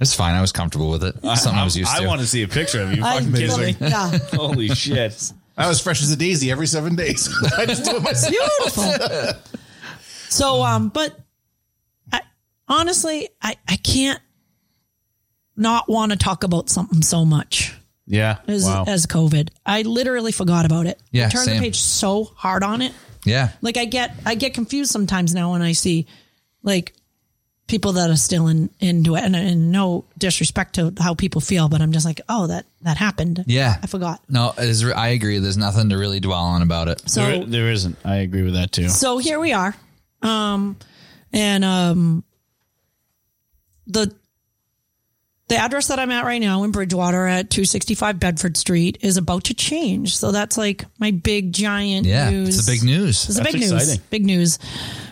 S1: it's fine. I was comfortable with it. Something I, was used
S3: I
S1: to.
S3: want to see a picture of you.
S4: I
S3: Fucking
S4: love
S3: kidding.
S4: it. Yeah,
S3: Holy shit.
S2: I was fresh as a daisy every seven days. I just do it myself.
S4: beautiful. so, um, but I, honestly, I I can't not want to talk about something so much.
S3: Yeah.
S4: As,
S3: wow.
S4: as COVID, I literally forgot about it.
S1: Yeah,
S4: I turned
S1: same.
S4: the page so hard on it.
S1: yeah,
S4: Like I get I get confused sometimes now when I see like people that are still in into it and, and no disrespect to how people feel, but I'm just like, oh that that happened.
S1: yeah.
S4: I forgot.
S1: No, is I agree. There's nothing to really dwell on about it.
S4: So
S3: there, there isn't. I agree with that too.
S4: so here we are. Um and um the the address that I'm at right now in Bridgewater at 265 Bedford Street is about to change. So that's like my big giant
S1: Yeah,
S4: news.
S1: it's the big news.
S4: It's a
S3: That's
S4: big news.
S3: exciting.
S4: Big news.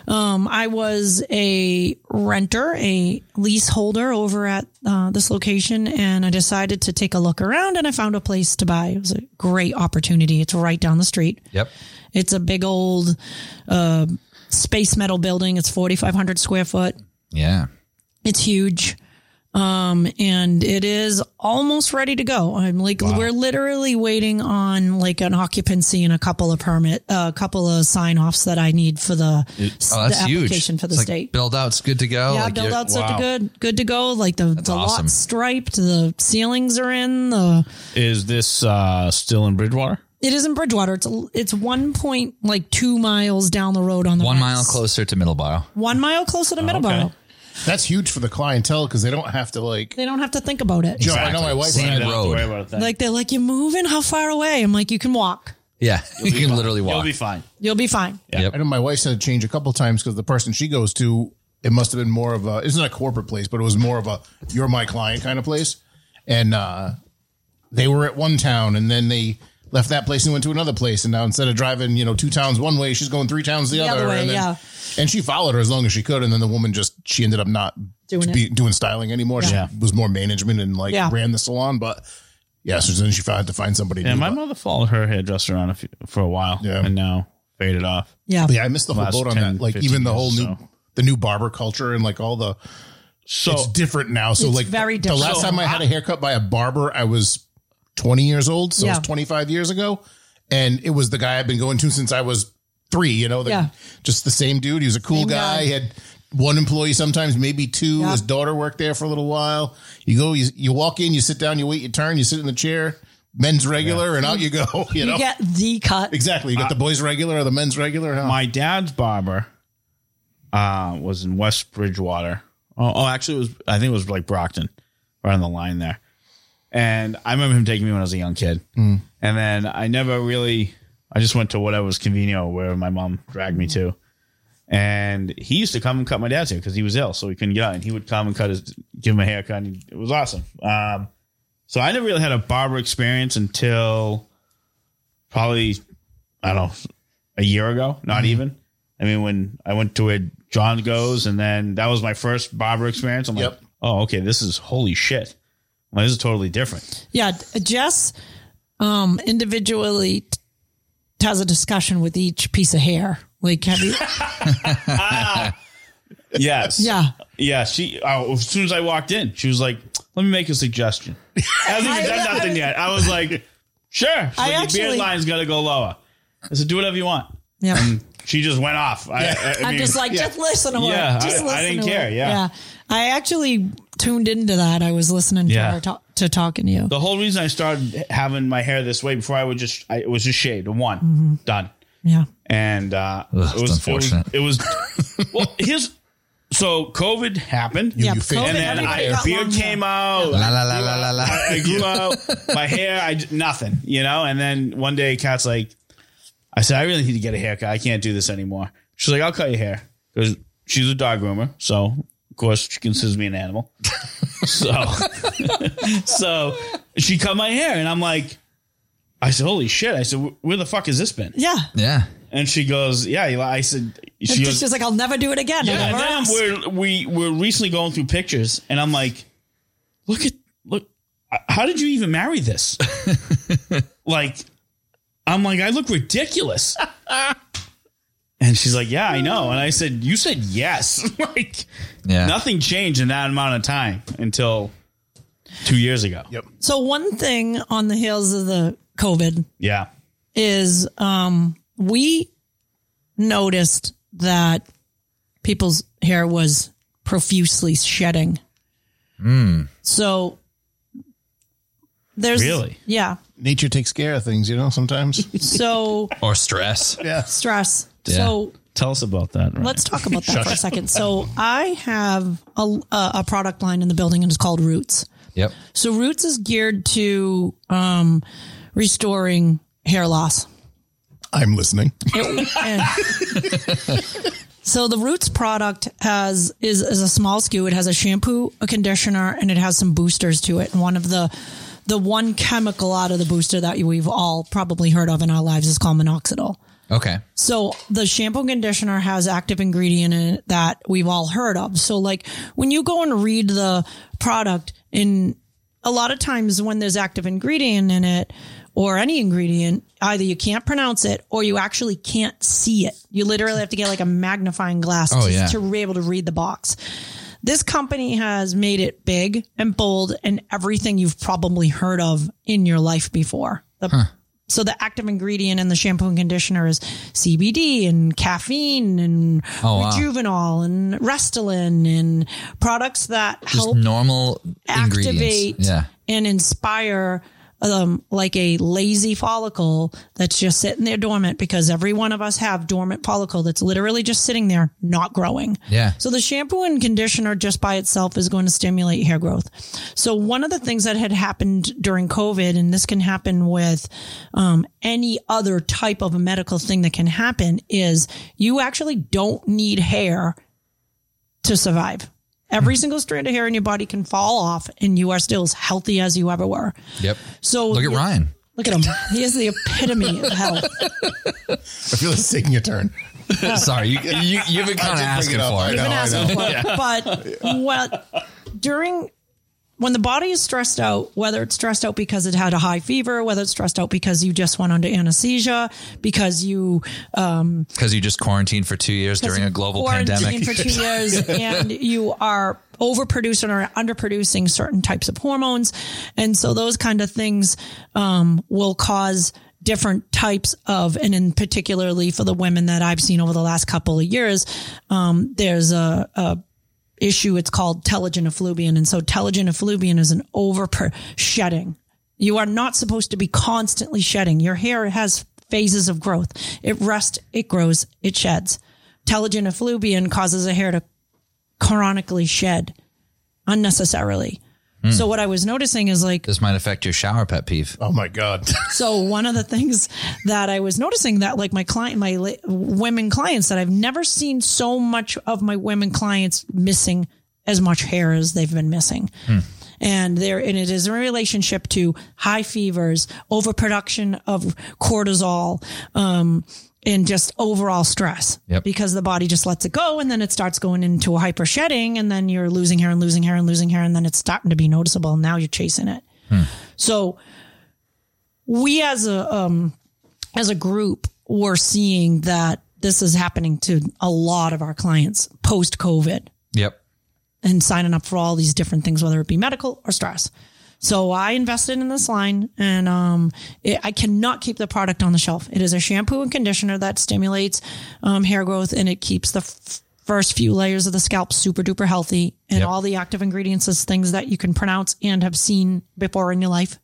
S4: Um, I was a renter, a leaseholder over at uh, this location, and I decided to take a look around and I found a place to buy. It was a great opportunity. It's right down the street.
S1: Yep.
S4: It's a big old uh, space metal building. It's 4,500 square foot.
S1: Yeah.
S4: It's huge. Um, and it is almost ready to go. I'm like, we're literally waiting on like an occupancy and a couple of permit, uh, a couple of sign offs that I need for the,
S1: Oh, that's
S4: the
S1: huge.
S4: application for the
S1: It's like
S4: state.
S1: build out's good to go.
S4: yeah,
S1: Like,
S4: build
S1: you're-
S4: outs
S3: wow.
S4: look good, good to go. Like the, the
S1: awesome.
S4: lot's striped, the ceilings are in the,
S3: Is this uh, still in Bridgewater?
S4: it is in Bridgewater. It's, a, it's one point like two miles down the road on the
S1: One
S4: west.
S1: mile Oh, closer to Middleborough.
S4: one mile closer to Middleborough.
S2: That's huge for the clientele because they don't have to like.
S4: They don't have to think about it.
S2: Joe, I know my wife.
S1: Same
S2: and I-
S3: Don't have to
S1: road.
S3: worry about a thing.
S4: Like they're like, you're moving. How far away? I'm like, you can walk.
S1: Yeah, you can literally
S3: You'll
S1: walk.
S3: be fine.
S4: You'll be fine.
S2: I know my wife's had to change a couple times because the person she goes to, it must have been more of a. It's not a corporate place, but it was more of a "you're my client" kind of place. And uh, they were at one town, and then they left that place and went to another place. And now instead of driving, you know, two towns one way, she's going three towns the,
S4: The
S2: other.
S4: other way,
S2: and, then,
S4: yeah.
S2: and she followed her as long as she could, and then the woman just she ended up not
S4: Doing
S2: doing
S4: it.
S2: doing styling anymore.
S3: Yeah.
S2: She was more management and like
S4: Yeah.
S2: ran the salon, but. Yeah, so then she had to find somebody.
S3: Yeah,
S2: new,
S3: my
S2: but-
S3: mother followed her hairdresser around a few, for a while,
S2: Yeah.
S3: and now faded off.
S4: Yeah.
S2: But yeah, I missed the whole
S3: Last
S2: boat on
S3: 10,
S2: that. Like
S3: 15
S2: even the
S3: years
S2: whole
S3: or
S2: new
S3: so.
S2: the new barber culture and like all the
S3: So
S2: it's different now. So
S4: It's
S2: like
S4: very
S2: the
S4: different.
S2: last time I had a haircut by a barber, I was 20 years old. So it
S4: Yeah.
S2: was 25 years ago. And it was the guy I've been going to since I was three, you know, the,
S4: Yeah.
S2: just the same dude. He was a cool
S4: Same
S2: guy.
S4: guy.
S2: He had one employee, sometimes maybe two.
S4: Yeah.
S2: His daughter worked there for a little while. You go, you, you walk in, you sit down, you wait your turn, you sit in the chair, men's regular, and out you go, you, know,
S4: You get the cut.
S2: exactly. You got the boys regular or the men's regular. Huh?
S3: my dad's barber uh, was in West Bridgewater. Oh, oh, actually, it was I think it was like Brockton, right on the line there. And I remember him taking me when I was a young kid. And then I never really, I just went to whatever was convenient or wherever my mom dragged me to. And he used to come and cut my dad's hair because he was ill, so he couldn't get out. And he would come and cut his, give him a haircut. And it was awesome. Um, so I never really had a barber experience until probably, I don't know, a year ago, not even. I mean, when I went to a John goes, and then that was my first barber experience. I'm like,
S2: Yep.
S3: oh, okay, this is holy shit. Like, this is totally different.
S4: Yeah, Jess um, individually t- has a discussion with each piece of hair. Like, have you?
S3: Yes.
S4: yeah.
S3: Yeah, she. Oh, as soon as I walked in, she was like, "Let me make a suggestion." I hasn't even done nothing yet. I was like, "Sure." She's
S4: I
S3: like, "Your
S4: actually-
S3: beard line's got to go lower." I said, "Do whatever you want."
S4: Yeah.
S3: She just went off. I, I, Um, I
S4: I'm
S3: mean,
S4: just like, just listen to her.
S3: Yeah,
S4: just
S3: I- I
S4: listen
S3: didn't
S4: to
S3: care,
S4: her.
S3: yeah.
S4: I actually tuned into that. I was listening
S3: Yeah.
S4: to her talk, to talking to you.
S3: the whole reason I started having my hair this way before I would just I, it was just shaved one
S4: Mm-hmm.
S3: done,
S4: yeah.
S3: and uh,
S1: Ugh,
S3: it was
S1: it's unfortunate.
S3: It was, it was well. Here's so COVID happened.
S4: yeah.
S2: you fit-
S4: COVID,
S3: And then
S4: everybody
S3: I,
S4: got
S3: beard
S4: long
S3: came
S4: hair.
S3: out.
S1: La, la, la, la, la, la.
S3: I, I grew out my hair. I j- nothing, you know. And then one day, Kat's like, I said, I really need to get a haircut. I can't do this anymore. She's like, I'll cut your hair because she's a dog groomer, so of course she considers me an animal. so, so she cut my hair, and I'm like, I said, holy shit! I said, where the fuck has this been?
S4: Yeah.
S1: Yeah.
S3: And she goes, yeah. Eli." I said, she
S4: She's
S3: goes,
S4: just like, I'll never do it again. I
S3: yeah, and
S4: never asked.
S3: then we're we we're recently going through pictures, and I'm like, look at look, how did you even marry this? like, I'm like, I look ridiculous. and she's like, yeah, I know. And I said, you said yes. like,
S1: Yeah.
S3: nothing changed in that amount of time until two years ago. Yep.
S4: So one thing on the heels of the COVID
S3: Yeah.
S4: is um, we noticed that people's hair was profusely shedding. So there's
S3: Really?
S4: yeah.
S2: Nature takes care of things, you know, sometimes.
S4: So
S1: Or stress.
S4: stress.
S1: Yeah.
S4: So
S3: Tell us about that. Ryan.
S4: let's talk about that for a second. So I have a, a a product line in the building and it's called Roots.
S1: Yep.
S4: So Roots is geared to um, restoring hair loss.
S2: I'm listening.
S4: And- so the Roots product has is, is a small skew. It has a shampoo, a conditioner, and it has some boosters to it. And one of the the one chemical out of the booster that we've all probably heard of in our lives is called minoxidil.
S1: Okay.
S4: So the shampoo and conditioner has active ingredient in it that we've all heard of. So like when you go and read the product in a lot of times when there's active ingredient in it or any ingredient, either you can't pronounce it or you actually can't see it. You literally have to get like a magnifying glass
S1: Oh,
S4: to,
S1: yeah.
S4: to be able to read the box. This company has made it big and bold and everything you've probably heard of in your life before. The- So the active ingredient in the shampoo and conditioner is CBD and caffeine and
S1: Oh, wow.
S4: rejuvenol and Restylane and products that
S1: Just
S4: help
S1: normal
S4: activate
S1: ingredients. Yeah.
S4: and inspire um, like a lazy follicle that's just sitting there dormant because every one of us have dormant follicle that's literally just sitting there not growing.
S1: Yeah.
S4: So the shampoo and conditioner just by itself is going to stimulate hair growth. So one of the things that had happened during COVID, and this can happen with um, any other type of a medical thing that can happen, is you actually don't need hair to survive. Every
S1: Hmm.
S4: single strand of hair in your body can fall off, and you are still as healthy as you ever were.
S1: Yep.
S4: So
S1: Look at
S4: you-
S1: Ryan.
S4: Look at him. He is the epitome of health.
S2: I feel it's taking a turn.
S1: Sorry, you, you you've been kind of
S2: I did
S1: asking
S2: bring it up.
S1: for
S2: I
S1: it.
S2: know,
S4: been
S2: I know.
S4: asking for it. But what during when the body is stressed out, whether it's stressed out because it had a high fever, whether it's stressed out because you just went under anesthesia, because you
S1: because you just quarantined for two years during a global
S4: quarantined
S1: pandemic.
S4: for two years and you are overproducing or underproducing certain types of hormones. And so those kind of things um, will cause different types of, and in particularly for the women that I've seen over the last couple of years, um, there's a, a issue. It's called telogen effluvium. And so telogen effluvium is an over shedding. You are not supposed to be constantly shedding. Your hair has phases of growth. It rusts, it grows, it sheds. Telogen effluvium causes a hair to chronically shed unnecessarily. So what I was noticing is like
S1: This might affect your shower pet peeve.
S2: Oh my god.
S4: so one of the things that I was noticing that like my client, my la- women clients that I've never seen so much of my women clients missing as much hair as they've been missing. And there, and it is in relationship to high fevers, overproduction of cortisol, um, and just overall stress
S1: Yep.
S4: because the body just lets it go and then it starts going into a hyper shedding and then you're losing hair and losing hair and losing hair and then it's starting to be noticeable. And now you're chasing it. So we as a um, as a group were seeing that this is happening to a lot of our clients post COVID
S1: Yep.
S4: and signing up for all these different things, whether it be medical or stress. So I invested in this line and um, it, I cannot keep the product on the shelf. It is a shampoo and conditioner that stimulates um, hair growth and it keeps the f- first few layers of the scalp super duper healthy. And
S1: Yep.
S4: all the active ingredients is things that you can pronounce and have seen before in your life.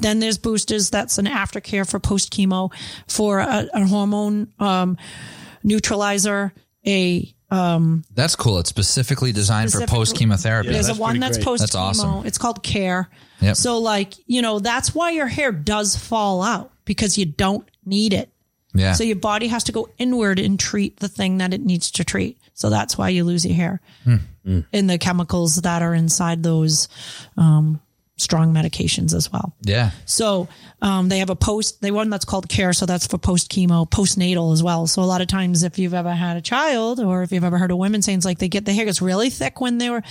S4: Then there's boosters. That's an aftercare for post chemo, for a, a hormone um, neutralizer, a
S1: That's cool. It's specifically designed for
S4: Specifically-
S1: post chemotherapy.
S4: there's
S3: that's
S4: a one
S3: pretty
S4: that's
S3: great.
S4: post
S1: That's awesome.
S4: chemo. It's called care.
S1: Yep.
S4: So like, you know, that's why your hair does fall out because you don't need it.
S1: Yeah.
S4: So your body has to go inward and treat the thing that it needs to treat. So that's why you lose your hair
S1: Hmm.
S3: Hmm.
S4: and the chemicals that are inside those um, strong medications as well.
S1: yeah.
S4: So um, they have a post, they one that's called care. So that's for post chemo, postnatal as well. So a lot of times, if you've ever had a child or if you've ever heard of women saying it's like they get the hair gets really thick when they were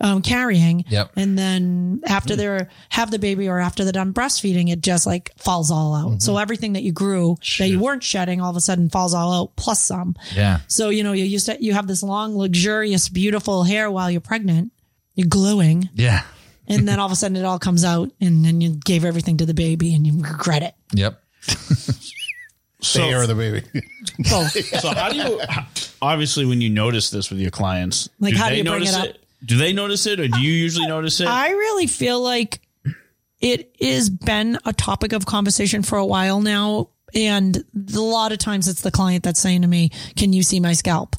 S4: um, carrying.
S1: Yep. Mm-hmm.
S4: And then after they're have the baby or after they're done breastfeeding, it just like falls all out. So
S1: Mm-hmm.
S4: everything that you grew that you weren't shedding all of a sudden falls all out plus some.
S1: Yeah.
S4: So, you know, you used to, you have this long, luxurious, beautiful hair while you're pregnant, you're glowing.
S1: Yeah.
S4: And then all of a sudden it all comes out and then you gave everything to the baby and you regret it.
S1: Yep.
S2: the hair of the baby.
S4: Oh.
S3: So how do you? Obviously, when you notice this with your clients,
S4: Like, how do
S3: they
S4: you bring
S3: notice
S4: it up?
S3: Do they notice it, or do you usually notice it?
S4: I really feel like it has been a topic of conversation for a while now. And a lot of times it's the client that's saying to me, can you see my scalp?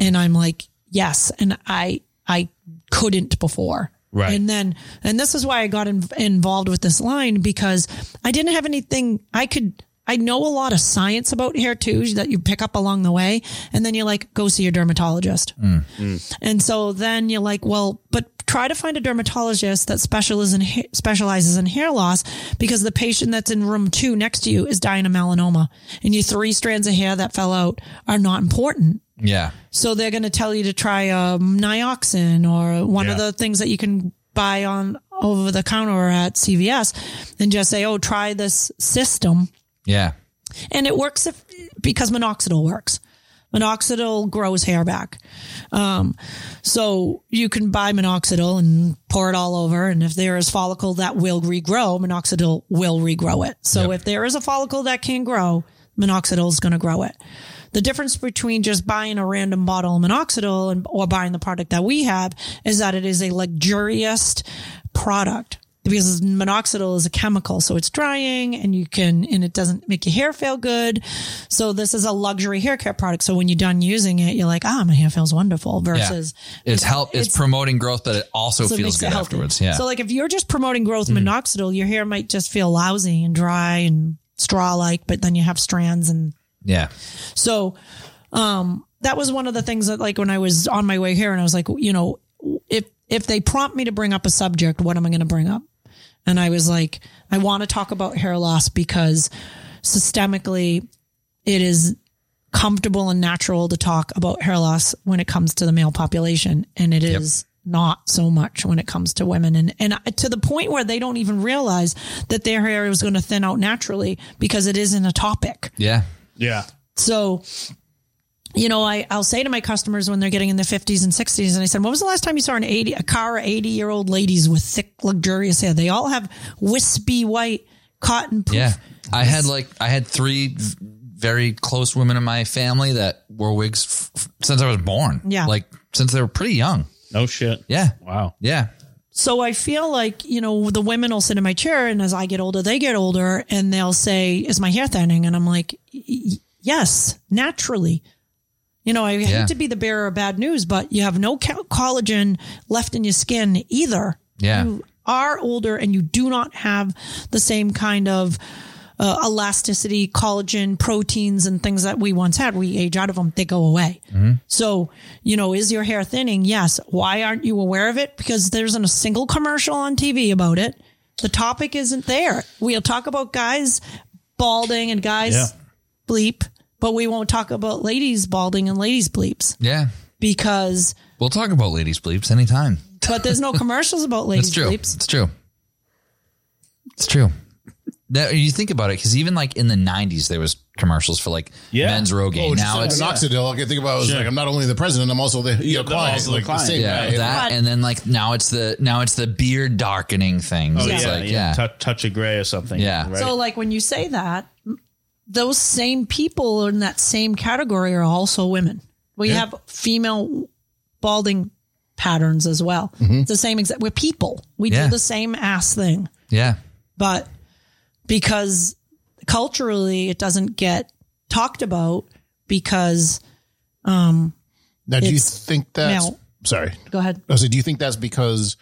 S4: And I'm like, yes. And I, I couldn't before.
S3: Right.
S4: And then, and this is why I got in, involved with this line because I didn't have anything I could, I know a lot of science about hair too that you pick up along the way. And then you're like, go see your dermatologist. And so then you're like, well, but try to find a dermatologist that specializes in ha- specializes in hair loss because the patient that's in room two next to you is dying of melanoma, and your three strands of hair that fell out are not important.
S1: Yeah.
S4: So they're going to tell you to try um, Nioxin or one of
S3: Yeah.
S4: the things that you can buy on over the counter or at CVS, and just say, oh, try this system
S1: Yeah.
S4: and it works if, because minoxidil works. Minoxidil grows hair back. Um, so you can buy minoxidil and pour it all over. And if there is follicle that will regrow, minoxidil will regrow it. So if there is a follicle that can grow, minoxidil is going to grow it. The difference between just buying a random bottle of minoxidil and, or buying the product that we have is that it is a luxurious product because minoxidil is a chemical. So it's drying and you can, and it doesn't make your hair feel good. So this is a luxury hair care product. So when you're done using it, you're like, ah, my hair feels wonderful
S1: Yeah.
S4: versus
S1: It's, help. It's, promoting growth, but it also
S4: so it
S1: feels
S4: makes it
S1: good
S4: healthy.
S1: afterwards. Yeah. Hmm.
S4: So like if you're just promoting growth minoxidil, your hair might just feel lousy and dry and straw like, but then you have strands and
S1: yeah.
S4: so um, that was one of the things that, like, when I was on my way here, and I was like, you know, if if they prompt me to bring up a subject, what am I going to bring up? And I was like, I want to talk about hair loss because systemically, it is comfortable and natural to talk about hair loss when it comes to the male population, and it is not so much when it comes to women, and and to the point where they don't even realize that their hair is going to thin out naturally because it isn't a topic.
S1: Yeah.
S3: yeah,
S4: So you know, I, I'll say to my customers when they're getting in their 50s and 60s, and I said, when was the last time you saw an 80, a car of 80 year old ladies with thick, luxurious hair? They all have wispy white cotton poof.
S1: Yeah. I had like I had three v- very close women in my family that wore wigs f- f- since I was born.
S4: Yeah.
S1: Like since they were pretty young.
S3: No shit.
S1: Yeah.
S3: Wow.
S1: Yeah.
S4: So I feel like, you know, the women will sit in my chair and as I get older, they get older and they'll say, is my hair thinning? And I'm like, "Y- y- yes, naturally. You know, I
S1: Yeah.
S4: hate to be the bearer of bad news, but you have no co- collagen left in your skin either.
S1: Yeah.
S4: You are older and you do not have the same kind of uh, elasticity, collagen, proteins, and things that we once had. We age out of them, they go away. So, you know, is your hair thinning? Yes. Why aren't you aware of it? Because there isn't a single commercial on TV about it. The topic isn't there. We'll talk about guys balding and guys
S3: Yeah.
S4: bleep, but we won't talk about ladies balding and ladies bleeps
S1: Yeah.
S4: because,
S1: We'll talk about ladies bleeps anytime.
S4: but there's no commercials about
S1: It's
S4: ladies
S1: true.
S4: bleeps.
S1: It's true. It's true. That you think about it, because even like in the '90s, there was commercials for like
S3: Yeah.
S1: men's Rogaine.
S2: Oh,
S1: now it's
S2: an Oxidil. I can think about it was like I'm not only the president, I'm also the your
S3: the-
S2: client,
S3: also the
S2: like
S3: client,
S2: the same
S1: yeah,
S2: guy.
S1: that,
S4: But-
S1: and then like now it's the now it's the beard darkening thing.
S3: Oh,
S1: it's
S3: yeah.
S1: like
S3: yeah.
S1: yeah,
S3: Tou- touch of gray or something.
S1: Yeah.
S3: Right.
S4: So, like when you say that, m- those same people in that same category are also women. We have female balding patterns as well. It's the same exact. We're people. We
S1: Yeah.
S4: do the same ass thing,
S1: yeah,
S4: but because culturally it doesn't get talked about. Because
S2: Now, do you
S4: It's-
S2: think that's
S4: now-
S2: sorry?
S4: go ahead.
S2: I was like, do you think that's because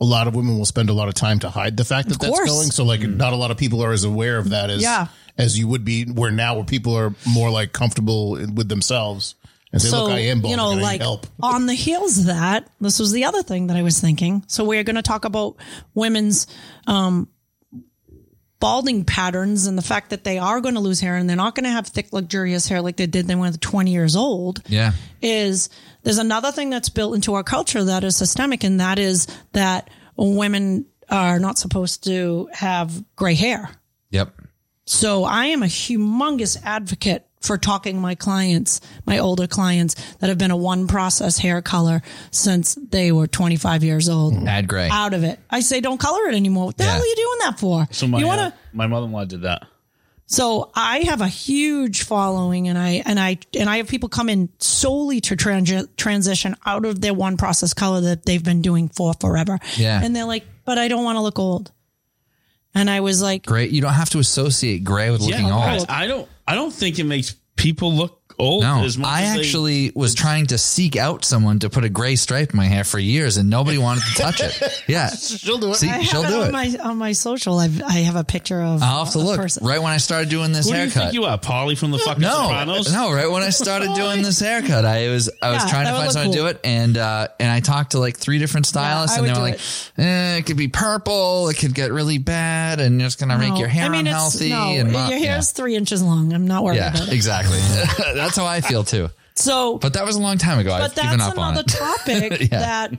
S2: a lot of women will spend a lot of time to hide the fact that that's
S4: course.
S2: going? So, like, not a lot of people are as aware of that as
S4: Yeah.
S2: as you would be. Where now, where people are more like comfortable in- with themselves and say,
S4: so
S2: "Look, I am bald.
S4: you know,
S2: I need
S4: like
S2: help."
S4: on the heels of that, this was the other thing that I was thinking. So we're going to talk about women's um, balding patterns and the fact that they are going to lose hair and they're not going to have thick, luxurious hair like they did when they were twenty years old
S1: yeah,
S4: is there's another thing that's built into our culture that is systemic, and that is that women are not supposed to have gray hair.
S1: yep,
S4: So I am a humongous advocate for talking my clients, my older clients that have been a one process hair color since they were 25 years old
S1: add gray.
S4: out of it. I say, don't color it anymore. What the
S1: Mm. Yeah.
S4: hell are you doing that for?
S3: So my
S4: you wanna-
S3: uh, my mother in law did that.
S4: so I have a huge following and I, and I, and I have people come in solely to transi- transition out of their one process color that they've been doing for forever.
S1: Yeah.
S4: And they're like, but I don't want to look old. And I was like,
S1: gray. You don't have to associate gray with looking
S3: I-
S1: old.
S3: I don't. I don't think it makes people look old.
S1: No,
S3: as much
S1: I
S3: as they-
S1: actually was trying to seek out someone to put a gray stripe in my hair for years, and nobody wanted to touch it. Yeah, she'll do it. See,
S4: I have
S1: she'll
S4: it
S1: do
S4: on
S1: it.
S4: my on my social. I've I have a picture of.
S1: I'll have to
S4: a
S1: look.
S4: person.
S1: Right when I started doing this
S3: Who do you
S1: haircut,
S3: think you are, Polly from the fucking
S1: No,
S3: Sopranos?
S1: no. Right when I started doing this haircut, I was I was
S4: Yeah,
S1: trying to
S4: that would
S1: find
S4: look
S1: someone
S4: cool.
S1: to do it, and uh, and I talked to like three different stylists,
S4: I
S1: and they
S4: would
S1: were
S4: do
S1: like, eh, "It could be purple. It could get really bad, and it's gonna make
S4: No.
S1: your hair
S4: I mean, it's-
S1: unhealthy."
S4: no,
S1: and blah-
S4: your hair's three inches long. I'm not worried
S1: yeah,
S4: about
S1: yeah,
S4: it.
S1: exactly. that's how I feel too.
S4: So, but,
S1: But that was a long time ago. I've given
S4: that's
S1: up on
S4: another
S1: it.
S4: topic that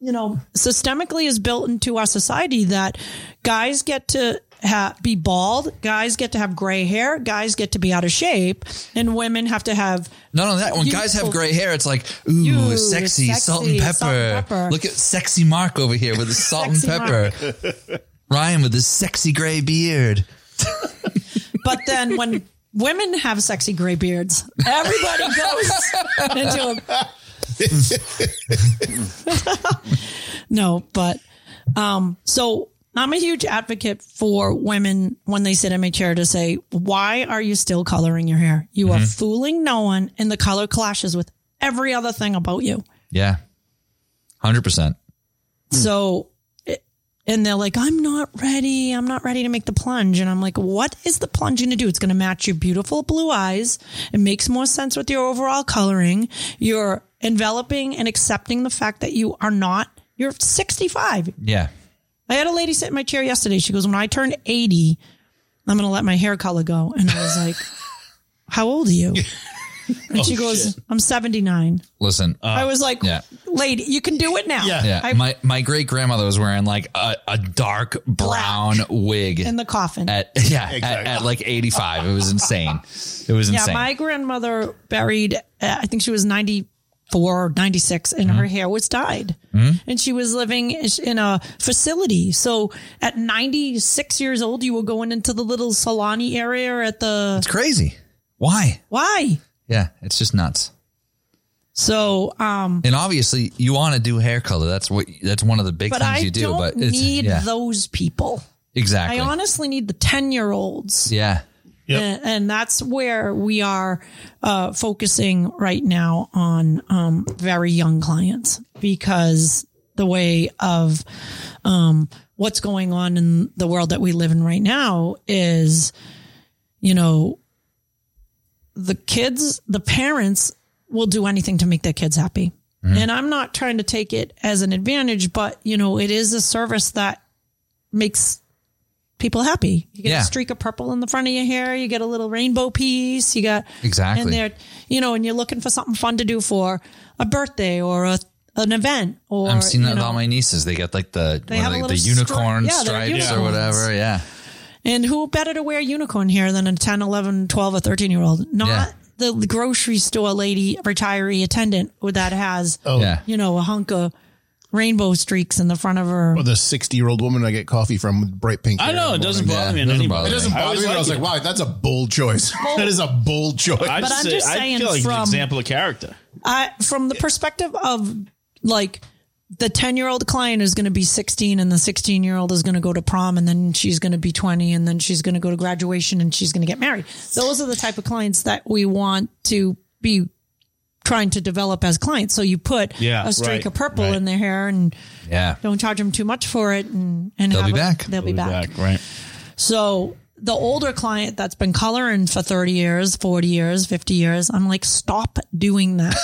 S4: you know systemically is built into our society that guys get to ha- be bald, guys get to have gray hair, guys get to be out of shape, and women have to have
S1: Not only that, when
S4: You-
S1: guys have gray hair, it's like, ooh,
S4: Ooh,
S1: sexy, salt, and
S4: sexy,
S1: pepper.
S4: salt and pepper.
S1: Look at sexy Mark over here with his salt and
S4: Sexy
S1: pepper.
S4: Mark.
S1: Ryan with his sexy gray beard.
S4: But then when women have sexy gray beards, everybody goes into a. no, but um, so I'm a huge advocate for women when they sit in my chair to say, "Why are you still coloring your hair? You are fooling no one, and the color clashes with every other thing about you."
S1: Yeah. 100%. Hmm.
S4: So, it- and they're like, I'm not ready. I'm not ready to make the plunge. And I'm like, what is the plunge going to do? It's going to match your beautiful blue eyes. It makes more sense with your overall coloring. You're enveloping and accepting the fact that you are not, you're 65.
S1: Yeah.
S4: I had a lady sit in my chair yesterday. She goes, when I turn 80, I'm going to let my hair color go. And I was like, how old are you? And she goes, I'm 79.
S1: Listen,
S4: I was like,
S1: Oh, Uh, yeah.
S4: lady, you can do it now.
S2: Yeah.
S1: yeah,
S4: Uh, I-
S1: my my great grandmother was wearing like a, a dark brown wig
S4: In the coffin.
S1: at yeah at,
S2: Exactly.
S1: at like eighty five. It was insane. It was
S4: yeah.
S1: insane.
S4: My grandmother buried, uh, I think she was 94 or 96 and her hair was dyed
S1: Hmm?
S4: and she was living ish- in a facility. So at 96 years old, you were going into the little Solani area at the,
S1: it's crazy. Why?
S4: why?
S1: Yeah, it's just nuts.
S4: So, um,
S1: And obviously, you want to do hair color. That's what. That's one of the big
S4: but
S1: things
S4: I
S1: you do.
S4: don't
S1: but it's,
S4: need
S1: yeah,
S4: those people.
S1: exactly.
S4: I honestly need the 10 year olds.
S1: yeah,
S2: Yep.
S4: And, and that's where we are uh, focusing right now on um, very young clients because the way of um, what's going on in the world that we live in right now is, you know, the kids, the parents will do anything to make their kids happy. And I'm not trying to take it as an advantage, but, you know, it is a service that makes people happy. You get
S1: Yeah.
S4: a streak of purple in the front of your hair. You get a little rainbow piece. You got
S1: Exactly.
S4: and they're you know, and you're looking for something fun to do for a birthday or a an event or
S1: I'm seeing
S4: you
S1: that with
S4: know,
S1: all my nieces. They get like the
S4: They
S1: what
S4: have
S1: are
S4: a
S1: they, the
S4: little stri-
S1: unicorn
S4: yeah, they're
S1: stripes or
S4: unicorns.
S1: whatever. Yeah,
S4: And who better to wear unicorn hair than a 10, 11, 12, or 13 year old? Not
S1: Yeah.
S4: the grocery store lady, retiree attendant who- that has,
S2: Oh,
S1: yeah.
S4: you know, a hunk of rainbow streaks in the front of her.
S2: Or the 60 year old woman I get coffee from with bright pink hair.
S3: I know it doesn't
S1: Yeah,
S3: bother me. In
S1: doesn't
S3: any
S1: bother
S2: It doesn't
S3: I
S2: bother
S3: always
S2: me. but I was like,
S3: liked
S2: wow, that's a bold choice. that is a bold choice.
S3: I
S4: But I'm
S3: say-
S4: just saying
S3: I feel like
S4: from-
S3: an example of character.
S4: I, from the perspective of like the 10 year old client is going to be 16 and the 16 year old is going to go to prom and then she's going to be 20 and then she's going to go to graduation and she's going to get married. Those are the type of clients that we want to be trying to develop as clients. So you put
S3: Yeah,
S4: a streak
S3: right,
S4: of purple
S3: right.
S4: in their hair and
S1: yeah.
S4: don't charge them too much for it and, and
S1: They'll
S4: have
S1: be
S4: a-
S1: back.
S4: They'll, be, back.
S3: right?
S4: So the older client that's been coloring for 30 years, 40 years, 50 years, I'm like, stop doing that.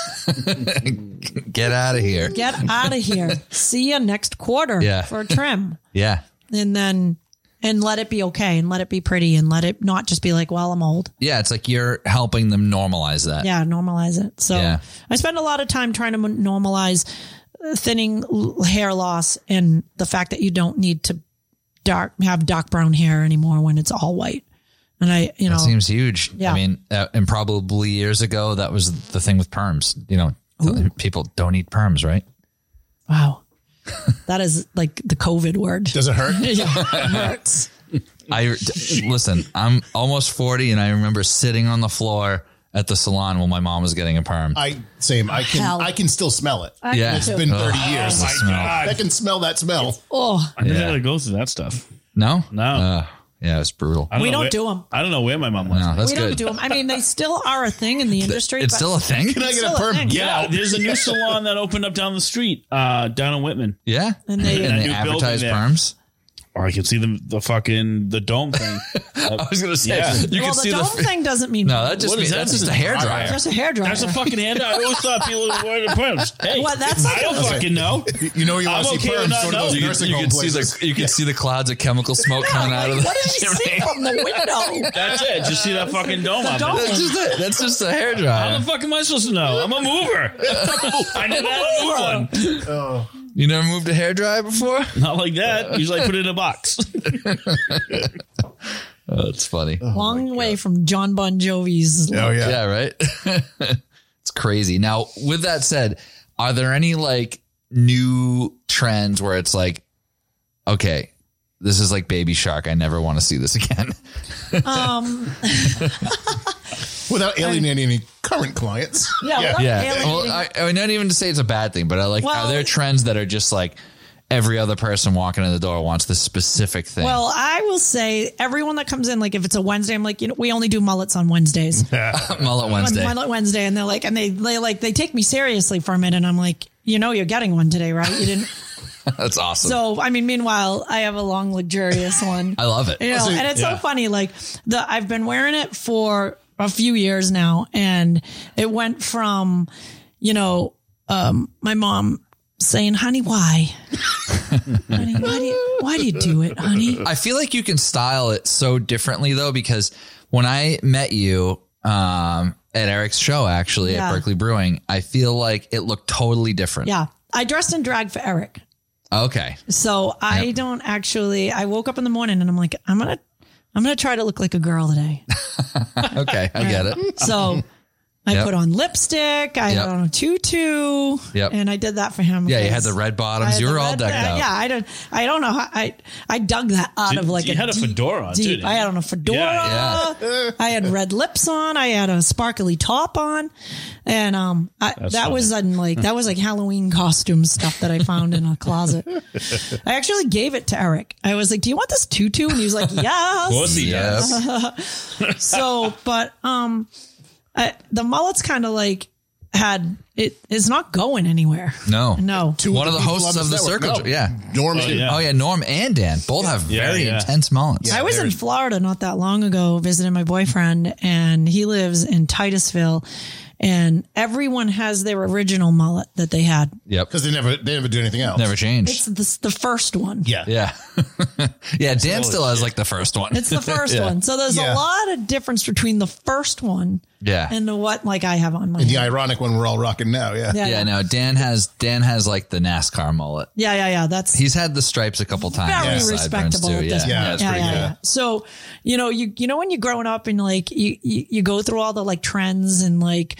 S1: Get out of here.
S4: Get out of here. See you next quarter
S1: Yeah.
S4: for a trim.
S1: Yeah,
S4: And then, and let it be okay and let it be pretty and let it not just be like, well, I'm old.
S1: yeah. It's like you're helping them normalize that.
S4: Yeah, normalize it. So
S1: Yeah.
S4: I spend a lot of time trying to mon- normalize uh, thinning l- hair loss and the fact that you don't need to dark have dark brown hair anymore when it's all white. And I, you know,
S1: That seems huge.
S4: Yeah.
S1: I mean, uh, and probably years ago, that was the thing with perms. You know, people don't need perms, right?
S4: wow, that is like the COVID word.
S2: Does it hurt?
S4: Yeah, it hurts.
S1: I d- listen. I'm almost forty, and I remember sitting on the floor at the salon while my mom was getting a perm.
S2: I same. I can
S4: Hell.
S2: I can still smell it.
S1: yeah,
S2: It's been 30
S1: Ugh,
S2: years.
S1: the smell.
S2: I can smell that smell.
S4: Oh,
S3: I never had to go through that stuff.
S1: No,
S3: No.
S1: Ugh. yeah, it's brutal.
S3: I
S4: We
S3: know
S4: don't
S3: where-
S4: do 'em.
S3: I don't know where my mom was.
S1: No, that's
S4: we
S1: good.
S4: don't do them. I mean, they still are a thing in the industry.
S1: it's
S4: but-
S1: still a thing.
S2: Can I
S4: It's
S2: get a
S4: still a
S2: perm?
S4: thing.
S2: Get
S3: Yeah,
S2: out.
S3: there's a new salon that opened up down the street, uh, down in Whitman.
S1: Yeah,
S4: And they-
S1: and they
S3: New building
S1: advertise
S3: there.
S1: perms.
S3: Or Oh, I can see the the fucking the dome thing.
S1: I was gonna say
S3: Yeah.
S1: you
S4: well,
S1: can
S4: the
S1: see
S4: dome
S1: the.
S4: thing doesn't mean
S1: No, that just
S3: What is
S1: means,
S3: that?
S1: that's just a hair dryer.
S4: just a hairdryer.
S3: That's a fucking hand. I always thought people were worried about perms. Hey,
S4: Well, that's like
S3: I don't
S4: a-
S3: fucking know.
S2: You know you
S3: I'm
S2: want to see
S3: okay with
S2: perms.
S3: not
S2: Go to those
S3: knowing. You-
S2: nursing
S1: You
S2: home
S1: can see
S2: places.
S1: the you can see the clouds of chemical smoke coming out of the. Oh
S4: What did you see from the window?
S3: That's it. Just see that fucking dome up.
S4: dome.
S3: there.
S1: That's just it. That's just a hair
S3: How the
S1: dryer.
S3: fuck am I supposed to know? I'm a mover. I never had to move one.
S1: You never moved a hair dryer before?
S3: Not like that. Usually I put it in a box.
S1: Oh, that's funny.
S4: Long way from John Bon Jovi's.
S2: Oh yeah.
S1: Yeah, right. it's crazy. Now, with that said, are there any like new trends where it's like, okay, this is like Baby Shark. I never want to see this again.
S4: Um,
S2: Without alienating any current clients.
S4: yeah, without alienating-
S1: Well, I, I mean, not even to say it's a bad thing, but I like,
S4: Well-
S1: are there trends that are just like every other person walking in the door wants this specific thing?
S4: Well, I will say everyone that comes in, like if it's a Wednesday, I'm like, you know, we only do mullets on Wednesdays.
S1: Mullet
S4: On
S1: Wednesday.
S4: Mullet Wednesday, and they're like, and they they like they take me seriously for a minute, and I'm like, you know, you're getting one today, right? You didn't.
S1: That's awesome.
S4: so, I mean, meanwhile, I have a long, luxurious one.
S1: I love it.
S4: you know,
S2: Also,
S4: and it's
S3: yeah.
S4: so funny. Like the I've been wearing it for a few years now, and it went from, you know, um, my mom saying, "Honey, why? honey, why do you, why do you do it, honey?"
S1: I feel like you can style it so differently though, because when I met you, um, at Eric's show actually
S4: Yeah.
S1: at Berkeley Brewing. I feel like it looked totally different.
S4: Yeah. I dressed in drag for Eric.
S1: Okay.
S4: So I don't actually I woke up in the morning and I'm like, I'm gonna I'm gonna try to look like a girl today.
S1: Okay. I get it.
S4: So I
S1: Yep.
S4: put on lipstick, I
S1: Yep.
S4: put on a tutu.
S1: Yep.
S4: And I did that for him.
S1: Yeah. You had
S4: because
S1: the red
S4: I
S1: bottoms.
S4: had
S1: You
S4: the
S1: were all
S4: red
S1: decked
S4: thing.
S1: out.
S4: Yeah, I don't I don't know how I I dug that out of like
S3: you had a
S4: deep-
S3: fedora on, too,
S4: deep-
S3: didn't
S4: I
S3: you?
S4: had on a fedora.
S1: Yeah.
S4: I had red lips on. I had a sparkly top on, and um, I, that was on like that was like Halloween costume stuff that I found in a closet. I actually gave it to Eric. I was like, "Do you want this tutu?" And he was like, "Yes."
S3: he
S1: Yes.
S4: so, but um, I, the mullet's kind of like had it is not going anywhere.
S1: No.
S4: No,
S2: Two
S1: One of the
S2: people
S1: hosts
S2: on this
S1: of the
S2: network.
S1: circle. Yeah.
S2: Norm. did.
S3: yeah.
S1: Oh yeah, Norm and Dan both have
S3: Yeah,
S1: very
S3: yeah.
S1: intense mullets.
S4: I was in Florida not that long ago visiting my boyfriend, and he lives in Titusville, and everyone has their original mullet that they had.
S1: Yep.
S2: Because they never they never do anything else.
S1: Never changed.
S4: It's the, the first one.
S2: Yeah.
S1: yeah. yeah. Dan still has like the first one.
S4: It's the first one. So there's a
S2: Yeah.
S4: lot of difference between the first one
S1: yeah.
S4: and the what like I have on my
S2: And the
S4: head.
S2: ironic one we're all rocking now. Yeah.
S4: Yeah.
S1: yeah. No, Dan has Dan has like the NASCAR mullet.
S4: Yeah, yeah, yeah. That's
S1: He's had the stripes a couple times.
S4: very
S1: and the sideburns,
S4: respectable at
S1: Yeah.
S4: this point.
S1: yeah.
S2: Yeah.
S1: it's
S4: yeah,
S1: pretty
S4: yeah,
S1: good.
S4: yeah. So, you know, you you know when you're growing up and like you you, you go through all the like trends and like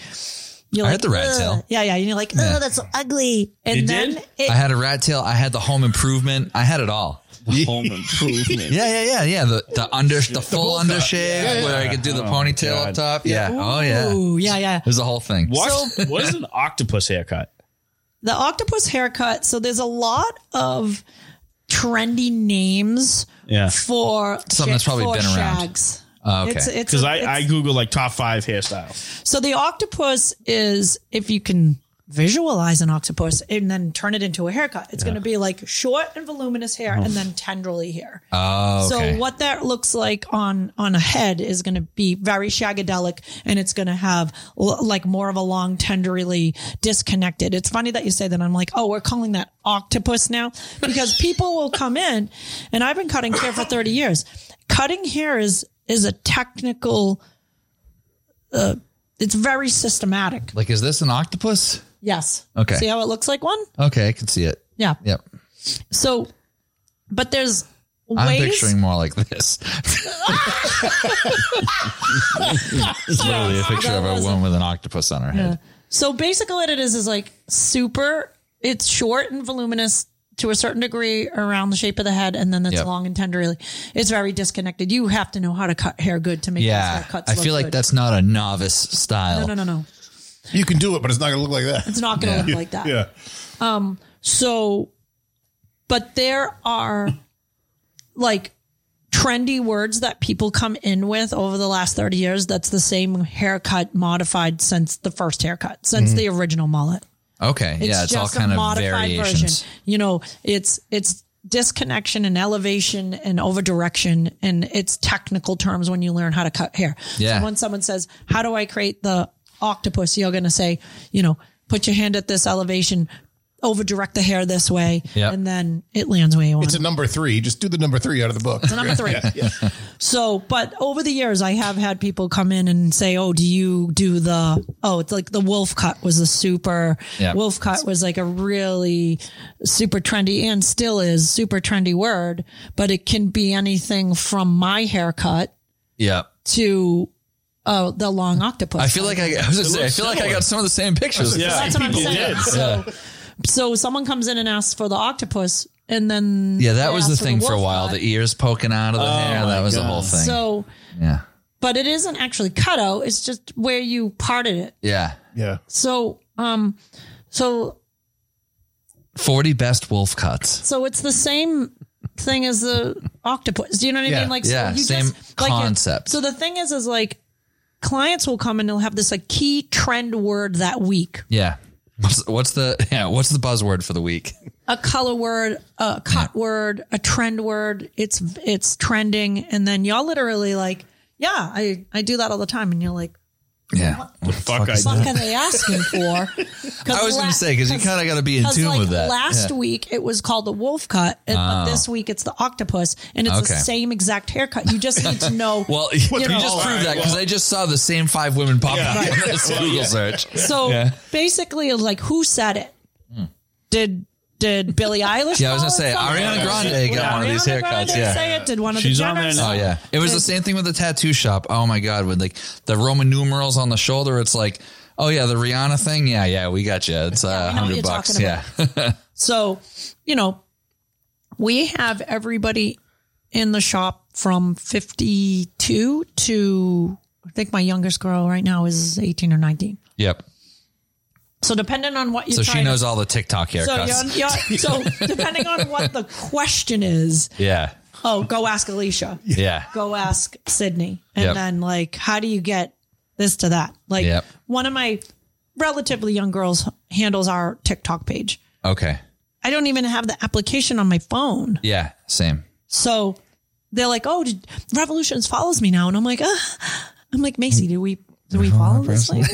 S4: you're
S1: I
S4: like
S1: had the rat
S4: "Ugh."
S1: tail.
S4: Yeah, yeah. And you're like, oh, that's so ugly. And
S3: You
S4: then
S3: did?
S4: it
S1: I had a rat tail. I had the home improvement. I had it all.
S3: Home improvement.
S1: Yeah, yeah, yeah, yeah. The the under the full undershave where I could do the ponytail up
S3: God.
S1: top. Yeah. Oh yeah.
S4: Ooh, yeah, yeah.
S1: It was the whole thing.
S3: What? what is an octopus haircut?
S4: the octopus haircut. So there's a lot of trendy names
S3: Yeah.
S4: for
S1: Something that's probably
S4: for
S1: been around.
S4: shags.
S1: Oh, okay.
S4: It's it's
S3: Because I,
S4: it's-
S3: I Google like top five hairstyles.
S4: so the octopus is if you can visualize an octopus and then turn it into a haircut. It's going to be like short and voluminous hair and then tendrily hair.
S1: Oh, okay.
S4: So what that looks like on on a head is going to be very shagadelic, and it's going to have l- like more of a long, tenderly disconnected. It's funny that you say that. I'm like, oh, we're calling that octopus now because people will come in, and I've been cutting hair for 30 years. Cutting hair is is a technical. Uh, it's very systematic.
S1: Like, is this an octopus?
S4: Yes.
S1: Okay.
S4: See how it looks like one?
S1: Okay, I can see it.
S4: Yeah.
S1: Yep.
S4: So, but there's
S1: I'm
S4: ways.
S1: picturing more like this. it's literally a picture of a woman with an octopus on her head.
S4: So basically, what it is is like super. It's short and voluminous to a certain degree around the shape of the head, and then it's
S1: Yep.
S4: long and tenderly. It's very disconnected. You have to know how to cut hair good to make those
S1: Yeah.
S4: hair cuts.
S1: I
S4: look
S1: feel like
S4: good.
S1: that's not a novice style.
S4: no, no, no, no.
S2: You can do it, but it's not going to look like that.
S4: It's not going to look like that.
S2: Yeah.
S4: So, but there are like trendy words that people come in with over the last 30 years that's the same haircut modified since the first haircut, since the original mullet.
S1: Okay. yeah, it's all kind of variations.
S4: You know, it's it's disconnection and elevation and overdirection and it's technical terms when you learn how to cut hair.
S1: Yeah.
S4: So when someone says, "How do I create the octopus?" you're going to say, you know, put your hand at this elevation, overdirect the hair this way,
S1: Yep.
S4: and then it lands where you want.
S2: It's
S4: it.
S2: a number three. Just do the number three out of the book.
S4: Number three. So, but over the years, I have had people come in and say, "Oh, do you do the? Oh, it's like the wolf cut was a super
S1: Yeah.
S4: wolf cut was like a really super trendy and still is super trendy word, but it can be anything from my haircut
S1: Yeah.
S4: to oh the long octopus.
S1: I feel like I, I was gonna say, I
S3: looks
S1: feel like I
S3: similar.
S1: got some of the same pictures.
S4: that's what I'm
S3: people
S4: saying.
S3: did.
S4: So, so someone comes in and asks for the octopus, and then
S1: Yeah, that was the
S4: asked for the
S1: thing for a
S4: wolf
S1: while.
S4: cut.
S1: The ears poking out of the hair. That was the whole thing.
S4: so.
S1: yeah.
S4: But it isn't actually cut out. It's just where you parted it.
S1: Yeah.
S2: Yeah.
S4: So, um, so,
S1: 40 best wolf cuts.
S4: so it's the same thing as the octopus. Do you know what I
S2: Yeah,
S4: mean? Like,
S1: yeah,
S4: so you
S1: same
S4: just, like, it-
S1: concept.
S4: So the thing is, is like clients will come and they'll have this like key trend word that week,
S1: Yeah. What's, what's the yeah, what's the buzzword for the week?
S4: a color word, a cut word, a trend word. It's, it's trending. And then y'all literally like, yeah, I, I do that all the time. And you're like,
S1: Yeah. What
S3: fuck I
S1: is
S3: did?
S1: that?
S4: fuck are they asking for?
S1: I was going to say, because you kind of got to be in tune
S4: like
S1: with that.
S4: Last
S1: Yeah. Ah.
S4: week it was called the wolf cut, and, but this week it's the octopus, and it's
S1: Okay.
S4: the same exact haircut. You just need to know.
S1: Well, you,
S4: you know,
S1: just
S3: all
S1: proved
S3: right,
S1: that because
S3: well-
S1: I just saw the same five women pop up on this Google search.
S4: so basically, it was like who said it? Did did Billie Eilish?
S1: Hmm. Yeah, I was gonna
S4: call it
S1: say,
S4: something?
S1: Ariana Grande
S4: Did
S1: got one of these
S4: Ariana
S1: haircuts,
S4: Grande
S1: yeah.
S4: say it? Did one of
S3: She's
S4: the
S3: on there
S4: Jenners-
S3: now.
S1: Oh yeah, it was the same thing with the tattoo shop. Oh my god, with like the Roman numerals on the shoulder, it's like, oh yeah, the Rihanna thing. Yeah, yeah, we got you. It's uh,
S4: we know what
S1: hundred
S4: you're
S1: bucks.
S4: talking
S1: Yeah,
S4: about. So, you know, we have everybody in the shop from 52 to, I think my youngest girl right now is 18 or 19.
S1: yep.
S4: So, depending on what you're
S1: So she
S4: trying to-
S1: knows all the TikTok
S4: so,
S1: haircuts.
S4: you're, you're, so, depending on what the question is,
S1: yeah,
S4: oh, go ask Alicia,
S1: yeah,
S4: go ask Sydney. And
S1: Yep.
S4: then, like, how do you get this to that? Like,
S1: Yep.
S4: one of my relatively young girls handles our TikTok page.
S1: okay,
S4: I don't even have the application on my phone.
S1: yeah, same.
S4: So they're like, "Oh, did, Revolutions follows me now," and I'm like, ah. "I'm like Macy, do we do we follow this lady?"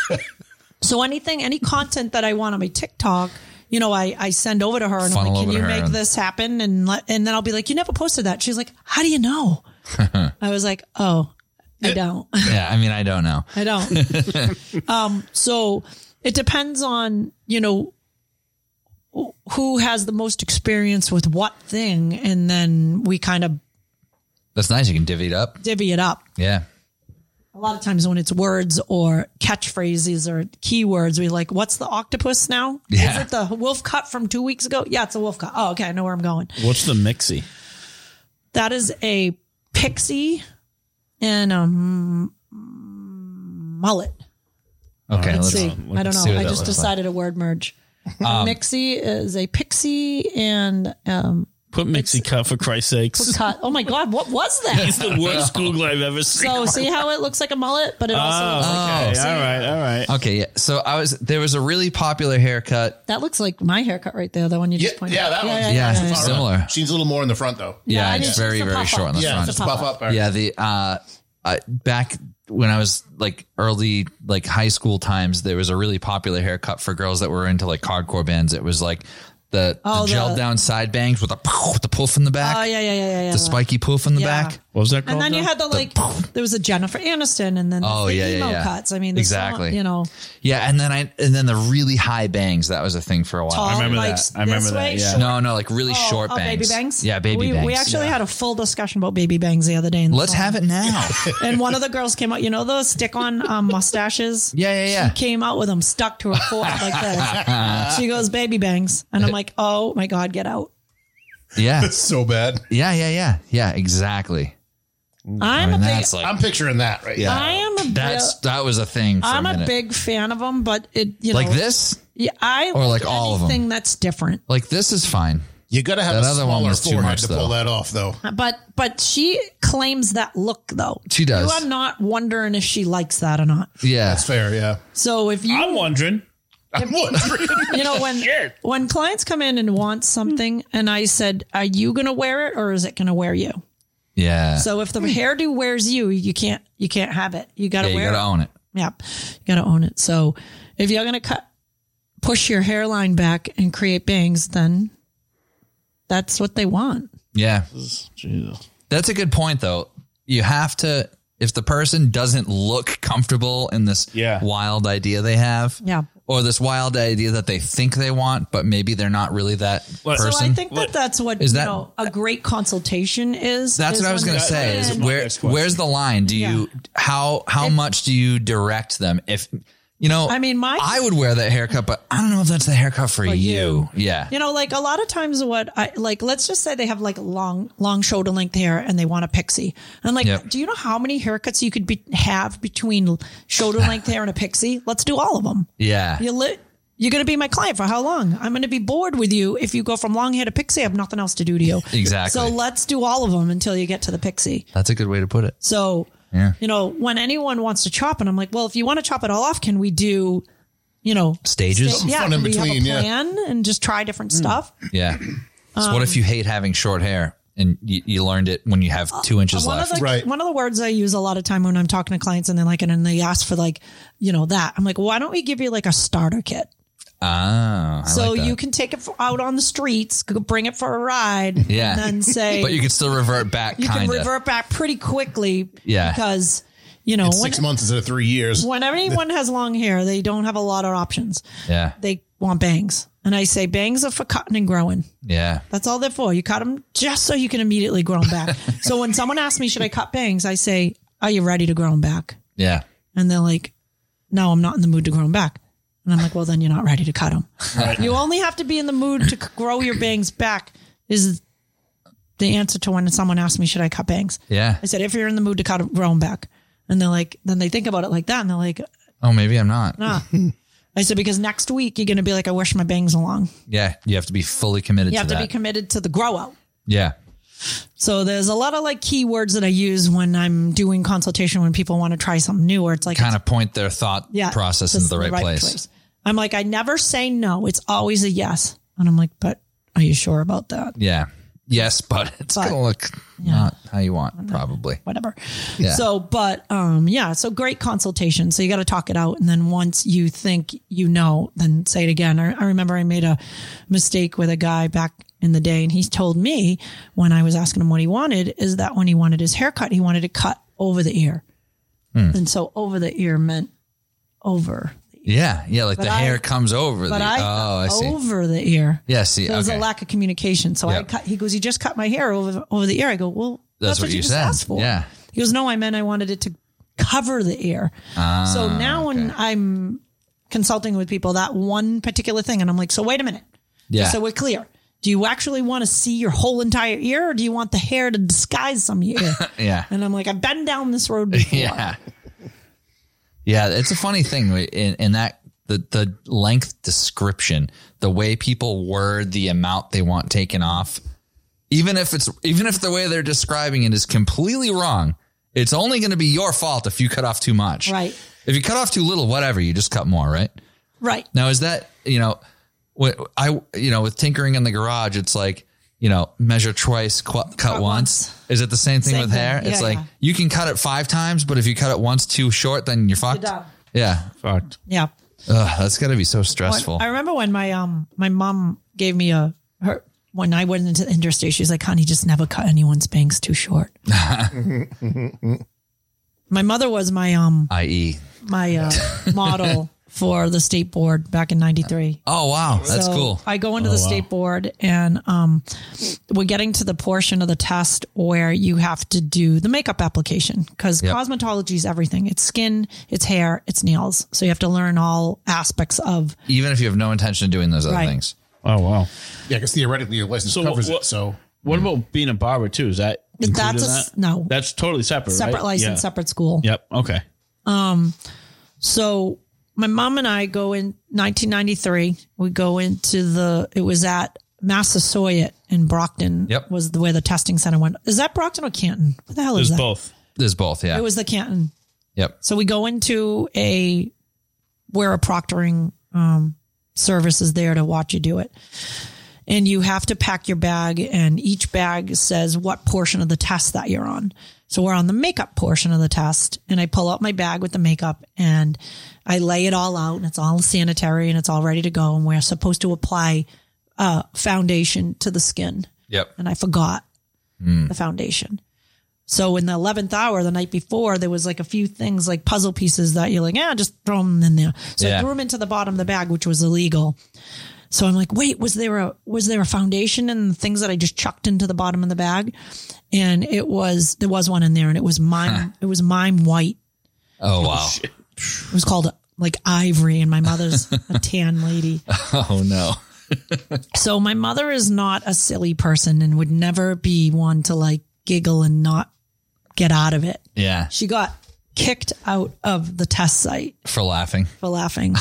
S4: so anything, any content that I want on my TikTok, you know, I I send over to her and
S1: Funnel
S4: I'm like,
S1: over
S4: "Can
S1: to
S4: you
S1: her
S4: make
S1: and-
S4: this happen?" And let, and then I'll be like, "You never posted that." She's like, "How do you know?" I was like, "Oh, I don't."
S1: Yeah, I mean, I don't know.
S4: I don't. um, so it depends on, you know, who has the most experience with what thing. And then we kind of
S1: That's nice. You can divvy it up.
S4: divvy it up.
S1: Yeah,
S4: A lot of times when it's words or catchphrases or keywords, we like, what's the octopus now?
S1: Yeah.
S4: Is it the wolf cut from two weeks ago? Yeah, it's a wolf cut. Oh, okay. I know where I'm going.
S3: What's the mixie?
S4: That is a pixie and a m- mullet.
S1: okay.
S4: Let's
S1: Let's
S4: see. I don't
S1: see
S4: know.
S1: what
S4: I
S1: that looks
S4: just
S1: Um,
S4: decided a word merge. Mixie is a pixie and um,
S3: Put mixie cut for Christ's sakes.
S4: cut. Oh my God, what was that?
S3: It's the worst Google I've ever seen.
S4: so see how it looks like a mullet, but it also
S1: Ah.
S4: looks like,
S3: Okay, all right, all right.
S1: Okay, yeah. So I was there was a really popular haircut.
S4: that looks like my haircut right there, the one you just pointed out.
S2: that one.
S1: Yeah, similar.
S2: She's a little more in the front though.
S1: Yeah,
S4: I mean,
S1: it's
S4: it's
S1: very
S4: just a
S1: very
S4: pop-up.
S1: short on the
S2: Yeah,
S1: front.
S2: just pop up.
S1: Yeah, the uh, uh, back when I was like early like high school times, there was a really popular haircut for girls that were into like hardcore bands. It was like the,
S4: Oh,
S1: the
S4: the-
S1: gelled down side bangs with a with the poof in the back,
S4: Oh yeah, yeah, yeah, yeah. yeah.
S1: the spiky poof in the
S4: Yeah.
S1: back.
S3: What was that called?
S4: and then you
S3: now?
S4: had the like, there was a Jennifer Aniston, and then
S1: Oh,
S4: the
S1: yeah, yeah,
S4: emo
S1: yeah.
S4: cuts. I mean, there's so much,
S1: Exactly.
S4: you know,
S1: Yeah, and then I and then the really high bangs. That was a thing for a while.
S4: tall,
S3: remember
S4: like,
S3: that. I remember
S4: this
S3: that,
S4: way,
S3: yeah.
S4: short
S1: No, no, like really short
S4: Oh,
S1: bangs.
S4: baby bangs.
S1: Yeah, baby
S4: we,
S1: bangs.
S4: We actually had a full discussion about baby bangs the other day. In the
S1: Let's
S4: salon.
S1: have it now.
S4: And one of the girls came out. You know those stick-on um, mustaches.
S1: Yeah, yeah, yeah.
S4: She came out with them stuck to her forehead like this. She goes, "Baby bangs," and I'm like, "Oh my god, get out!"
S1: yeah,
S2: It's so bad.
S1: yeah, yeah, yeah, yeah. Exactly.
S4: I'm a big,
S1: That's like uh,
S2: I'm picturing that right now.
S4: I am a,
S1: that's
S4: big,
S1: that was a thing. For
S4: I'm a
S1: minute.
S4: big fan of them, but it, you
S1: like
S4: know,
S1: this.
S4: yeah, I
S1: Or like
S4: like
S1: all of 'em?
S4: anything that's different.
S1: Like this is fine.
S2: You gotta have
S1: That
S2: a
S1: other one
S2: smaller
S1: was too
S2: forehead
S1: much,
S2: to pull
S1: though.
S2: that off though.
S4: But but she claims that look though.
S1: She does.
S4: You are not wondering if she likes that or not.
S1: Yeah.
S2: That's fair, yeah.
S4: So if you
S3: I'm wondering.
S2: I'm wondering.
S4: you know when when clients come in and want something and i said are you going to wear it or is it going to wear you
S1: Yeah.
S4: so if the hairdo wears you you can't you can't have it you got to
S1: yeah, you
S4: wear
S1: gotta
S4: it
S1: own it.
S4: yeah you got to own it so if you're going to cut push your hairline back and create bangs then that's what they want
S1: Yeah.
S3: Jesus.
S1: That's a good point though. You have to if the person doesn't look comfortable in this
S3: Yeah.
S1: wild idea they have.
S4: Yeah.
S1: Or this wild idea that they think they want, but maybe they're not really that person.
S4: so i think that
S3: What-
S4: that's what
S1: Is
S4: you
S1: that-
S4: know a great consultation is
S1: that's
S4: is
S1: what I was
S4: when
S1: going to
S4: they
S1: say.
S4: come
S1: Is
S4: in.
S3: my
S1: where
S3: next question.
S1: where's the line? Do you how how much do you direct them? If you know,
S4: I mean, my-
S1: I would wear that haircut, but I don't know if that's the haircut for, you. Yeah,
S4: You know, like a lot of times, what I like, let's just say they have like long, long shoulder length hair and they want a pixie. And I'm like,
S1: Yep.
S4: do you know how many haircuts you could be, have between shoulder length hair and a pixie? Let's do all of them.
S1: yeah,
S4: You li- you're going to be my client for how long? I'm going to be bored with you if you go from long hair to pixie. I have nothing else to do to you.
S1: Exactly.
S4: So let's do all of them until you get to the pixie.
S1: that's a good way to put it.
S4: So,
S1: Yeah.
S4: you know, when anyone wants to chop, and I'm like, well, if you want to chop it all off, can we do, you know,
S1: Stages,
S4: yeah,
S2: fun in
S4: can we
S2: between,
S4: have a
S2: yeah.
S4: plan and just try different stuff?
S1: Yeah. So what if you hate having short hair? and you, you learned it when you have two inches
S4: Uh, one
S1: left.
S4: Of the,
S2: Right.
S4: One of the words I use a lot of time when I'm talking to clients and they're like, and then they ask for like, you know, that. I'm like, why don't we give you like a starter kit?
S1: ah, I
S4: so
S1: like that.
S4: you can take it for, out on the streets, go bring it for a ride,
S1: Yeah.
S4: and then say,
S1: but you can still revert back.
S4: you
S1: kinda.
S4: can revert back pretty quickly.
S1: Yeah.
S4: Because, you know, when,
S2: Six months instead of three years.
S4: when anyone has long hair, they don't have a lot of options.
S1: Yeah,
S4: They want bangs. And I say, bangs are for cutting and growing.
S1: yeah.
S4: That's all they're for. You cut them just so you can immediately grow them back. so when someone asks me, should I cut bangs? I say, are you ready to grow them back?
S1: Yeah.
S4: And they're like, no, I'm not in the mood to grow them back. And I'm like, well, then you're not ready to cut them. You only have to be in the mood to c- grow your bangs back is the answer to when someone asked me, should I cut bangs?
S1: Yeah.
S4: I said, if you're in the mood to cut 'em- grow them back. And they're like, then they think about it like that. And they're like,
S1: Oh, maybe I'm not.
S4: nah. I said, because next week you're going to be like, I wish my bangs along.
S1: Yeah. You have to be fully committed
S4: You
S1: to
S4: have to
S1: that.
S4: be committed to the grow out.
S1: yeah.
S4: So there's a lot of like keywords that I use when I'm doing consultation when people want to try something new or it's like
S1: Kind of point their thought
S4: yeah,
S1: process
S4: this
S1: into
S4: is
S1: the right, place.
S4: I'm like, I never say no. It's always a yes. And I'm like, but are you sure about that?
S1: Yeah. Yes, but it's
S4: But-
S1: going to look not how you want, probably.
S4: Whatever.
S1: Yeah.
S4: So, but um, yeah, so great consultation. So you got to talk it out. And then once you think you know, then say it again. I, I remember I made a mistake with a guy back in the day and he told me when I was asking him what he wanted is that when he wanted his haircut, he wanted it cut over the ear.
S1: Hmm.
S4: And so over the ear meant over,
S1: Yeah. Yeah. Like the
S4: I-
S1: hair comes over.
S4: but
S1: the,
S4: I,
S1: oh, I see.
S4: over the ear.
S1: yeah. See.
S4: There was
S1: okay.
S4: a lack of communication. So I
S1: Yep.
S4: cut, he goes, you just cut my hair over, over the ear. I go, well,
S1: That's
S4: that's,
S1: what
S4: what,
S1: you
S4: you, just
S1: said.
S4: asked for.
S1: Yeah.
S4: He goes, no, I meant I wanted it to cover the ear.
S1: Ah,
S4: so now when I'm consulting with people, that one particular thing, and I'm like, so wait a minute.
S1: yeah.
S4: So we're clear. Do you actually want to see your whole entire ear or do you want the hair to disguise some of your ear?
S1: yeah.
S4: and I'm like, I've been down this road before.
S1: Yeah. Yeah, it's a funny thing in, in that the the length description, the way people word the amount they want taken off, even if it's even if the way they're describing it is completely wrong, it's only going to be your fault if you cut off too much.
S4: Right.
S1: If you cut off too little, whatever, you just cut more, right?
S4: Right.
S1: Now is that you know, what I you know with tinkering in the garage, it's like you know measure twice, qu- cut, once.
S4: once.
S1: Is it the same thing
S4: Same
S1: with
S4: thing.
S1: hair? it's
S4: Yeah,
S1: like
S4: yeah.
S1: you can cut it five times, but if you cut it once too short, then you're fucked.
S4: done.
S1: yeah,
S3: Fucked.
S4: Yeah.
S1: Ugh, that's gotta be so
S4: When-
S1: stressful.
S4: I remember when my um my mom gave me a her when I went into the industry, she was like, "Honey, just never cut anyone's bangs too short." my mother was my um
S1: I.e.
S4: my uh, model for the state board back in '93.
S1: Oh wow, that's
S4: So
S1: cool.
S4: I go into
S3: Oh,
S4: the state board and um, we're getting to the portion of the test where you have to do the makeup application because
S1: Yep.
S4: cosmetology is everything. It's skin, it's hair, it's nails. So you have to learn all aspects of
S1: Even if you have no intention of doing those other
S4: Right.
S1: things.
S3: Oh wow.
S2: Yeah, because theoretically your license
S3: So
S2: covers
S3: what-
S2: it. So
S3: What about being a barber too? Is that included
S4: That's a
S3: in that?
S4: s- no.
S3: That's totally separate.
S4: separate
S3: right?
S4: license,
S3: Yeah.
S4: separate school.
S3: Yep. Okay.
S4: So my mom and I go in 1993. We go into the. It was at Massasoit in Brockton.
S1: Yep.
S4: was the where the testing center went. Is that Brockton or Canton? What the hell is
S3: There's
S4: that?
S3: both.
S1: There's both, yeah.
S4: It was the Canton.
S1: yep.
S4: So we go into a where a proctoring um, service is there to watch you do it. And you have to pack your bag, and each bag says what portion of the test that you're on. So we're on the makeup portion of the test, and I pull out my bag with the makeup and I lay it all out, and it's all sanitary and it's all ready to go. And we're supposed to apply uh, foundation to the skin
S1: Yep. Oh,
S4: and I forgot the foundation. So in the eleventh hour, the night before, there was like a few things like puzzle pieces that you're like, yeah, just throw them in there. So
S1: Yeah.
S4: I threw them into the bottom of the bag, which was illegal. So I'm like, wait, was there a was there a foundation and the things that I just chucked into the bottom of the bag? And it was there was one in there, and it was mime it was mime white.
S1: Oh wow.
S4: It was called like ivory, and my mother's a tan lady.
S1: Oh no.
S4: So my mother is not a silly person and would never be one to like giggle and not get out of it.
S1: Yeah.
S4: She got kicked out of the test site
S1: For laughing.
S4: for laughing.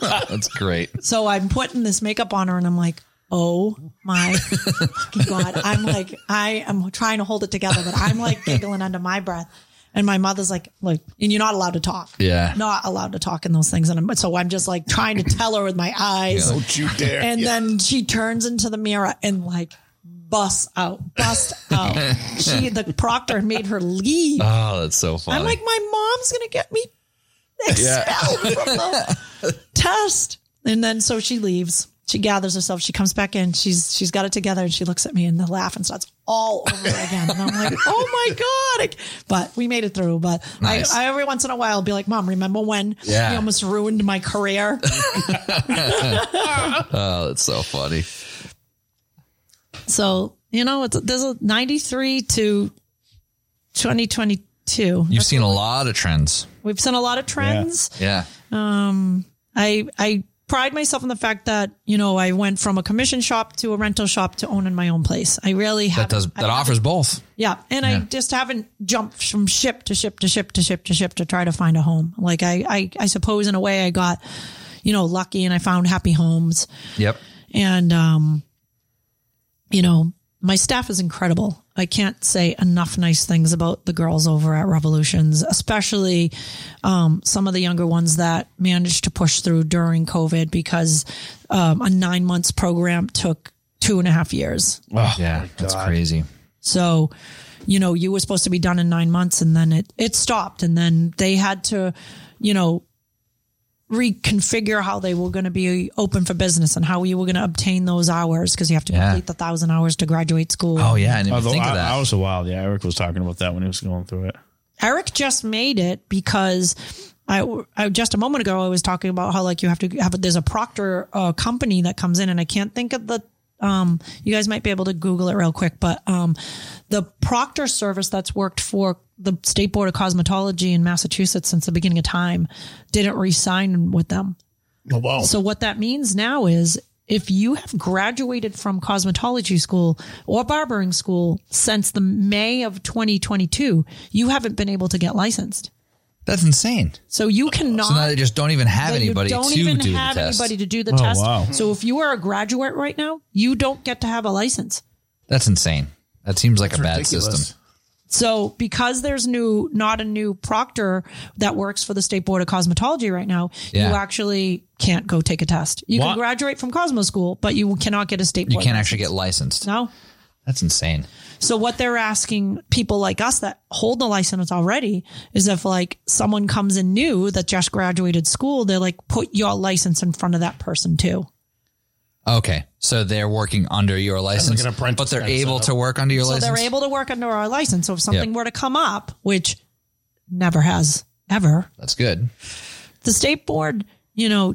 S1: That's great.
S4: So I'm putting this makeup on her and I'm like, oh my fucking God. I'm like, I am trying to hold it together, but I'm like giggling under my breath. And my mother's like, like, and you're not allowed to talk.
S1: Yeah.
S4: Not allowed to talk in those things. And I'm, so I'm just like trying to tell her with my eyes.
S2: don't you dare.
S4: And
S2: Yeah.
S4: then she turns into the mirror and like bust out, bust out. she, the proctor made her leave.
S1: Oh, that's so funny.
S4: I'm like, my mom's gonna get me expelled from the test. And then so she leaves. She gathers herself. She comes back in. She's she's got it together, and she looks at me, and the laughing starts all over again. And I'm like, oh my god! But we made it through. But
S1: Nice.
S4: I, I every once in a while I'll be like, mom, remember when
S1: Yeah.
S4: you almost ruined my career?
S1: oh, that's so funny.
S4: so you know, it's, there's a 93 to 2022.
S1: You've seen a lot of trends.
S4: We've seen a lot of trends.
S1: Yeah.
S4: I I pride myself on the fact that you know I went from a commission shop to a rental shop to owning my own place. I really
S1: That
S4: have
S1: does that offers both.
S4: yeah, and I just haven't jumped from ship to ship to ship to ship to ship to try to find a home. Like I I, I suppose in a way I got you know lucky and I found happy homes
S1: Yep.
S4: and um you know my staff is incredible i can't say enough nice things about the girls over at revolutions especially um, some of the younger ones that managed to push through during covid because um, a nine months program took two and a half years
S1: yeah. That's crazy.
S4: so, you know, you were supposed to be done in nine months and then it, it stopped. And then they had to, you know, reconfigure how they were going to be open for business and how you were going to obtain those hours because you have to
S1: Yeah.
S4: complete the thousand hours to graduate school.
S1: Oh yeah. I didn't even
S3: Although
S1: think of
S3: I,
S1: that.
S3: I was a wild. Yeah, Eric was talking about that when he was going through it.
S4: Eric just made it because I, I just a moment ago I was talking about how like you have to have there's a proctor uh, company that comes in and I can't think of the um you guys might be able to Google it real quick but um the proctor service that's worked for the state board of cosmetology in Massachusetts since the beginning of time didn't re-sign with them
S2: Oh, wow.
S4: so what that means now is if you have graduated from cosmetology school or barbering school since the May of 2022, you haven't been able to get licensed.
S1: That's insane.
S4: So you cannot.
S1: So now they just don't even have
S4: that you
S1: anybody
S4: don't
S1: to
S4: even
S1: do the
S4: have
S1: test.
S4: anybody to do the test.
S3: wow.
S4: So if you are a graduate right now, you don't get to have a license.
S1: That's insane. That seems like a bad
S2: Ridiculous.
S1: system.
S4: So because there's new, not a new proctor that works for the state board of cosmetology right now,
S1: Yeah.
S4: you actually can't go take a test. You
S3: What?
S4: can graduate from Cosmo School, but you cannot get a state.
S1: You can't actually get licensed.
S4: no.
S1: That's insane.
S4: So what they're asking people like us that hold the license already is if like someone comes in new that just graduated school, they're like, put your license in front of that person too.
S1: Okay. So they're working under your license,
S2: an apprentice
S1: but they're
S2: kind of
S1: able to
S2: setup.
S1: work under your
S4: So
S1: license.
S4: they're able to work under our license. So if something were to come up, which never has ever,
S1: That's good.
S4: the state board, you know,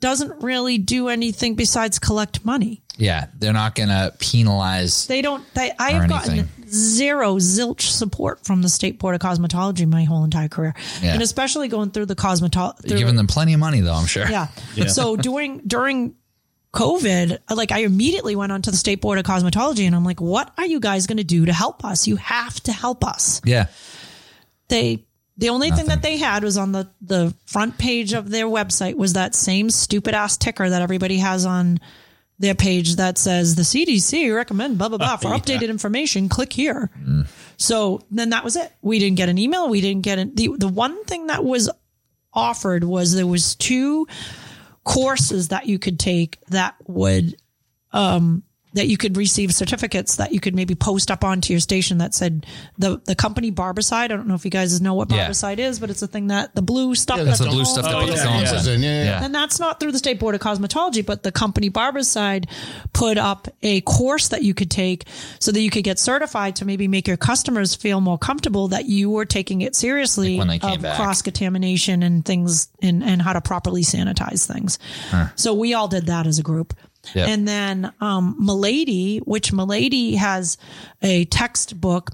S4: doesn't really do anything besides collect money.
S1: Yeah. They're not going to penalize.
S4: They don't. They, I
S1: Or
S4: have
S1: anything.
S4: gotten zero zilch support from the state board of cosmetology my whole entire career,
S1: Yeah.
S4: and especially going through the cosmetology.
S1: You're giving them plenty of money, though, I'm sure.
S4: Yeah. So during during COVID, like I immediately went onto the state board of cosmetology and I'm like, what are you guys going to do to help us? You have to help us.
S1: Yeah.
S4: They the only thing that they had was on the the front page of their website was that same stupid ass ticker that everybody has on their page that says the CDC recommend blah blah blah for updated information. Click here.
S1: Mm.
S4: So then that was it. We didn't get an email. We didn't get an, the the one thing that was offered was there was two courses that you could take that would um that you could receive certificates that you could maybe post up onto your station that said the the company Barbicide. I don't know if you guys know what
S1: Yeah.
S4: Barbicide is, but it's a thing that the blue stuff.
S1: That's
S4: that
S1: the
S4: Oh, they
S1: blue
S4: own.
S1: stuff that puts
S3: yeah,
S1: the
S3: yeah.
S1: phones in.
S2: And yeah, yeah, yeah.
S4: And that's not through the State Board of Cosmetology, but the company Barbicide put up a course that you could take so that you could get certified to maybe make your customers feel more comfortable that you were taking it seriously
S1: Like when they came
S4: of
S1: back.
S4: cross contamination and things and, and how to properly sanitize things. So we all did that as a group.
S1: Yep.
S4: And then um, Milady, which Milady has a textbook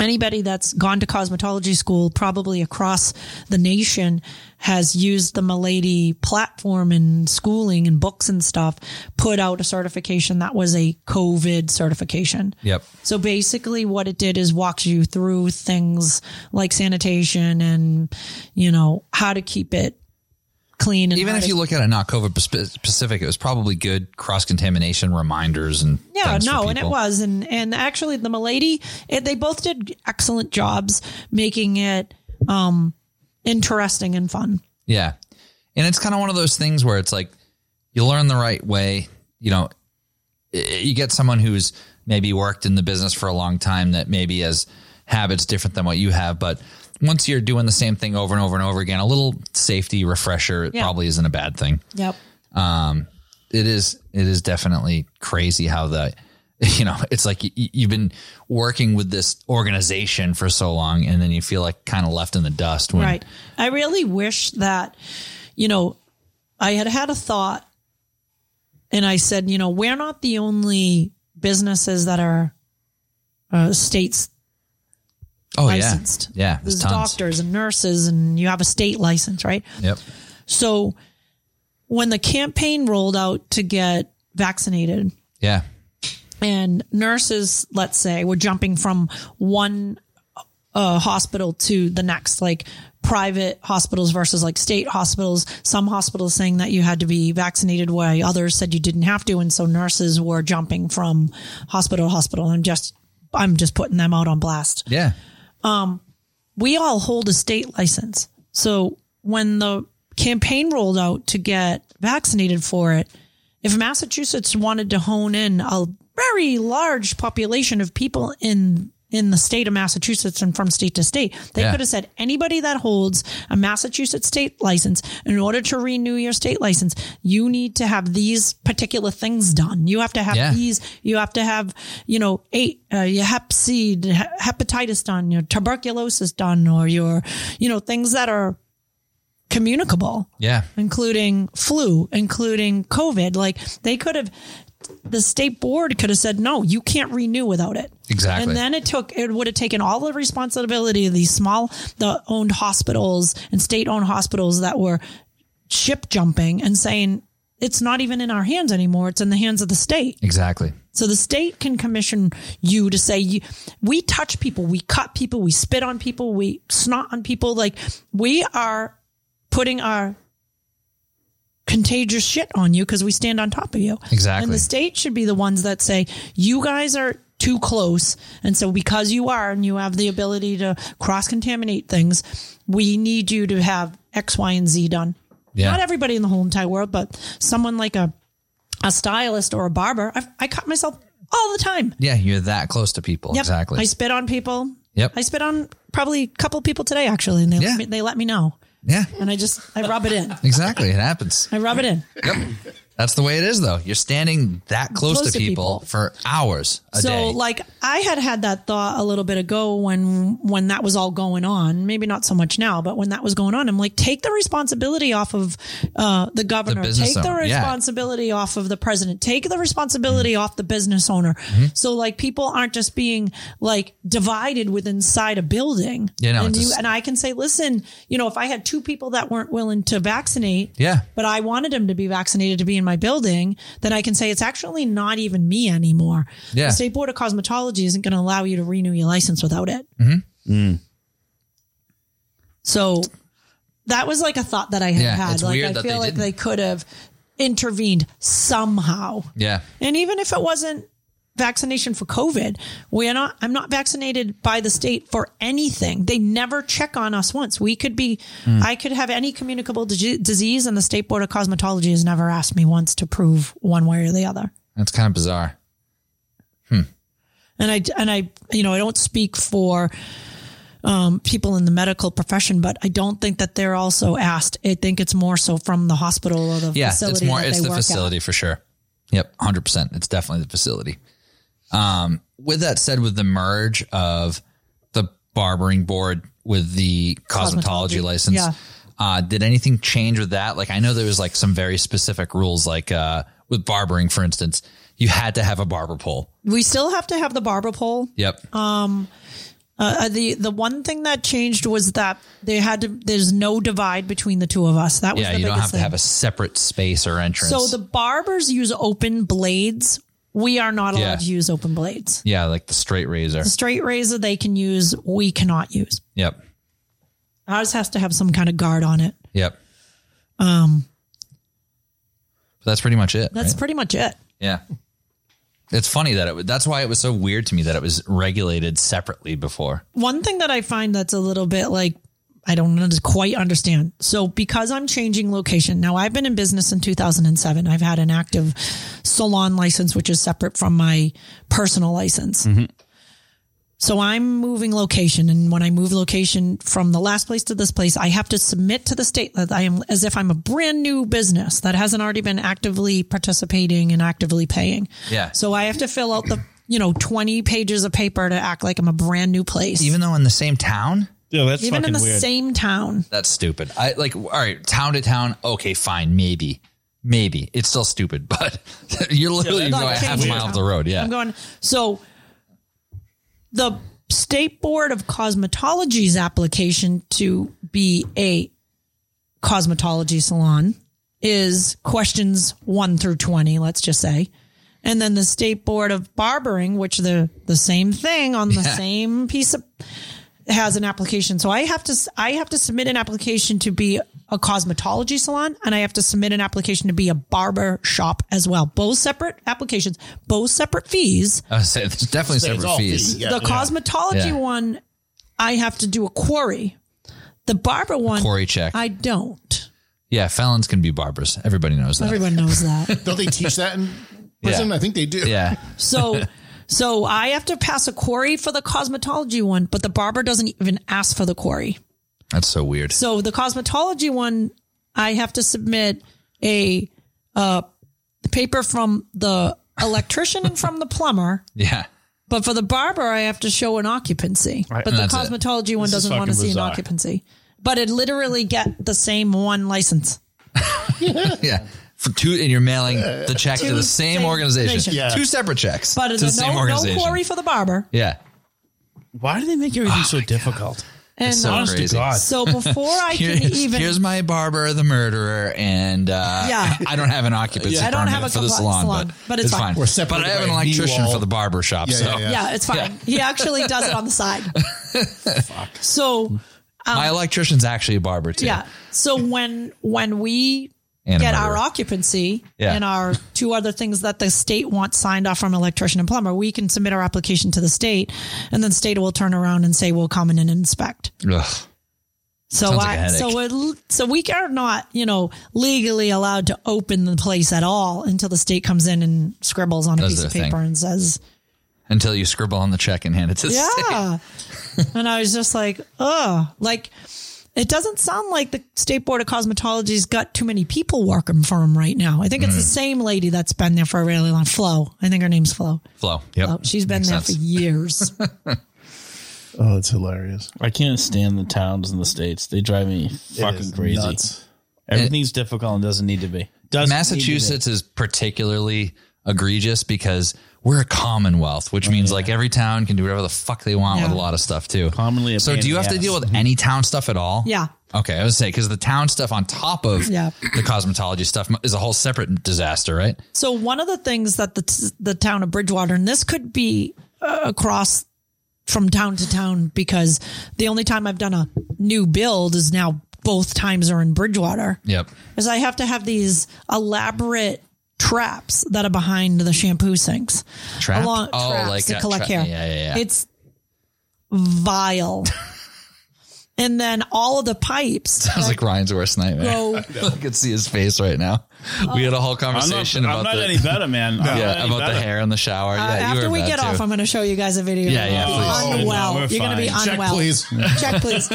S4: anybody that's gone to cosmetology school probably across the nation has used the milady platform and schooling and books and stuff put out a certification that was a covid certification
S1: Yep.
S4: so basically what it did is walks you through things like sanitation and you know how to keep it clean and
S1: Even
S4: how
S1: if
S4: to-
S1: you look at it not COVID spe- specific, it was probably good cross contamination reminders and
S4: Yeah,
S1: things for
S4: no, and it
S1: people.
S4: was, and and actually the Milady, it, they both did excellent jobs making it um interesting and fun.
S1: Yeah. And it's kind of one of those things where it's like you learn the right way, you know, i- you get someone who's maybe worked in the business for a long time that maybe has habits different than what you have. But once you're doing the same thing over and over and over again, a little safety refresher
S4: Yeah.
S1: probably isn't a bad thing
S4: Yep.
S1: it is it is definitely crazy how the you know it's like you, you've been working with this organization for so long and then you feel like kind of left in the dust when
S4: Right. I really wish that, you know, I had had a thought and I said, you know, we're not the only businesses that are uh, states
S1: oh
S4: licensed.
S1: yeah yeah there's,
S4: There's
S1: tons
S4: doctors and nurses, and you have a state license, right?
S1: yep
S4: So when the campaign rolled out to get vaccinated,
S1: yeah
S4: and nurses, let's say, were jumping from one uh, hospital to the next, like private hospitals versus like state hospitals. Some hospitals saying that you had to be vaccinated, while others said you didn't have to, and so nurses were jumping from hospital to hospital. And just, I'm just putting them out on blast
S1: yeah
S4: we all hold a state license. So when the campaign rolled out to get vaccinated for it, if Massachusetts wanted to hone in a very large population of people in in the state of Massachusetts and from state to state, they
S1: Yeah.
S4: could have said anybody that holds a Massachusetts state license, in order to renew your state license, you need to have these particular things done. You have to have
S1: Yeah.
S4: these disease. You have to have, you know, eight, uh, your hep C, d- he- hepatitis done, your tuberculosis done, or your, you know, things that are communicable,
S1: yeah
S4: including flu, including COVID. Like they could have, the state board could have said, no, you can't renew without it.
S1: Exactly.
S4: And then it took, it would have taken all the responsibility of these small, the owned hospitals and state owned hospitals that were ship jumping and saying, it's not even in our hands anymore. It's in the hands of the state.
S1: exactly
S4: So the state can commission you to say, you, we touch people, we cut people, we spit on people, we snot on people. Like we are putting our contagious shit on you because we stand on top of you.
S1: Exactly.
S4: And the state should be the ones that say, you guys are too close. And so because you are and you have the ability to cross contaminate things, we need you to have X, Y, and Z done.
S1: Yeah.
S4: Not everybody in the whole entire world, but someone like a a stylist or a barber. I, I cut myself all the time.
S1: yeah you're that close to people
S4: Yep.
S1: exactly
S4: I spit on people.
S1: Yep.
S4: I spit on probably a couple people today, actually, and they,
S1: Yeah.
S4: let, me, they let me know.
S1: yeah
S4: And I just, I rub it in.
S1: exactly it happens
S4: I rub it in.
S1: that's the way it is though you're standing that close, to, people, for hours a
S4: so
S1: day
S4: like I had had that thought a little bit ago when, when that was all going on, maybe not so much now, but when that was going on, I'm like, take the responsibility off of, uh, the governor,
S1: business
S4: take the
S1: owner, yeah. Mm-hmm.
S4: responsibility off of the president, take the responsibility off the business owner. So like people aren't just being like divided within inside a building.
S1: Yeah, no,
S4: and,
S1: it's
S4: you,
S1: just-
S4: and I can say, listen, you know, if I had two people that weren't willing to vaccinate,
S1: Yeah.
S4: but I wanted them to be vaccinated to be in my building, then I can say it's actually not even me anymore.
S1: Yeah.
S4: The State Board of Cosmetology isn't going to allow you to renew your license without it.
S1: Mm-hmm.
S4: So that was like a thought that I had
S1: Yeah,
S4: had.
S1: it's
S4: like
S1: weird
S4: I
S1: that
S4: feel
S1: they
S4: like
S1: didn't.
S4: they could have intervened somehow.
S1: yeah
S4: And even if it wasn't vaccination for COVID, we're not, I'm not vaccinated by the state for anything. They never check on us once. We could be,
S1: Hmm.
S4: I could have any communicable di- disease and the state board of cosmetology has never asked me once to prove one way or the other.
S1: that's kind of bizarre
S4: And I, and I, you know, I don't speak for, um, people in the medical profession, but I don't think that they're also asked. I think it's more so from the hospital or the
S1: yeah
S4: facility.
S1: it's more
S4: that
S1: it's
S4: they
S1: the
S4: work at.
S1: facility for sure yep 100% it's definitely the facility um with that said with the merge of the barbering board with the cosmetology,
S4: Cosmetology,
S1: license
S4: yeah.
S1: uh did anything change with that like i know there was like some very specific rules like uh with barbering for instance you had to have a barber pole
S4: We still have to have the barber pole.
S1: yep
S4: Oh, Uh, the the one thing that changed was that they had to. There's no divide between the two of us. That was
S1: yeah
S4: the
S1: you
S4: biggest
S1: don't have
S4: thing.
S1: to have a separate space or entrance
S4: so the barbers use open blades. We are not allowed
S1: Yeah.
S4: to use open blades.
S1: yeah like the straight razor
S4: Straight razor they can use. We cannot use.
S1: yep
S4: Ours has to have some kind of guard on it.
S1: yep um that's pretty much it
S4: Um, That's
S1: right?
S4: pretty much it.
S1: Yeah. It's funny that it that's why it was so weird to me that it was regulated separately before.
S4: One thing that I find that's a little bit like I don't un- quite understand. So because I'm changing location now, I've been in business in 2007. I've had an active salon license, which is separate from my personal license. So I'm moving location, and when I move location from the last place to this place, I have to submit to the state that I am as if I'm a brand new business that hasn't already been actively participating and actively paying.
S1: Yeah.
S4: So I have to fill out the you know 20 pages of paper to act like I'm a brand new place.
S1: Even though in the same town?
S3: Yeah, that's
S4: Even in
S3: fucking
S4: the
S3: weird.
S4: same town.
S1: That's stupid. I like all right, town to town, okay, fine, maybe. Maybe. It's still stupid, but you're literally
S4: Like,
S1: going half a
S4: changing
S1: mile
S4: town.
S1: up the road. Yeah.
S4: I'm going. So the State Board of Cosmetology's application to be a cosmetology salon is questions one through 20, let's just say. And then the State Board of Barbering, which the the same thing on the same piece of has an application. So I have to s- I have to submit an application to be a cosmetology salon and I have to submit an application to be a barber shop as well. Both separate applications, both separate fees.
S1: I was saying, there's definitely separate
S2: all
S1: fees.
S2: fees. Yeah,
S4: the cosmetology
S1: Yeah.
S4: one I have to do a query. The barber one
S1: Quarry check.
S4: I don't.
S1: yeah, felons can be barbers. Everybody knows that.
S4: Everyone knows that.
S2: Don't they teach that in prison? I think they do.
S1: Yeah.
S4: So so I have to pass a query for the cosmetology one, but the barber doesn't even ask for the query.
S1: That's so weird.
S4: So the cosmetology one, I have to submit a uh, paper from the electrician and from the plumber.
S1: Yeah.
S4: But for the barber, I have to show an occupancy. But the
S1: That's it.
S4: cosmetology one
S3: is
S4: doesn't want
S3: fucking
S4: to see an
S3: bizarre.
S4: occupancy. But it literally get the same one license.
S1: Yeah. For two, and you're mailing the check to
S4: Uh, Two
S1: the same,
S4: same
S1: organization.
S4: organization.
S2: Yeah.
S1: Two separate checks.
S4: But
S1: to
S4: it's
S1: the
S4: a
S1: same
S4: no, no
S1: organization.
S4: quarry for the barber.
S1: Yeah.
S3: Why do they make
S4: Oh
S3: everything so difficult?
S4: And
S1: So
S4: uh,
S3: Honest
S1: crazy.
S3: to God.
S4: so before I can
S1: Here's,
S4: even
S1: here's my barber, the murderer, and uh,
S4: Yeah.
S1: I don't have an occupancy
S4: I don't
S1: permit
S4: have a
S1: for the
S4: compli-
S1: salon,
S4: salon,
S1: but,
S4: but it's fine.
S2: We're separated
S1: But I have an
S2: by a knee
S1: electrician
S2: wall.
S1: for the barber shop,
S2: Yeah,
S1: so
S2: yeah, yeah.
S4: yeah, it's fine. He actually does it on the side. So
S1: my electrician's actually a barber too.
S4: Um, yeah. So when when we
S1: And a
S4: get our
S1: murderer.
S4: occupancy
S1: Yeah.
S4: and our two other things that the state wants signed off from electrician and plumber, we can submit our application to the state, and then state will turn around and say we'll come in and inspect.
S1: Ugh.
S4: So
S1: Sounds like a
S4: I, so it, so we are not you know legally allowed to open the place at all until the state comes in and scribbles on a
S1: Does
S4: piece of
S1: their
S4: paper
S1: thing.
S4: and says
S1: Until you scribble on the check and hand it to the state.
S4: yeah. and I was just like, oh, like it doesn't sound like the State Board of Cosmetology's got too many people working for them right now. I think it's the same lady that's been there for a really long Flo. I think her name's Flo.
S1: Flo. Yep.
S4: Flo. Oh, She's been
S1: Makes
S4: there
S1: sense.
S4: for years.
S2: Oh, it's hilarious.
S3: I can't stand the towns in the states. They drive me fucking crazy. Everything's difficult and doesn't need to be. Doesn't
S1: Massachusetts is particularly egregious because we're a commonwealth, which means like every town can do whatever the fuck they want with
S4: Yeah.
S1: a lot of stuff too.
S3: Commonly a
S1: so
S3: pain
S1: do
S3: in
S1: you
S3: the
S1: have to
S3: ass.
S1: deal with any town stuff at all?
S4: Yeah.
S1: Okay, I would say because the town stuff on top of
S4: Yeah.
S1: the cosmetology stuff is a whole separate disaster, right?
S4: so one of the things that the the town of Bridgewater, and this could be uh, across from town to town, because the only time I've done a new build is now both times are in Bridgewater.
S1: Yep.
S4: is I have to have these elaborate traps that are behind the shampoo sinks.
S1: Trap?
S4: Along,
S1: Oh,
S4: traps
S1: like
S4: to
S1: a
S4: collect
S1: tra-
S4: hair.
S1: yeah, yeah, yeah.
S4: It's vile. and then all of the pipes
S1: Sounds like Ryan's worst nightmare.
S4: go
S1: I could see his face right now.
S4: Oh.
S1: We had a whole
S3: I'm not,
S1: conversation
S3: I'm
S1: about
S3: not
S1: the
S3: any better, man. I'm not
S1: yeah
S3: any
S1: about
S3: better.
S1: the hair in the shower.
S4: Uh,
S1: yeah, you
S4: after
S1: were
S4: we
S1: bad,
S4: get
S1: too.
S4: off, I'm going to show you guys a video.
S1: Yeah, yeah,
S4: You're
S1: please.
S3: Oh,
S4: Unwell.
S3: no, we're
S4: You're going to be
S3: fine.
S2: Check,
S4: unwell.
S2: please.
S4: Check, please.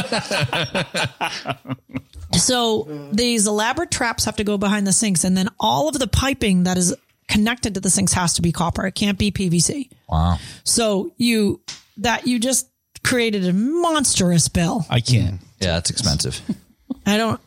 S4: so these elaborate traps have to go behind the sinks, and then all of the piping that is connected to the sinks has to be copper. It can't be PVC.
S1: wow.
S4: So you that you just created a monstrous bill.
S3: I can't.
S1: Yeah, that's expensive.
S4: I don't.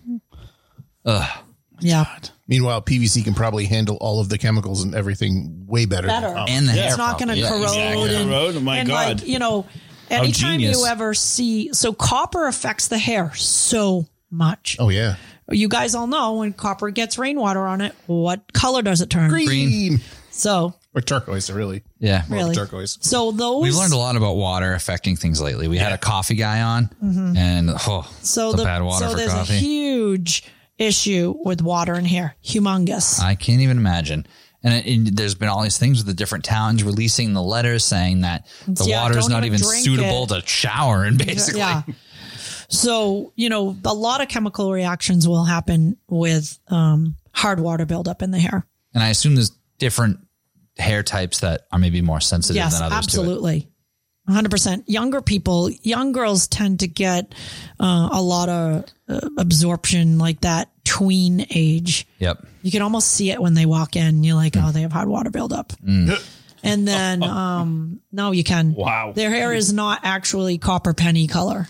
S4: Yeah,
S2: Meanwhile, PVC can probably handle all of the chemicals and everything way better. than-
S4: better.
S1: And the hair
S4: it's not going to
S1: problem. Oh, Yeah,
S4: corrode.
S3: exactly.
S4: And,
S3: Corrode? Oh, my
S4: and
S3: God.
S4: Like, you know, anytime
S3: genius.
S4: you ever see, so copper affects the hair so much.
S2: Oh yeah,
S4: You guys all know when copper gets rainwater on it, what color does it turn?
S1: Green.
S4: So
S2: or turquoise, really.
S1: Yeah.
S2: More
S4: Really?
S2: turquoise.
S4: So those
S1: We've learned a lot about water affecting things lately. We had a coffee guy on, and oh,
S4: Mm-hmm. so
S1: the,
S4: the,
S1: bad water
S4: so
S1: for
S4: there's
S1: coffee.
S4: a huge issue with water in here. Humongous.
S1: I can't even imagine. And, it, and there's been all these things with the different towns releasing the letters saying that the
S4: Yeah,
S1: water is
S4: don't
S1: not
S4: even
S1: even
S4: drink
S1: suitable
S4: it.
S1: to shower in, basically.
S4: Yeah. So, you know, a lot of chemical reactions will happen with um, hard water buildup in the hair.
S1: And I assume there's different hair types that are maybe more sensitive
S4: Yes,
S1: than others to it.
S4: absolutely. 100%. Younger people, young girls tend to get uh, a lot of uh, absorption like that tween age.
S1: Yep.
S4: You can almost see it when they walk in. You're like, oh, they have hard water buildup. And then, um, no, you can.
S3: Wow.
S4: Their hair is not actually copper penny color.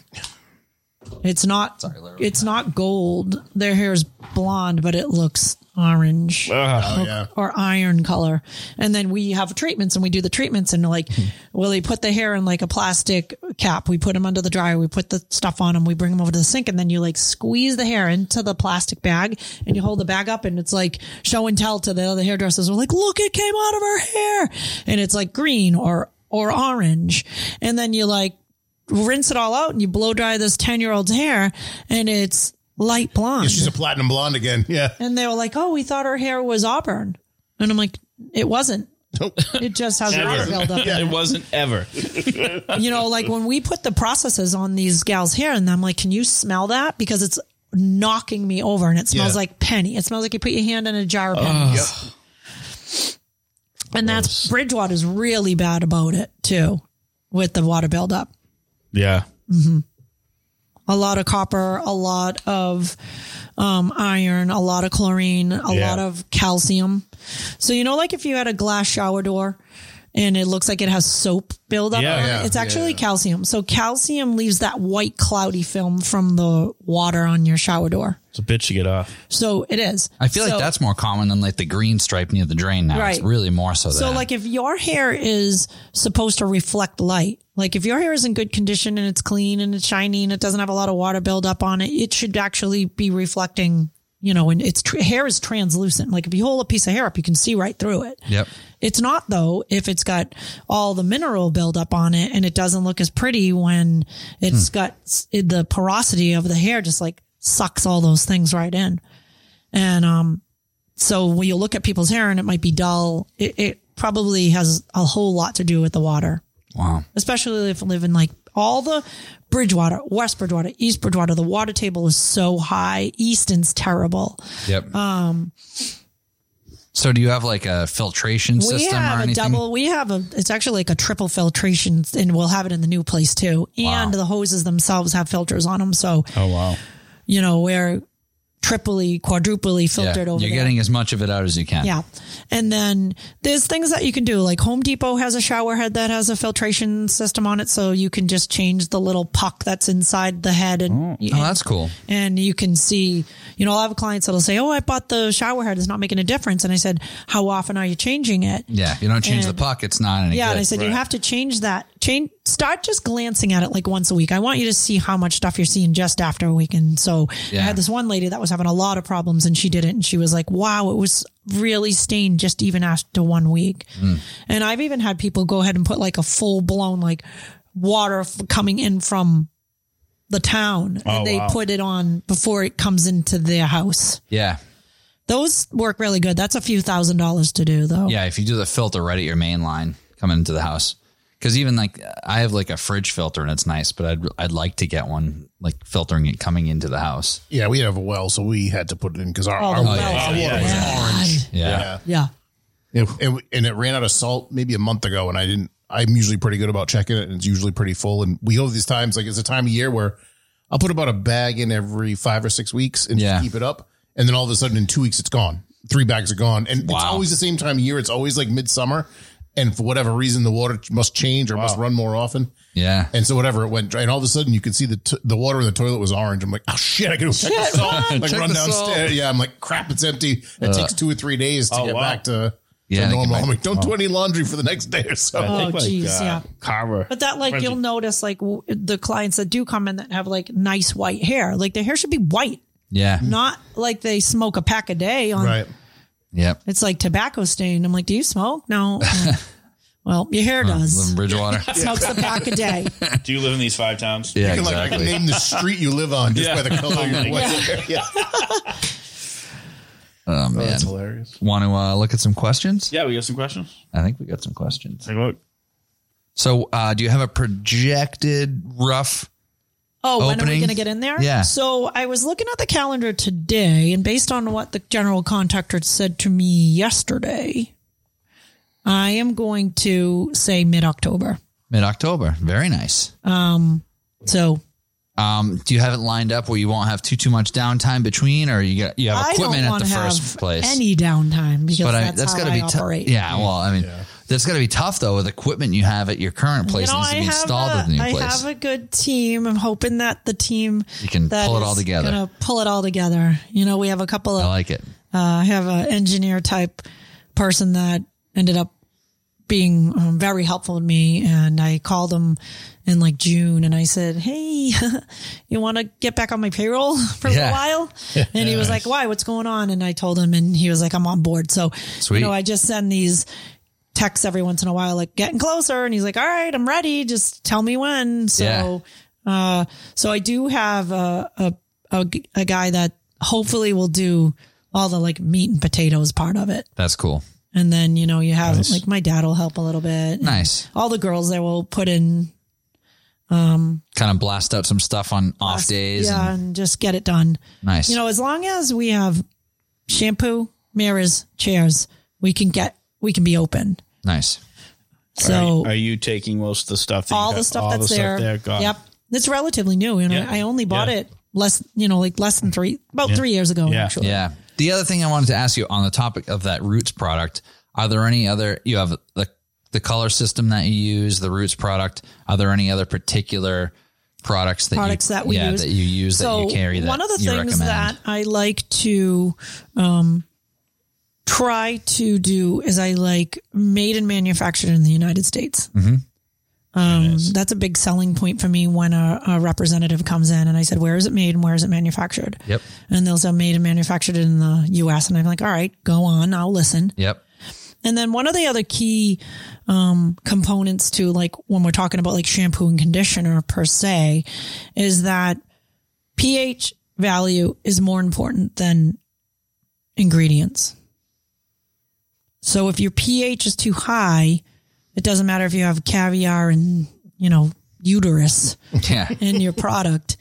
S4: It's not. it's not gold. Their hair is blonde, but it looks orange
S2: Oh, yeah.
S4: or iron color. And then we have treatments and we do the treatments and like, well, they put the hair in like a plastic cap. We put them under the dryer. We put the stuff on them. We bring them over to the sink and then you like squeeze the hair into the plastic bag and you hold the bag up and it's like show and tell to the other hairdressers. We're like, look, it came out of her hair. And it's like green or, or orange. And then you like rinse it all out and you blow dry this 10 year old's hair and it's light blonde.
S2: She's a platinum blonde again. Yeah.
S4: And they were like, "Oh, we thought her hair was auburn," and I'm like, "It wasn't.
S2: Nope.
S4: It just has water buildup."
S3: It
S4: in
S3: wasn't ever.
S4: it. You know, like when we put the processes on these gals' hair, and I'm like, "Can you smell that?" Because it's knocking me over, and it smells
S2: Yeah.
S4: like penny. It smells like you put your hand in a jar of pennies. And that's Bridgewater's really bad about it too, with the water buildup.
S3: Yeah.
S4: a lot of copper, a lot of um, iron, a lot of chlorine, a
S3: Yeah.
S4: lot of calcium. So you know, like if you had a glass shower door and it looks like it has soap buildup,
S3: Yeah,
S4: on
S2: yeah,
S4: it, it's
S2: yeah,
S4: actually calcium. So calcium leaves that white cloudy film from the water on your shower door.
S3: It's a bitch to get off.
S4: So it is.
S1: I feel
S4: So-
S1: like that's more common than like the green stripe near the drain now. It's
S4: Right.
S1: really more so that.
S4: So, like, if your hair is supposed to reflect light, like if your hair is in good condition and it's clean and it's shiny and it doesn't have a lot of water buildup on it, it should actually be reflecting. You know, and it's tr- hair is translucent. Like if you hold a piece of hair up, you can see right through it.
S1: Yep.
S4: It's not though if it's got all the mineral buildup on it and it doesn't look as pretty when it's got s- the porosity of the hair just like sucks all those things right in. And um, so when you look at people's hair and it might be dull, it, it probably has a whole lot to do with the water,
S1: Wow.
S4: especially if you live in like all the Bridgewater, West Bridgewater, East Bridgewater. The water table is so high. Easton's terrible.
S1: Yep. Um, so do you have like a filtration
S4: We
S1: system or
S4: have
S1: anything?
S4: a double. We have a. It's actually like a triple filtration, and we'll have it in the new place too. And the hoses themselves have filters on them, so
S3: Oh wow.
S4: you know we're triply, quadruply
S1: Yeah.
S4: filtered over.
S1: You're
S4: there.
S1: getting as much of it out as you can.
S4: Yeah. And then there's things that you can do. Like Home Depot has a shower head that has a filtration system on it. So you can just change the little puck that's inside the head and,
S1: Oh, that's cool.
S4: and you can see, you know, I'll have clients that'll say, Oh, I bought the shower head. It's not making a difference. And I said, How often are you changing it?
S1: Yeah. You don't change
S4: And-
S1: the puck. It's not any
S4: Yeah,
S1: good.
S4: and I said you have to change that. Change start just glancing at it like once a week. I want you to see how much stuff you're seeing just after a week. And so I
S1: Yeah.
S4: had this one lady that was having a lot of problems and she did it and she was like, Wow, it was really stained just even after one week.
S1: Mm.
S4: And I've even had people go ahead and put like a full blown like water f- coming in from the town
S1: Oh,
S4: and they put it on before it comes into their house.
S1: yeah.
S4: Those work really good. That's a few thousand dollars to do though.
S1: Yeah, if you do the filter right at your main line coming into the house, because even like I have like a fridge filter and it's nice, but I'd I'd like to get one like filtering it coming into the house.
S2: Yeah, we have a well, so we had to put it in because our,
S4: Oh,
S2: our
S4: the
S2: well-
S4: well.
S2: our water was orange.
S1: Yeah,
S2: Yeah.
S4: Yeah.
S2: It, it, and it ran out of salt maybe a month ago, and I didn't. I'm usually pretty good about checking it, and it's usually pretty full. And we go these times like it's a time of year where I'll put about a bag in every five or six weeks and just
S1: Yeah.
S2: keep it up, and then all of a sudden in two weeks it's gone. Three bags are gone, and it's
S1: Wow.
S2: always the same time of year. It's always like midsummer, and for whatever reason the water must change or must run more often.
S1: yeah.
S2: And so whatever it went dry, and all of a sudden you could see the t- the water in the toilet was orange. I'm like, oh shit, I gotta go check the salt. Like
S1: Check
S2: run
S1: the salt.
S2: downstairs. Yeah, I'm like, crap, it's empty. It takes two or three days to get
S3: wow.
S2: back to,
S1: Uh. Oh, Yeah,
S2: to
S1: like it
S2: normal.
S1: might- Oh.
S2: I'm like, don't do any laundry for the next day or so.
S4: Oh, jeez, yeah.
S3: Carver.
S4: But that, like, you'll notice, like, w- the clients that do come in that have like nice white hair, like their hair should be white,
S1: yeah,
S4: not like they smoke a pack a day. On
S2: right.
S1: yep.
S4: it's like tobacco stain. I'm like, do you smoke? No. well, your hair
S1: Live in
S4: does.
S1: Bridgewater.
S4: Smokes a pack a day.
S3: Do you live in these five towns?
S1: yeah,
S2: You can, like, I can
S1: exactly.
S2: name the street you live on just by the color of your yeah.
S1: Oh man,
S2: hilarious.
S1: want to uh, look at some questions?
S3: Yeah, we got some questions.
S1: I think we got some questions.
S3: Take a look.
S1: So, uh, do you have a projected rough
S4: Oh, when are we
S1: opening?
S4: going to get in there?
S1: Yeah.
S4: So I was looking at the calendar today, and based on what the general contractor said to me yesterday, I am going to say mid October.
S1: Mid October. Very nice.
S4: So
S1: Um, do you have it lined up where you won't have too too much downtime between, or you got you have
S4: I don't
S1: equipment at
S4: want
S1: the
S4: to
S1: first
S4: have
S1: place?
S4: any downtime because
S1: but I,
S4: that's,
S1: that's
S4: how
S1: got to
S4: I
S1: be
S4: operate.
S1: tough. Yeah, well, I mean, that's got to be tough though with equipment you have at your current place
S4: You know,
S1: needs to
S4: I
S1: be
S4: have,
S1: installed
S4: a,
S1: at the new
S4: I
S1: place.
S4: have a good team. I'm hoping that the team
S1: You can
S4: that
S1: pull it all
S4: is
S1: together.
S4: gonna pull it all together. You know, we have a couple of
S1: I like it.
S4: Uh, I have an engineer type person that ended up being um, very helpful to me. And I called him in like June and I said, Hey, you want to get back on my payroll for
S1: Yeah.
S4: a while? And he was like, Why? What's going on? And I told him and he was like, I'm on board. So,
S1: Sweet.
S4: you know, I just send these texts every once in a while, like getting closer. And he's like, All right, I'm ready. Just tell me when. So,
S1: Yeah.
S4: uh, so I do have a, a, a, g- a guy that hopefully will do all the like meat and potatoes part of it.
S1: That's cool.
S4: And then, you know, you have like my dad will help a little bit.
S1: Nice.
S4: All the girls there will put in
S1: Kind of blast out some stuff on off days.
S4: Yeah.
S1: and-
S4: And, just get it done.
S1: nice.
S4: You know, as long as we have shampoo, mirrors, chairs, we can get, we can be open.
S1: nice.
S4: So
S3: are, are you taking most of the stuff? That you
S4: all
S3: got-
S4: the stuff
S3: all
S4: that's there.
S3: Got-
S4: Yep. It's relatively new. And
S3: Yeah.
S4: I, I only bought
S3: Yeah.
S4: it less, you know, like less than three, about three years ago,
S3: Yeah.
S4: actually.
S1: Yeah. The other thing I wanted to ask you on the topic of that Roots product, are there any other you have the the color system that you use, the Roots product, are there any other particular products that
S4: products
S1: you,
S4: that we
S1: yeah,
S4: use
S1: that you use that you carry that
S4: one of the
S1: you
S4: things
S1: recommend?
S4: that I like to um, try to do is I like made and manufactured in the United States.
S1: Mm-hmm.
S4: Um, That's a big selling point for me when a, a representative comes in and I said, "Where is it made and where is it manufactured?"
S1: Yep.
S4: And they'll say, "Made and manufactured in the U.S." And I'm like, "All right, go on, I'll listen."
S1: Yep.
S4: And then one of the other key um, components to like when we're talking about like shampoo and conditioner per se is that pH value is more important than ingredients. So if your pH is too high, it doesn't matter if you have caviar and, you know, uterus
S1: Yeah.
S4: in your product.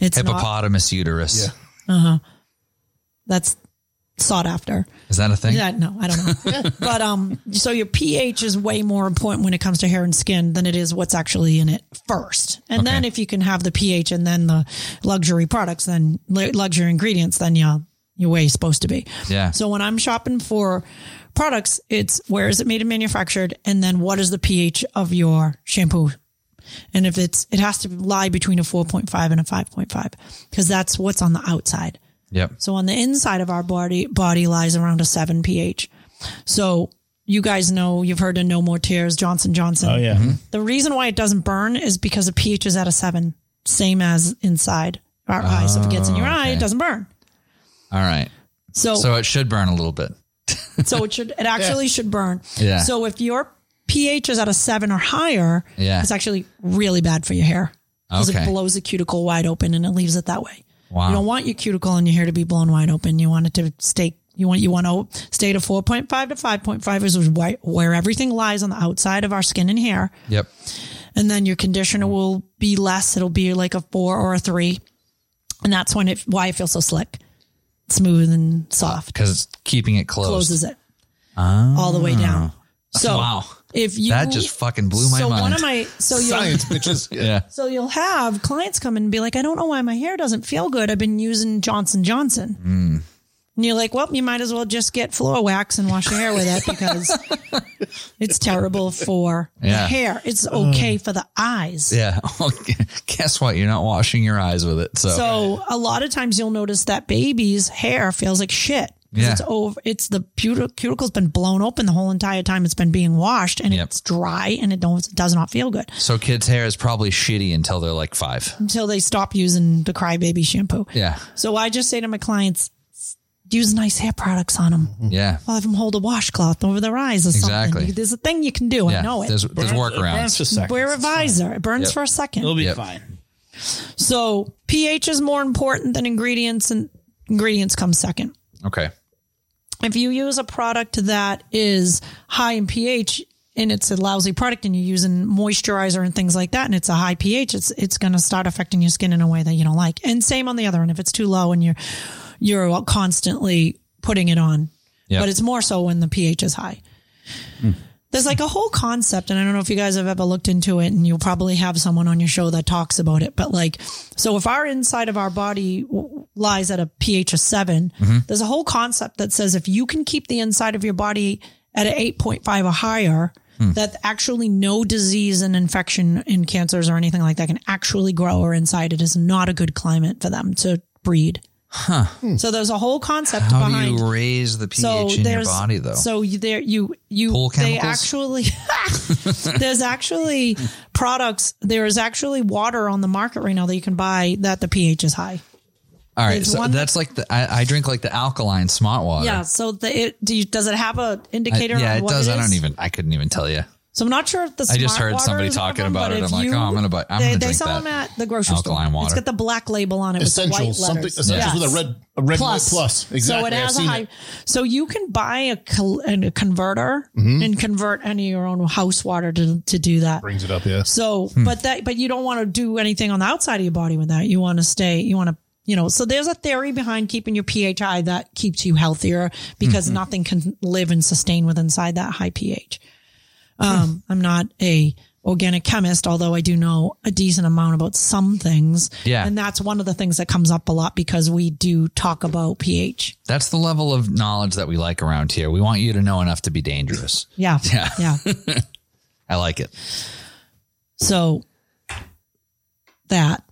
S4: It's not,
S1: Hippopotamus uterus.
S2: Yeah.
S4: that's sought after.
S1: Is that a thing?
S4: Yeah, no, I don't know. but um, so your pH is way more important when it comes to hair and skin than it is what's actually in it first. And then if you can have the pH and then the luxury products, then lu- luxury ingredients, then yeah, you're way supposed to be.
S1: Yeah.
S4: So when I'm shopping for products, it's where is it made and manufactured, and then what is the pH of your shampoo. And if it's, it has to lie between a 4.5 and a 5.5 because that's what's on the outside.
S1: Yep.
S4: So on the inside of our body, body lies around a seven pH. So you guys know you've heard of No More Tears, Johnson Johnson.
S3: Oh yeah.
S1: Mm-hmm.
S4: The reason why it doesn't burn is because the pH is at a seven, same as inside our eye. So if it gets in your eye, it doesn't burn.
S1: All right.
S4: So
S1: Oh,
S4: so,
S1: So it should burn a little bit.
S4: it should it actually should burn.
S1: Yeah.
S4: So if your pH is at a seven or higher,
S1: Yeah.
S4: it's actually really bad for your hair because
S1: Okay.
S4: it blows the cuticle wide open and it leaves it that way.
S1: Wow.
S4: You don't want your cuticle and your hair to be blown wide open. You want it to stay. You want you want to stay to four point five to five point five is where, where everything lies on the outside of our skin and hair,
S1: Yep.
S4: and then your conditioner will be less. It'll be like a four or a three, and that's when it why it feels so slick, smooth and soft.
S1: Because it's keeping it closed.
S4: Closes it all the way down. So
S1: Ah. Wow.
S4: if you
S1: That just fucking blew my
S4: so
S1: mind.
S4: one of my so you
S2: Science bitches.
S1: yeah.
S4: so you'll have clients come in and be like, I don't know why my hair doesn't feel good. I've been using Johnson Johnson.
S1: Hmm.
S4: And you're like, well, you might as well just get floor wax and wash your hair with it because it's terrible for
S1: Yeah.
S4: the hair. It's okay for the eyes.
S1: Yeah. Well, guess what? You're not washing your eyes with it. So,
S4: So a lot of times you'll notice that baby's hair feels like shit. 'Cause
S1: Yeah.
S4: It's over. It's the cuti- cuticle's been blown open the whole entire time it's been being washed, and
S1: Yep.
S4: it's dry, and it don't it does not feel good
S1: so kids' hair is probably shitty until they're like five.
S4: until they stop using the crybaby shampoo.
S1: Yeah.
S4: So I just say to my clients, use nice hair products on them.
S1: Yeah.
S4: I'll have them hold a washcloth over their eyes or
S1: Mm-hmm. Exactly.
S4: something. There's a thing you can do.
S1: Yeah.
S4: I know it.
S1: There's, there's workarounds.
S4: Wear a visor. It burns for a
S3: It'll
S4: second.
S3: be
S1: Yep.
S3: fine.
S4: So pH is more important than ingredients, and ingredients come second.
S1: Okay.
S4: If you use a product that is high in pH, and it's a lousy product and you're using moisturizer and things like that and it's a high pH, it's it's going to start affecting your skin in a way that you don't like. And same on the other end if it's too low and you're you're constantly putting it on.
S1: Yeah.
S4: But it's more so when the pH is high. There's like a whole concept, and I don't know if you guys have ever looked into it, and you'll probably have someone on your show that talks about it. But like, so if our inside of our body w- lies at a pH of 7
S1: Mm-hmm.
S4: there's a whole concept that says if you can keep the inside of your body at an 8.5 or higher,
S1: Hmm.
S4: that actually no disease and infection and cancers or anything like that can actually grow or inside. It is not a good climate for them to breed. So there's a whole concept
S1: How
S4: behind
S1: do you raise the pH in your body though?
S4: so you- there you you
S1: Pool
S4: they
S1: chemicals?
S4: actually there's actually products there is actually water on the market right now that you can buy that the pH is high.
S1: All right,
S4: there's
S1: so
S4: one
S1: that's like the I, I drink like the alkaline smart water.
S4: Yeah. So the, it do you, does it have a
S1: I-
S4: indicator?
S1: yeah,
S4: on
S1: it
S4: what
S1: does.
S4: It
S1: I don't
S4: is?
S1: even. I couldn't even tell you.
S4: So I'm not sure if the
S1: I just
S4: Smart
S1: heard
S4: water
S1: somebody
S4: is one of
S1: talking
S4: them,
S1: about
S4: but
S1: it.
S4: if
S1: I'm like,
S4: you-
S1: oh, I'm gonna buy- I'm
S4: they,
S1: gonna
S4: they
S1: drink
S4: sell
S1: that
S4: them at the grocery
S1: alkaline
S4: store.
S1: water.
S4: It's got the black label on it.
S2: Essential,
S4: With the white
S2: something
S4: letters.
S2: essentials
S4: Yes.
S2: with a red, a red
S4: Plus.
S2: plus. plus. Exactly.
S4: So it
S2: I've
S4: has a
S2: seen
S4: high.
S2: it.
S4: So you can buy a, col- and a converter
S2: Mm-hmm.
S4: and convert any of your own house water to, to do that.
S2: Brings it up, yeah.
S4: So,
S1: Hmm.
S4: but that, but you don't want to do anything on the outside of your body with that. You want to stay, you want to, you know, so there's a theory behind keeping your pH high that keeps you healthier because
S1: Hmm.
S4: nothing can live and sustain with inside that high pH. Um,
S1: Hmm.
S4: I'm not a organic chemist, although I do know a decent amount about some things.
S1: Yeah.
S4: And that's one of the things that comes up a lot because we do talk about pH.
S1: That's the level of knowledge that we like around here. We want you to know enough to be dangerous.
S4: Yeah.
S1: Yeah.
S4: Yeah.
S1: I like it.
S4: so that.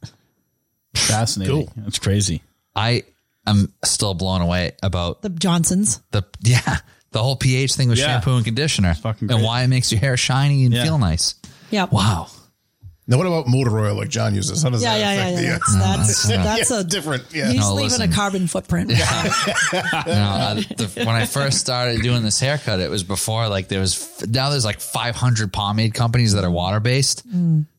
S3: Fascinating. That's crazy.
S1: I am still blown away about
S4: The Johnsons.
S1: the yeah the whole pH thing with
S3: Yeah.
S1: shampoo and conditioner
S3: fucking
S1: and
S3: great.
S1: why it makes your hair shiny and
S3: Yeah.
S1: feel nice.
S4: Yeah.
S1: Wow.
S2: Now, what about motor oil like John uses? How does
S4: Yeah,
S2: that
S4: yeah, yeah,
S2: affect
S4: yeah.
S2: the, uh,
S4: That's that's, that's
S2: yeah,
S4: a
S2: different. Yeah.
S4: He's
S1: No,
S4: leaving
S1: listen.
S4: a carbon footprint.
S1: No, I, the, when I first started doing this haircut, it was before like there was now there's like 500 pomade companies that are water based.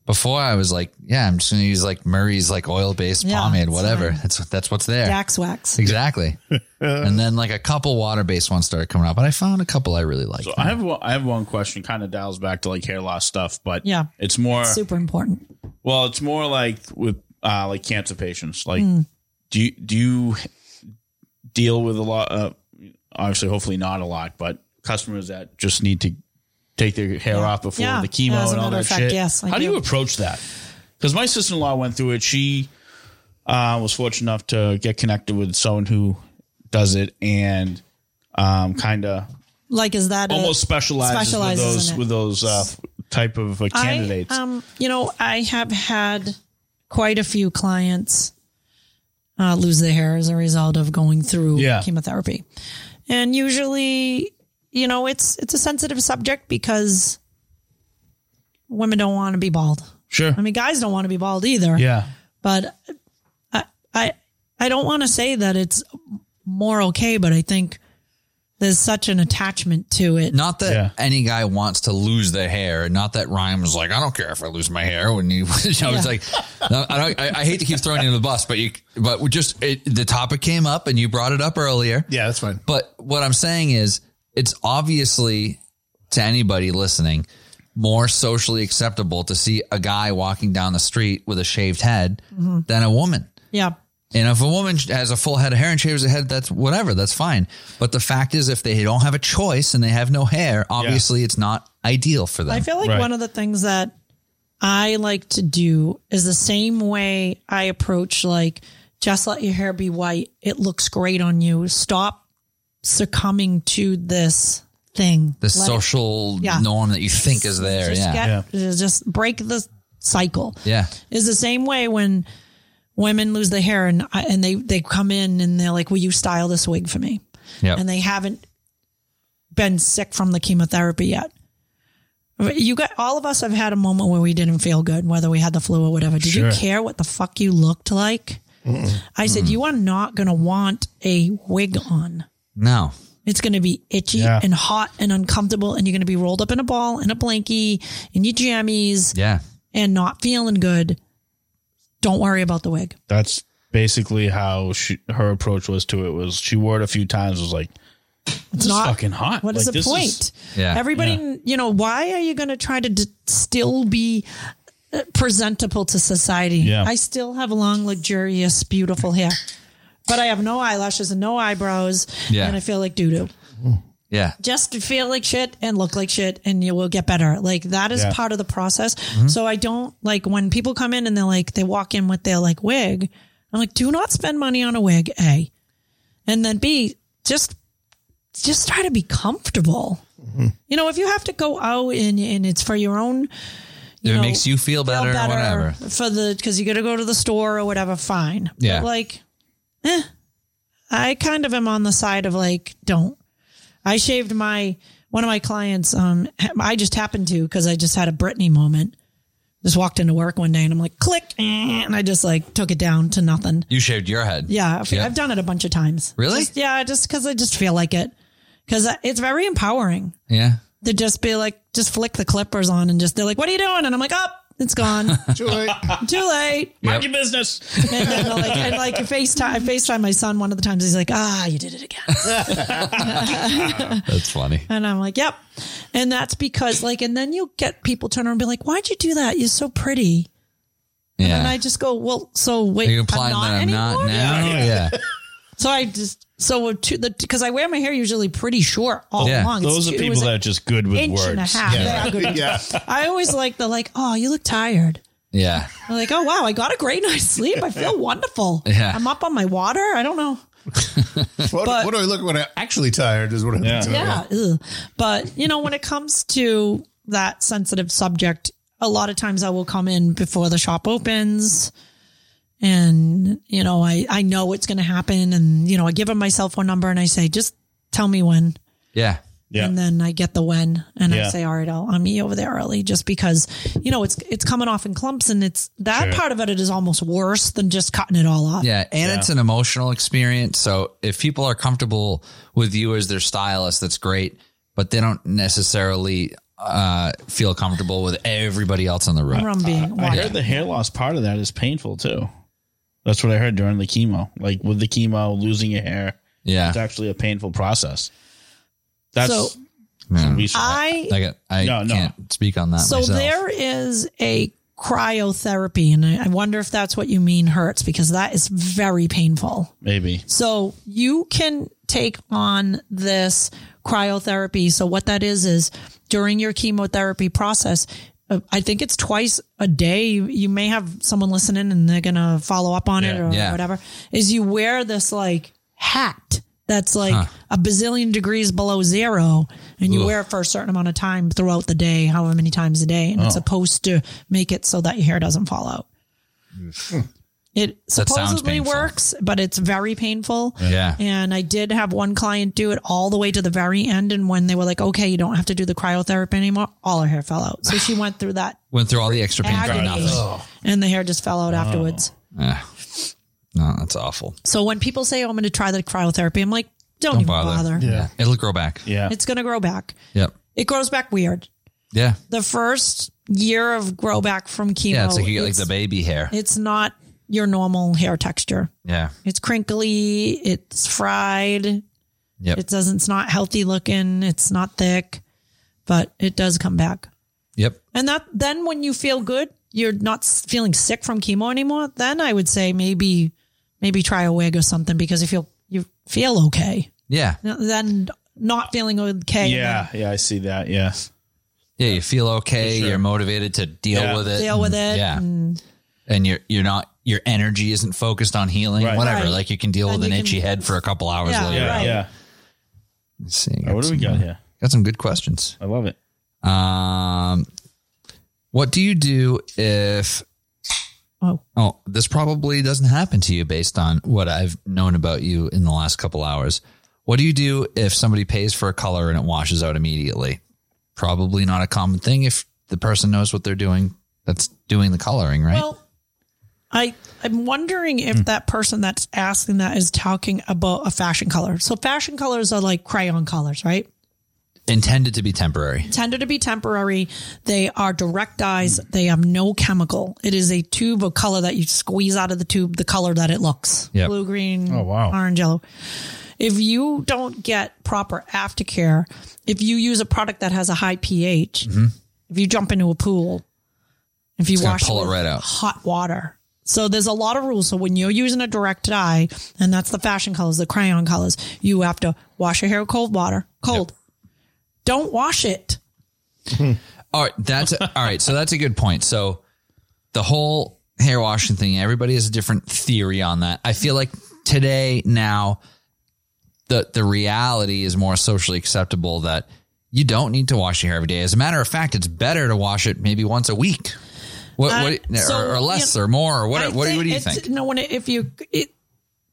S1: Before I was like, yeah, I'm just gonna use like Murray's like oil based
S4: Yeah,
S1: pomade,
S4: it's
S1: whatever. That's that's what's there.
S4: Dax wax.
S1: Exactly. and then like a couple water based ones started coming out, but I found a couple I really liked.
S3: So I have one, I have one question. Kind of dials back to like hair loss stuff, but
S4: Yeah.
S3: it's more
S2: Uh,
S4: Super important.
S3: well, it's more like with uh, like cancer patients. Like,
S4: Hmm.
S3: do you, do you deal with a lot? Uh, obviously, hopefully not a lot, but customers that just need to take their hair off before
S4: Yeah.
S3: the chemo
S4: Yeah, as a
S3: and all
S4: matter
S3: that
S4: of fact,
S3: shit.
S4: yes, I
S3: How do
S4: do.
S3: you approach that? Because my sister in law went through it. She uh, was fortunate enough to get connected with someone who does it and um, kind of
S4: Like, is that a-
S3: almost specializes,
S4: specializes
S3: with
S4: in
S3: those
S4: it.
S3: with those uh, type of uh, candidates.
S4: I, um, you know, I have had quite a few clients uh, lose their hair as a result of going through
S3: Yeah.
S4: chemotherapy, and usually, you know, it's it's a sensitive subject because women don't want to be bald.
S3: sure.
S4: I mean, guys don't want to be bald either.
S3: yeah.
S4: but I I I don't want to say that it's more okay, but I think there's such an attachment to it.
S1: Not that
S3: Yeah.
S1: any guy wants to lose their hair. Not that Ryan was like, I don't care if I lose my hair. When you, you know,
S4: Yeah.
S1: it's like, no, I, don't, I, I hate to keep throwing you in the bus, but you, but we just it, the topic came up and you brought it up earlier.
S2: Yeah, that's fine.
S1: But what I'm saying is, it's obviously to anybody listening more socially acceptable to see a guy walking down the street with a shaved head than a woman.
S4: Yeah.
S1: And if a woman has a full head of hair and shaves her head, that's whatever, that's fine. But the fact is, if they don't have a choice and they have no hair, obviously it's not ideal for them.
S4: I feel like
S3: Right.
S4: one of the things that I like to do is the same way I approach like just let your hair be white. It looks great on you. Stop succumbing to this thing.
S1: the
S4: Let it-
S1: social
S4: Yeah.
S1: norm that you think is there.
S4: Just
S1: Yeah.
S4: get- just break the cycle.
S1: yeah.
S4: is the same way when women lose their hair and I- and they they come in and they're like, "Will you style this wig for me?"
S1: Yeah.
S4: And they haven't been sick from the chemotherapy yet. You got all of us have had a moment where we didn't feel good, whether we had the flu or whatever. Did you care what the fuck you looked like? I said, you are not going to want a wig on.
S1: no.
S4: It's going to be itchy
S3: Yeah.
S4: and hot and uncomfortable, and you're going to be rolled up in a ball in a blankie in your jammies
S1: Yeah.
S4: and not feeling good, don't worry about the wig.
S3: that's basically how she, her approach was to it was she wore it a few times was like This
S4: not-
S3: is fucking hot.
S4: What is
S3: Like,
S4: the
S3: this
S4: point?
S1: Yeah.
S4: Everybody, you know, why are you going to try to d- still be uh, presentable to society?
S3: Yeah.
S4: I still have long, luxurious, beautiful hair, but I have no eyelashes and no eyebrows,
S1: Yeah.
S4: and I feel like doo doo.
S1: Yeah.
S4: Just feel like shit and look like shit, and you will get better. Like that is
S3: Yeah.
S4: part of the process.
S1: Mm-hmm.
S4: So I don't like when people come in and they're like they walk in with their like wig. I'm like, do not spend money on a wig. A, and then B, just just try to be comfortable.
S1: Mm-hmm.
S4: You know, if you have to go out and, and it's for your own, you
S1: If it
S4: know,
S1: makes you feel
S4: feel
S1: better, or whatever.
S4: for the because you got to go to the store or whatever. Fine,
S1: Yeah.
S4: But like, eh, I kind of am on the side of like, don't. I shaved my one of my clients. Um, I just happened to because I just had a Britney moment. Just walked into work one day and I'm like, click, eh, and I just like took it down to nothing.
S1: You shaved your head.
S4: Yeah, I've,
S1: Yeah.
S4: I've done it a bunch of times.
S1: Really?
S4: Just- yeah, just because I just feel like it. Because it's very empowering
S1: Yeah.
S4: to just be like, just flick the clippers on and just they're like, "What are you doing?" And I'm like, "Up, oh, it's gone.
S2: Too late.
S4: Too late."
S3: Mind your business.
S4: And then they're like, and like FaceTime, I FaceTime my son one of the times. He's like, "Ah, you did it again."
S1: That's funny.
S4: And I'm like, yep. And that's because like, and then you'll get people turn around and be like, why'd you do that? You're so pretty.
S1: Yeah.
S4: And I just go, well, so wait,
S1: Are you
S4: I'm
S1: implying
S4: not
S1: that I'm not
S4: anymore?
S1: now? Yeah.
S4: So I just, so to the, cause I wear my hair usually pretty short all
S1: Yeah.
S4: along. It's-
S3: Those are
S4: it
S3: people
S4: was
S3: that
S4: an
S3: are just good with
S4: inch
S3: words.
S4: and a half. They are good.
S2: yeah.
S4: I always like the like, oh, you look tired.
S1: Yeah.
S4: I'm like, oh wow, I got a great night's sleep. I feel wonderful.
S1: Yeah.
S4: I'm up on my water. I don't know.
S2: What,
S4: But-
S2: what do I look when I'm actually tired? Is what I
S3: Yeah.
S2: think.
S4: yeah. ugh. But you know, when it comes to that sensitive subject, a lot of times I will come in before the shop opens and you know, I, I know what's going to happen. And, you know, I give them my cell phone number and I say, just tell me when.
S1: Yeah.
S3: Yeah.
S4: And then I get the when and I
S3: Yeah.
S4: say, all right, I'll, I'll meet you over there early just because, you know, it's, it's coming off in clumps and it's that part of it is almost worse than just cutting it all off.
S1: Yeah. And it's an emotional experience. So if people are comfortable with you as their stylist, that's great. But they don't necessarily uh, feel comfortable with everybody else on the room.
S4: From being
S3: I
S4: wired.
S3: heard the hair loss part of that is painful too. That's what I heard during the chemo. Like with the chemo, losing your hair,
S1: Yeah.
S3: it's actually a painful process. That's
S4: So-
S3: some research.
S4: I
S1: Like I
S3: No, no.
S1: can't speak on that
S4: So
S1: myself.
S4: there is a cryotherapy, and I I wonder if that's what you mean hurts because that is very painful.
S3: maybe.
S4: So you can take on this cryotherapy. So what that is is during your chemotherapy process, uh, I think it's twice a day. You, you may have someone listening and they're going to follow up on it
S3: Yeah.
S4: or
S1: Yeah.
S4: whatever is you wear this like hat that's like a bazillion degrees below zero and you wear it for a certain amount of time throughout the day, however many times a day. And it's
S1: Oh.
S4: supposed to make it so that your hair doesn't fall out. It
S1: Hmm. sounds
S4: supposedly
S1: painful.
S4: works, but it's very painful.
S1: Yeah.
S4: And I did have one client do it all the way to the very end. And when they were like, okay, you don't have to do the cryotherapy anymore, all her hair fell out. So she went through that
S1: Went through all the extra pain for
S4: agony
S1: nothing.
S4: and the hair just fell out afterwards.
S1: Yeah. No, that's awful.
S4: So when people say, oh, I'm going to try the cryotherapy, I'm like, don't, even bother.
S1: Yeah. It'll grow back.
S3: Yeah.
S4: It's going to grow back.
S1: Yep.
S4: It grows back weird.
S1: Yeah.
S4: The first year of grow back from chemo,
S1: Yeah. It's like you get like
S4: it's-
S1: the baby hair.
S4: it's not your normal hair texture.
S1: Yeah.
S4: It's crinkly. It's fried.
S1: Yep.
S4: It doesn't. It's not healthy looking. It's not thick, but it does come back.
S1: Yep.
S4: And that then when you feel good, you're not s- feeling sick from chemo anymore. Then I would say maybe maybe try a wig or something because you feel you feel okay.
S1: Yeah.
S4: Then not feeling okay.
S3: Yeah. Yeah. I see that. Yeah.
S1: Yeah. You feel okay. You're motivated to deal
S3: Yeah.
S1: with it.
S4: Deal with it.
S1: Yeah.
S4: And
S1: and you're you're not your energy isn't focused on healing
S3: Right.
S1: whatever
S4: Right.
S1: like you can deal
S4: Then
S1: with an
S4: you
S1: itchy
S4: can-
S1: head for a couple hours
S4: Yeah.
S1: later
S3: Yeah.
S4: Right.
S3: Yeah.
S1: Let's see
S3: All right, what do we
S1: some,
S3: got
S1: uh,
S3: here?
S1: got some good questions
S3: I love it.
S1: um what do you do if
S4: oh,
S1: oh this probably doesn't happen to you based on what i've known about you in the last couple hours what do you do if somebody pays for a color and it washes out immediately probably not a common thing if the person knows what they're doing that's doing the coloring right
S4: well, I I'm wondering if that person that's asking that is talking about a fashion color. So fashion colors are like crayon colors, right?
S1: intended to be temporary
S4: tended to be temporary. They are direct dyes. They have no chemical. It is a tube of color that you squeeze out of the tube, the color that it looks
S1: Yep.
S4: blue, green,
S3: wow.
S4: orange, yellow. if you don't get proper aftercare, if you use a product that has a high pH,
S1: Mm-hmm.
S4: if you jump into a pool, if you
S1: gonna
S4: wash
S1: pull it
S4: with
S1: right out.
S4: hot water. So there's a lot of rules. So when you're using a direct dye, and that's the fashion colors, the crayon colors, you have to wash your hair with cold water, cold. Don't wash it.
S1: All right, that's all right. So that's a good point. So the whole hair washing thing, everybody has a different theory on that. I feel like today now the the reality is more socially acceptable that you don't need to wash your hair every day. As a matter of fact, it's better to wash it maybe once a week. What,
S4: Uh,
S1: what
S4: so,
S1: or, or less
S4: yeah,
S1: or more or what
S4: I
S1: what, do- what do you
S4: it's-
S1: think?
S4: No, when it, if you it,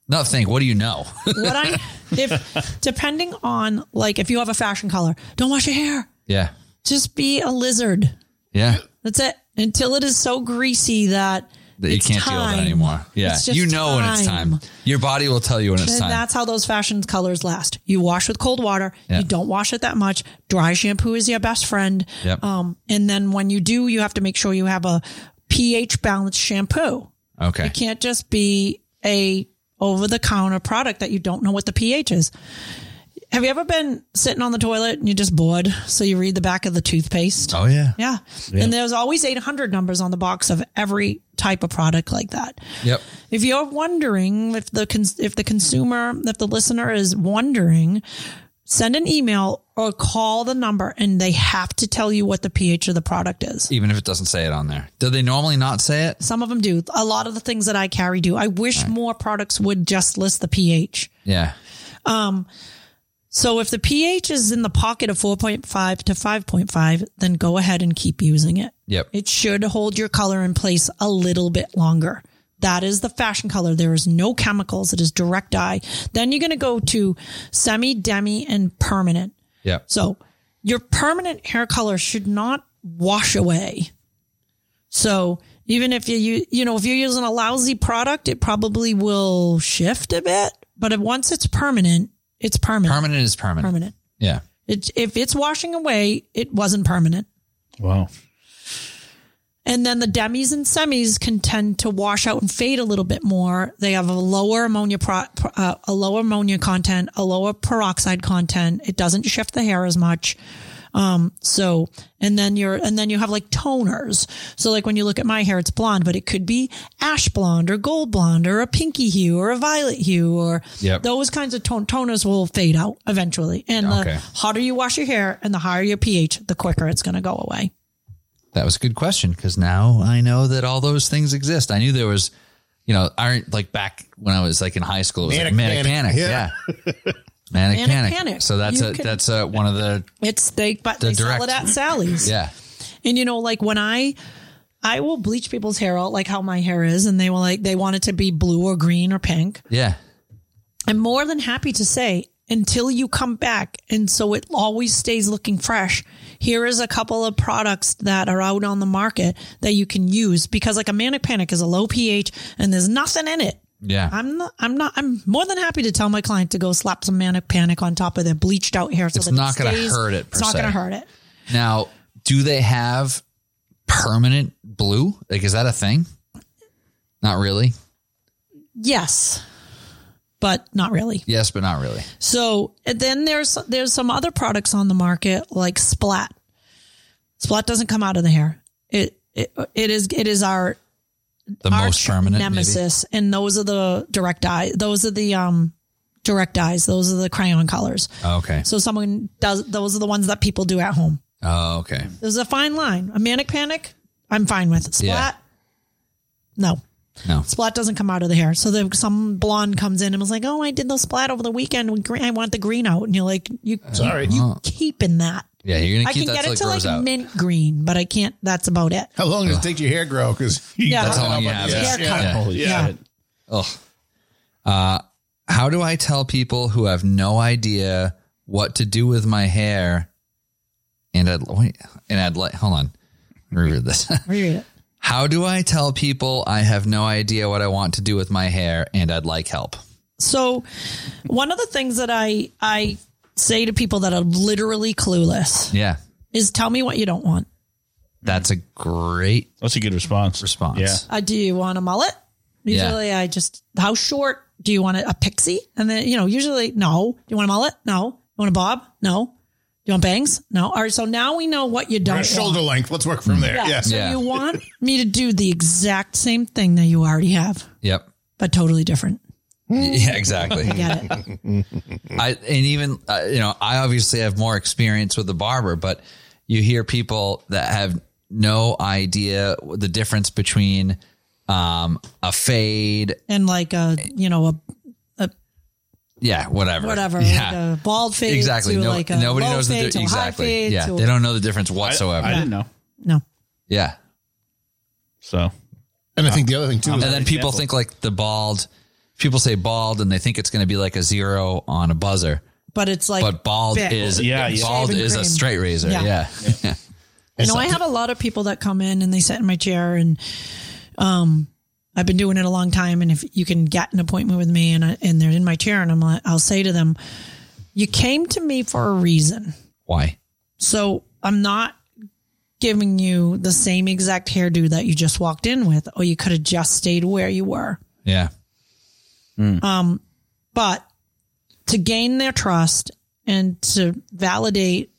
S1: Not think, what do you know?
S4: what I if depending on like if you have a fashion color, don't wash your hair.
S1: yeah.
S4: Just be a lizard.
S1: Yeah.
S4: That's it. Until it is so greasy that,
S1: That you
S4: it's
S1: can't deal with
S4: time.
S1: it anymore. Yeah.
S4: It's just
S1: You know when it's time. Your body will tell you when it's
S4: And
S1: time.
S4: that's how those fashion colors last. You wash with cold water.
S1: Yeah.
S4: You don't wash it that much. Dry shampoo is your best friend.
S1: Yep.
S4: Um, and then when you do, you have to make sure you have a pH balanced shampoo.
S1: okay.
S4: It can't just be a over the counter product that you don't know what the pH is. Have you ever been sitting on the toilet and you're just bored? So you read the back of the toothpaste.
S1: Oh yeah.
S4: Yeah. And there's always 800 numbers on the box of every type of product like that.
S1: Yep.
S4: If you're wondering if the cons- if the consumer, if the listener is wondering, send an email or call the number and they have to tell you what the pH of the product is.
S1: even if it doesn't say it on there. Do they normally not say it?
S4: Some of them do. A lot of the things that I carry do. I wish more products would just list the pH.
S1: Yeah.
S4: So if the pH is in the pocket of 4.5 to 5.5, then go ahead and keep using it.
S1: Yep.
S4: It should hold your color in place a little bit longer. That is the fashion color. There is no chemicals. It is direct dye. Then you're going to go to semi, demi, and permanent.
S1: Yep.
S4: So your permanent hair color should not wash away. So even if you- you you know if you're using a lousy product, it probably will shift a bit. But if, once it's permanent, it's permanent.
S1: Permanent is permanent.
S4: permanent.
S1: Yeah.
S4: It, if it's washing away, it wasn't permanent.
S3: Wow.
S4: And then the demis and semis can tend to wash out and fade a little bit more. They have a lower ammonia, pro, pro- uh, a lower ammonia content, a lower peroxide content. It doesn't shift the hair as much. Um, so, and then you're, and then you have like toners. So like when you look at my hair, it's blonde, but it could be ash blonde or gold blonde or a pinky hue or a violet hue or
S1: Yep.
S4: those kinds of ton- toners will fade out eventually. And
S1: Okay.
S4: the hotter you wash your hair and the higher your pH, the quicker it's going to go away.
S1: That was a good question because now I know that all those things exist. I knew there was, you know, I like back when I was like in high school, it was
S2: Manic
S1: like manic panic.
S2: panic.
S1: Yeah. manic,
S4: Manic
S1: panic.
S4: panic.
S1: So that's
S4: You
S1: a,
S4: can-
S1: that's a, one of the,
S4: It's they, but
S1: The
S4: they sell
S1: direct.
S4: it at Sally's.
S1: yeah.
S4: And you know, like when I, I will bleach people's hair out like how my hair is, and they will like they want it to be blue or green or pink.
S1: Yeah.
S4: I'm more than happy to say until you come back, and so it always stays looking fresh. Here is a couple of products that are out on the market that you can use because like a manic panic is a low pH and there's nothing in it.
S1: Yeah.
S4: I'm not, I'm not, I'm more than happy to tell my client to go slap some manic panic on top of their bleached out hair. So that
S1: not
S4: it
S1: gonna
S4: stays-
S1: hurt it, per
S4: It's not
S1: se.
S4: going to hurt it.
S1: now, do they have permanent blue? Like, is that a thing? Not really.
S4: Yes, but not really.
S1: Yes, but not really.
S4: So and then there's there's some other products on the market like Splat. Splat doesn't come out of the hair. It it, it is it is our
S1: The most
S4: arch
S1: permanent. maybe?
S4: nemesis, and those are the direct dye. Those are the um direct dyes. Those are the crayon colors.
S1: Oh, Okay.
S4: So someone does those are the ones that people do at home.
S1: Oh, okay.
S4: There's a fine line. A manic panic, I'm fine with. Splat, no.
S1: No.
S4: Splat doesn't come out of the hair. So the, some blonde comes in and was like, "Oh, I did the splat over the weekend. with green- I want the green out." And you're like, "You
S2: Sorry.
S4: you keeping that?
S1: Yeah. You're going
S4: I
S1: to keep
S4: can
S1: that
S4: get
S1: till
S4: it
S1: it
S4: to like
S1: grows out.
S4: mint green, but I can't. That's about it.
S2: How long does it take your hair grow? Because
S4: Yeah.
S1: That's how long you have it.
S4: Yeah.
S3: Holy
S4: Yeah.
S3: shit.
S1: Uh, how do I tell people who have no idea what to do with my hair? And I'd wait, and I'd like, hold on, Let me read this.
S4: Read it.
S1: how do I tell people I have no idea what I want to do with my hair and I'd like help?
S4: So, one of the things that I I say to people that are literally clueless
S1: Yeah,
S4: is, "Tell me what you don't want.
S1: that's a great
S3: That's a good response.
S1: response.
S3: Yeah.
S4: Uh, do you want a mullet?"
S1: Yeah.
S4: Usually, I just how short Do you want a, a pixie? And then, you know, usually, no. Do you want a mullet? No. You want a bob? No. Do you want bangs? No. All right. So now we know what you don't want.
S2: Shoulder length. Let's work from there. Yes.
S4: So
S1: Yeah.
S4: you want me to do the exact same thing that you already have,
S1: Yep.
S4: but totally different.
S1: Yeah, exactly.
S4: Get it?
S1: I and even uh, you know I obviously have more experience with the barber, but you hear people that have no idea the difference between um, a fade,
S4: And like a, you know, a
S1: yeah, whatever,
S4: whatever,
S1: yeah,
S4: like a bald fade
S1: exactly.
S4: to
S1: No,
S4: like a
S1: nobody
S4: low
S1: knows the
S4: fade to
S1: di-
S4: a high
S1: exactly.
S4: fade
S1: Yeah,
S4: to a-
S1: they don't know the difference whatsoever.
S3: I didn't know.
S4: no.
S1: yeah,
S3: So
S2: And I think the other thing too.
S1: and
S2: is
S1: then people think like the bald. People say bald, and they think it's going to be like a zero on a buzzer.
S4: But it's like,
S1: But bald
S4: big.
S1: is
S3: Yeah, yeah.
S1: bald
S4: Shaving
S1: is a
S4: cream.
S1: straight razor.
S4: Yeah.
S1: Yeah, yeah.
S4: you know, I have a lot of people that come in and they sit in my chair and, um, I've been doing it a long time. And if you can get an appointment with me and I, and they're in my chair and I'm like, I'll say to them, you came to me for a reason.
S1: Why?
S4: So I'm not giving you the same exact hairdo that you just walked in with, or you could have just stayed where you were.
S1: Yeah,
S4: But to gain their trust and to validate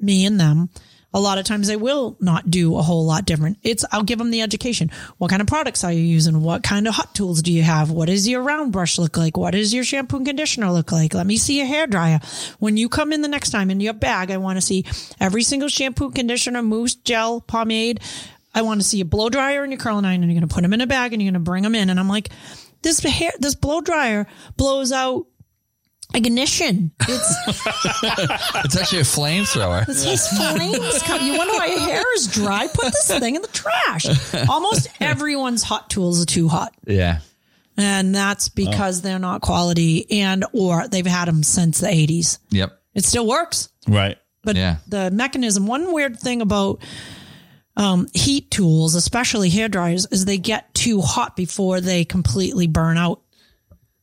S4: me and them, a lot of times they will not do a whole lot different. It's I'll give them the education. What kind of products are you using? What kind of hot tools do you have? What does your round brush look like? What does your shampoo and conditioner look like? Let me see a hair dryer. When you come in the next time in your bag, I want to see every single shampoo, conditioner, mousse, gel, pomade. I want to see a blow dryer and your curling iron, and you're going to put them in a bag and you're going to bring them in. And I'm like, this hair, this blow dryer blows out ignition. It's
S1: it's actually a flamethrower.
S4: his flames come. You wonder why your hair is dry? Put this thing in the trash. Almost everyone's hot tools are too hot,
S1: Yeah.
S4: and that's
S1: Oh.
S4: because they're not quality and or they've had them since the eighties.
S1: Yep.
S4: It still works,
S3: right.
S4: but
S1: Yeah.
S4: the mechanism. One weird thing about um, heat tools, especially hair dryers, is they get too hot before they completely burn out.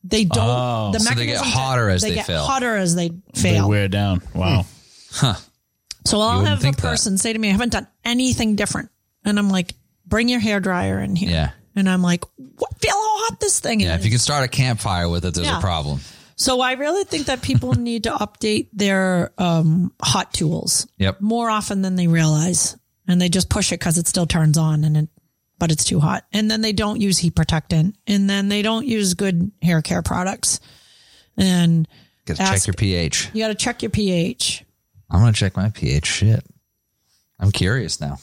S4: They don't.
S1: Oh,
S4: the
S1: So they get hotter as
S4: they
S1: they
S4: get
S1: fail.
S4: Hotter as they
S3: They
S4: fail.
S3: wear down. Wow.
S4: So I'll
S1: wouldn't
S4: have a
S1: think that.
S4: person say to me, I haven't done anything different. And I'm like, bring your hair dryer in here.
S1: Yeah.
S4: And I'm like, what, feel how hot this thing
S1: Yeah,
S4: is.
S1: if you can start a campfire with it, there's a
S4: Yeah.
S1: problem.
S4: so I really think that people need to update their um, hot tools
S1: Yep.
S4: more often than they realize. And they just push it because it still turns on and it, but it's too hot. And then they don't use heat protectant. And then they don't use good hair care products. And
S1: Got to check
S4: Ask-
S1: your pH.
S4: you got to check your pH.
S1: I'm gonna check my pH. Shit, I'm curious now.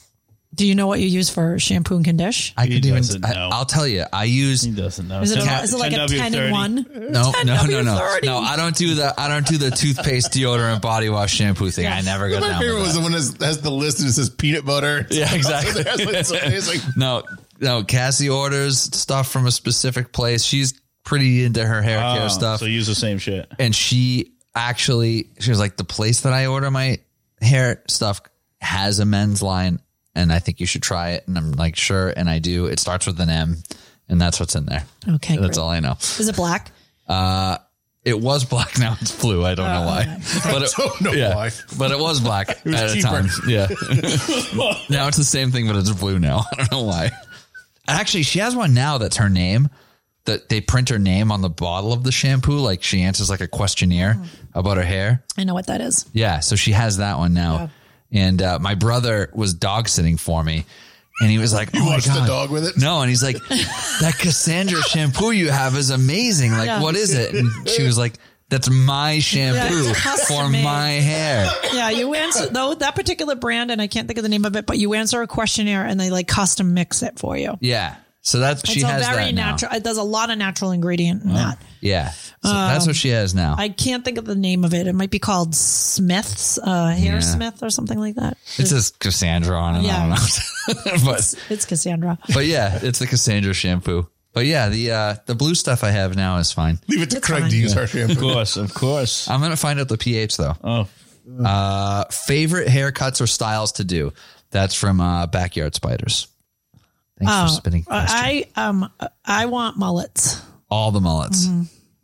S4: Do you know what you use for shampoo and condish?
S1: I
S3: He
S1: could even.
S3: doesn't
S1: I,
S3: know.
S1: I'll tell you. I use
S3: He doesn't know.
S4: Is it,
S3: Ten-
S4: a, is it like a
S3: 10W30.
S4: 10 in 1?
S1: no, no, no, no,
S4: 10W30.
S1: no. I don't do the. I don't do the toothpaste, deodorant, body wash, shampoo thing. I never go
S2: My
S1: down.
S2: favorite
S1: With
S2: was
S1: that.
S2: the one that has the list and it says peanut butter.
S1: Yeah, exactly.
S2: It's like- it's like-
S1: No, no. Cassie orders stuff from a specific place. She's pretty into her hair
S3: Oh,
S1: care stuff.
S3: So use the same shit.
S1: and she actually she was like the place that i order my hair stuff has a men's line and i think you should try it and i'm like sure and i do it starts with an m and that's what's in there
S4: Okay.
S1: that's
S4: great.
S1: all i know
S4: Is it black?
S1: it was black now it's blue i don't know why but it,
S2: don't know
S1: yeah,
S2: why.
S1: but it was black at
S2: was
S1: the
S2: cheaper.
S1: time yeah now it's the same thing but it's blue now i don't know why actually she has one now that's her name that they print her name on the bottle of the shampoo like she answers like a questionnaire about her hair
S4: I know what that is.
S1: Yeah, so she has that one now. And uh, my brother was dog sitting for me, and he was like, "You
S2: watched the dog with it?
S1: No, and he's like, "That Cassandra shampoo you have is amazing. Like,
S4: Yeah.
S1: what is it?" And she was like, "That's my shampoo
S4: Yeah, it's
S1: for
S4: custom-made.
S1: my hair."
S4: Yeah, you answer though that particular brand, and I can't think of the name of it, but you answer a questionnaire and they like custom mix it for you.
S1: Yeah, so that's she
S4: it's
S1: has
S4: a very
S1: that now.
S4: natural. It does a lot of natural ingredient in that.
S1: Yeah, so that's what she has now.
S4: I can't think of the name of it. It might be called Smith's uh, Hair Smith or something like that.
S1: it says Cassandra on it. I
S4: Yeah.
S1: don't know, but
S4: It's Cassandra.
S1: but yeah, it's the Cassandra shampoo. But yeah, the uh, the blue stuff I have now is fine.
S2: Leave it to Craig
S4: fine.
S2: to use our
S3: Of
S2: shampoo.
S3: course, of course.
S1: I'm gonna find out the pH though. Uh,
S3: Oh,
S1: favorite haircuts or styles to do. That's from uh, Backyard Spiders. Thanks for spinning.
S4: Oh, I um I want mullets,
S1: All the mullets.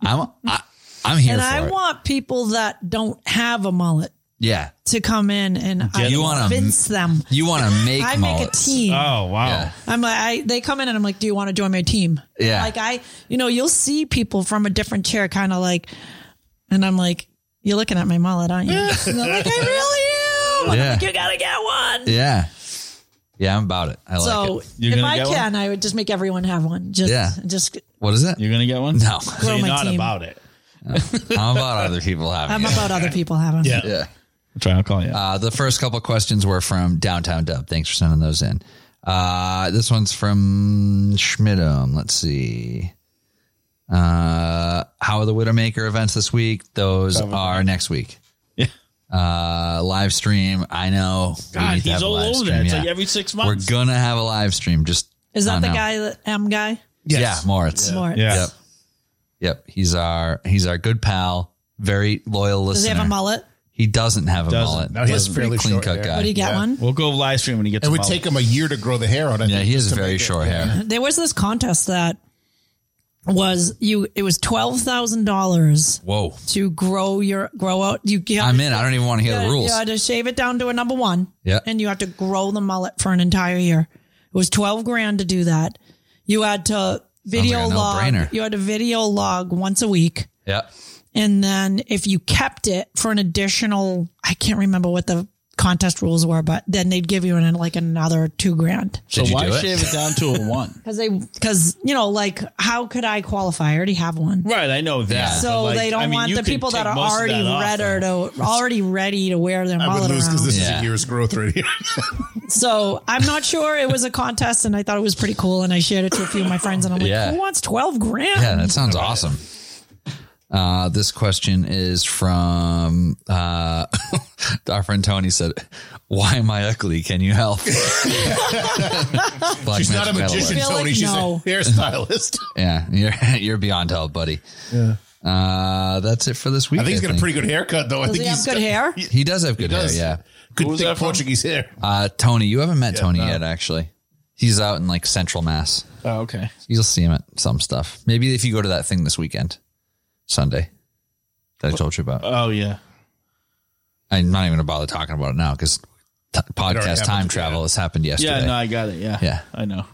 S1: I'm I, I'm here
S4: Mm-hmm. and
S1: for
S4: I
S1: it.
S4: want people that don't have a mullet
S1: Yeah.
S4: to come in and I
S1: You wanna-
S4: convince them.
S1: You want to make
S4: I make a
S1: mullets.
S4: team.
S3: Oh wow.
S1: Yeah.
S4: I'm like, I, they come in and I'm like, do you want to join my team?
S1: Yeah.
S4: Like I, you know, you'll see people from a different chair kind of like, and I'm like, you're looking at my mullet, aren't you? And they're like, I really am. And
S1: Yeah.
S4: I'm like, you gotta get one.
S1: Yeah. Yeah, I'm about it. I like
S4: so
S1: it.
S3: You're
S4: if
S3: gonna
S4: I
S3: get one?
S4: can, I would just make everyone have one. Just,
S1: Yeah.
S4: just,
S1: What is it?
S3: You're gonna get one?
S1: No.
S3: So
S4: Grow
S3: you're
S4: my
S3: not
S4: team.
S3: about it.
S1: I'm about other people having
S4: I'm
S1: it.
S4: about other people having.
S2: Yeah.
S1: Yeah.
S3: Try. I'll call you.
S1: Uh, the first couple of questions were from Downtown Dub. Thanks for sending those in. Uh, this one's from Schmidum. Let's see. Uh, how are the Widowmaker events this week? Those are next week.
S3: Yeah.
S1: Uh, live stream. I know. we
S3: God,
S1: need to
S3: he's
S1: have a
S3: all
S1: live
S3: over
S1: stream,
S3: there. It's
S1: yeah.
S3: like every six
S1: We're
S3: months.
S1: gonna have a live stream. Just
S4: Is that
S1: I
S4: the
S1: know.
S4: guy, that M guy?
S1: Yeah, Moritz.
S4: More.
S3: yeah.
S1: Yep. Yep. He's our he's our good pal. Very loyal
S4: Does he
S1: listener.
S4: have a mullet?
S1: he doesn't have a
S3: Doesn't.
S1: mullet.
S2: No, he has
S1: He's a
S2: fairly
S1: clean
S2: short
S1: cut
S2: hair.
S1: guy.
S4: Would he get
S2: Yeah.
S4: one?
S3: We'll go live stream when he gets.
S2: It would
S3: involved.
S2: take him a year to grow the hair out. I
S1: Yeah,
S2: think,
S1: he has
S2: just to
S1: very
S2: make it.
S1: short hair.
S4: There was this contest that was you. It was twelve thousand dollars
S1: Whoa.
S4: to grow your grow out. You get
S1: I'm in. I don't even want to hear the rules.
S4: You had to shave it down to a number one.
S1: Yeah.
S4: And you have to grow the mullet for an entire year. It was 12 grand to do that. You had to video
S1: like a no-brainer.
S4: log. You had to video log once a week.
S1: Yeah.
S4: And then if you kept it for an additional, I can't remember what the contest rules were, but then they'd give you an, like another two grand.
S3: So
S1: Did you
S3: why
S1: do it?
S3: shave it down to a one?
S4: Cause they, cause you know, like how could I qualify? I already have one.
S3: Right, I know that.
S1: Yeah.
S4: So
S3: But, like,
S4: they don't
S3: I mean,
S4: want
S3: you
S4: the
S3: could
S4: people that
S3: take
S4: are
S3: most of
S4: already
S3: that off,
S4: ready to already ready to wear their
S2: I
S4: mullet
S2: would lose
S4: around.
S2: because this is
S1: Yeah.
S2: a year's growth right here.
S4: So I'm not sure it was a contest, and I thought it was pretty cool, and I shared it to a few of my friends, and I'm like,
S1: Yeah.
S4: who wants twelve grand?
S1: Yeah, that sounds awesome. Uh, this question is from uh, our friend Tony said, Why am I ugly? Can you help? Black
S2: She's not a
S1: Magic Metal
S2: magician,
S1: Works.
S4: Feel
S2: Tony.
S4: like
S2: She's
S4: no.
S2: a hairstylist.
S1: Yeah, you're, you're beyond help, buddy. Yeah. Uh, that's it for this week.
S2: I think he's got a pretty good haircut, though. I
S4: Does
S2: think
S4: he have
S2: he's
S4: good
S2: got
S4: hair?
S1: He does have good
S2: does.
S1: hair, yeah.
S2: good thick Portuguese hair.
S1: Uh, Tony, you haven't met Tony yet, actually. He's out in like central mass.
S3: though. Oh, okay.
S1: You'll see him at some stuff. Maybe if you go to that thing this weekend, Sunday, that I told you about.
S3: Oh yeah.
S1: I'm not even going to bother talking about it now because t- podcast
S2: happened,
S1: time
S2: yeah.
S1: travel has happened yesterday.
S3: Yeah, no, I got it. Yeah.
S1: Yeah.
S3: I know.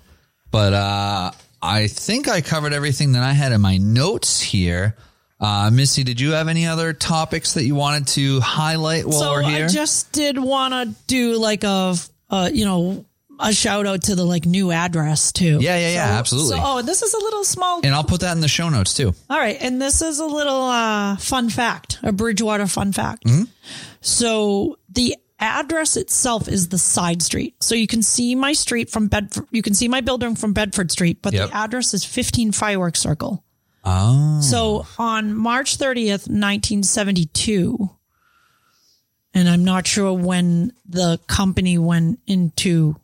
S1: But uh, I think I covered everything that I had in my notes here. Uh, Missy, did you have any other topics that you wanted to highlight while
S4: so
S1: we're
S4: I
S1: here?
S4: just did want to do like a, uh, you know, a shout out to the like new address too.
S1: yeah, yeah, yeah,
S4: So-
S1: absolutely.
S4: So, oh, this is a little small.
S1: and I'll put that in the show notes too.
S4: all right, and this is a little uh, fun fact, a Bridgewater fun fact.
S1: Mm-hmm.
S4: So the address itself is the side street. So you can see my street from Bedford. You can see my building from Bedford Street, but
S1: Yep.
S4: the address is 15 Fireworks Circle.
S1: Oh,
S4: So on March 30th, 1972, and I'm not sure when the company went into,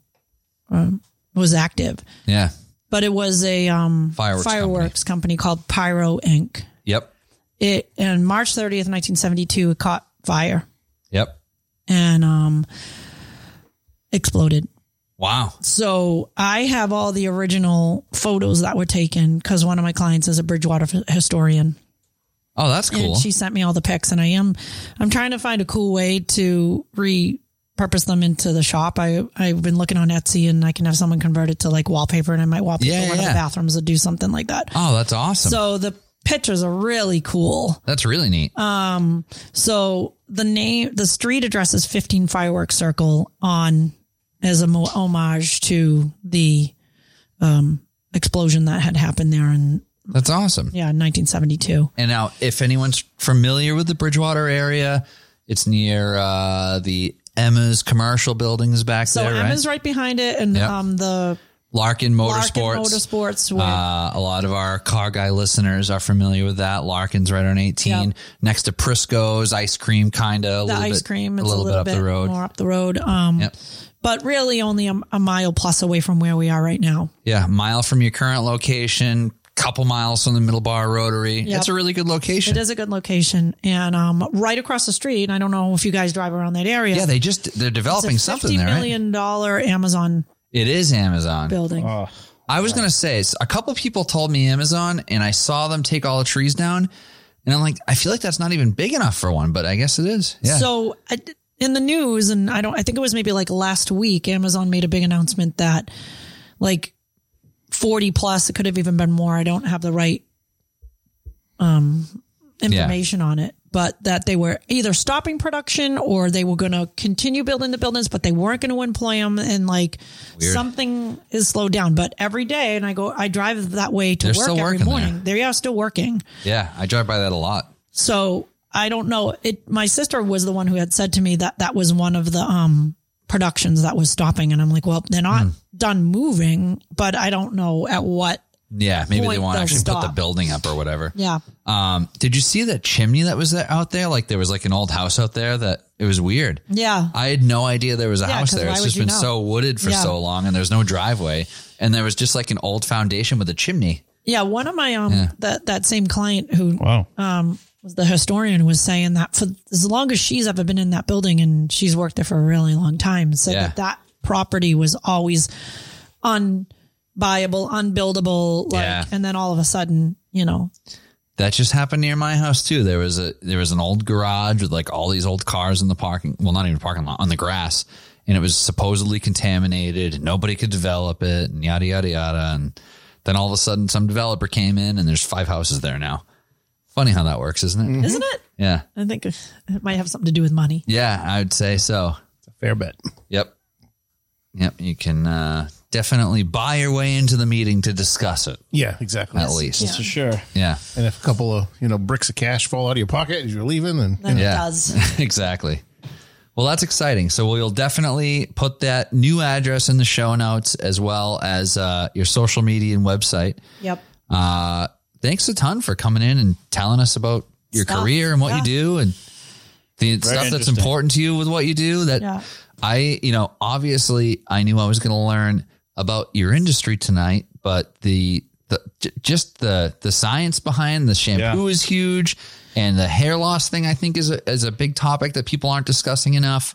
S4: um, was active,
S1: yeah.
S4: but it was a um,
S1: Fireworks
S4: company. called Pyro Inc.
S1: Yep.
S4: It and March 30th, 1972, it caught fire
S1: Yep.
S4: and um, exploded.
S1: Wow.
S4: So I have all the original photos that were taken because one of my clients is a Bridgewater f- historian.
S1: Oh, that's cool.
S4: and she sent me all the pics and I am I'm trying to find a cool way to repurpose them into the shop. I I've been looking on Etsy and I can have someone convert it to like wallpaper and I might wallpaper
S1: Yeah, yeah,
S4: one of
S1: yeah.
S4: the bathrooms or do something like that.
S1: oh, that's awesome.
S4: So the pictures are really cool.
S1: that's really neat.
S4: Um, So the name the street address is 15 Fireworks Circle on as a mo- homage to the um explosion that had happened there in
S1: that's awesome.
S4: yeah, 1972.
S1: And now, if anyone's familiar with the Bridgewater area, it's near uh, the Emma's commercial buildings back
S4: So
S1: there, right?
S4: Emma's right behind it and
S1: Yep.
S4: um the
S1: Larkin
S4: Larkin
S1: Motorsports.
S4: Motorsports. where-
S1: uh, a lot of our car guy listeners are familiar with that. Larkin's right on 18,
S4: Yep.
S1: next to Prisco's ice cream, kind of.
S4: the ice cream. It's
S1: a little, bit up the road.
S4: more up the road. Um,
S1: Yep.
S4: but really only a, a mile plus away from where we are right now.
S1: Yeah, mile from your current location, couple miles from the Middle Bar Rotary. It's a really good location.
S4: It is a good location, and um, right across the street. I don't know if you guys drive around that area.
S1: Yeah, they just they're
S4: it's a
S1: developing something
S4: fifty
S1: there. right?
S4: million dollar Amazon
S1: It is Amazon.
S4: building.
S3: Uh,
S1: I was gonna say s- a couple people told me Amazon, and I saw them take all the trees down, And I'm like, I feel like that's not even big enough for one, but I guess it is. Yeah.
S4: So I, in the news, and I don't, I think it was maybe like last week, Amazon made a big announcement that like 40 plus, it could have even been more. I don't have the right um, information on it, but that they were either stopping production or they were going to continue building the buildings, but they weren't going to employ them. And like something is slowed down. But every day, and I go, I drive that way to
S1: They're
S4: work
S1: still
S4: every
S1: working
S4: morning. They are still working.
S1: yeah. I drive by that a lot.
S4: So I don't know. It my sister was the one who had said to me that that was one of the um productions that was stopping, and I'm like, well, they're
S1: Hmm.
S4: not done moving, but I don't know at what.
S1: Yeah. Maybe they
S4: Point
S1: want to
S4: they'll
S1: actually put the
S4: stop.
S1: building up or whatever.
S4: Yeah,
S1: Um, did you see that chimney that was there, out there? Like there was like an old house out there that it was weird.
S4: yeah.
S1: I had no idea there was a
S4: Yeah,
S1: house
S4: 'cause
S1: there.
S4: why
S1: It's
S4: would
S1: just
S4: you
S1: been
S4: know?
S1: so wooded for
S4: Yeah.
S1: so long and there's no driveway. And there was just like an old foundation with a chimney.
S4: Yeah, one of my um that that same client who
S3: Wow.
S4: um was the historian was saying that for as long as she's ever been in that building and she's worked there for a really long time, said
S1: Yeah.
S4: that that property was always unbuyable, unbuildable, like,
S1: Yeah.
S4: and then all of a sudden, you know,
S1: That just happened near my house too. There was a there was an old garage with like all these old cars in the parking well, not even parking lot on the grass, and it was supposedly contaminated and nobody could develop it and yada yada yada. And then all of a sudden, some developer came in and there's five houses there now. Funny how that works, isn't it?
S4: isn't it?
S1: Yeah,
S4: I think it might have something to do with money.
S1: yeah, I would say so.
S2: Fair bet.
S1: Yep, yep. You can uh, definitely buy your way into the meeting to discuss it
S2: Yeah, exactly.
S1: at least.
S4: Yeah.
S3: For sure.
S1: yeah.
S2: And if a couple of you know bricks of cash fall out of your pocket as you're leaving, then
S4: Then
S1: Yeah.
S4: it does.
S1: exactly. Well, that's exciting. So we'll definitely put that new address in the show notes as well as uh, your social media and website.
S4: Yep.
S1: Uh, thanks a ton for coming in and telling us about your
S4: Stuff.
S1: career and what
S4: Yeah.
S1: you do and the stuff that's
S3: interesting.
S1: important to you with what you do. That
S4: Yeah.
S1: I, you know, obviously I knew I was going to learn about your industry tonight, but the the j- just the the science behind the shampoo is huge, and the hair loss thing I think is a, is a big topic that people aren't discussing enough.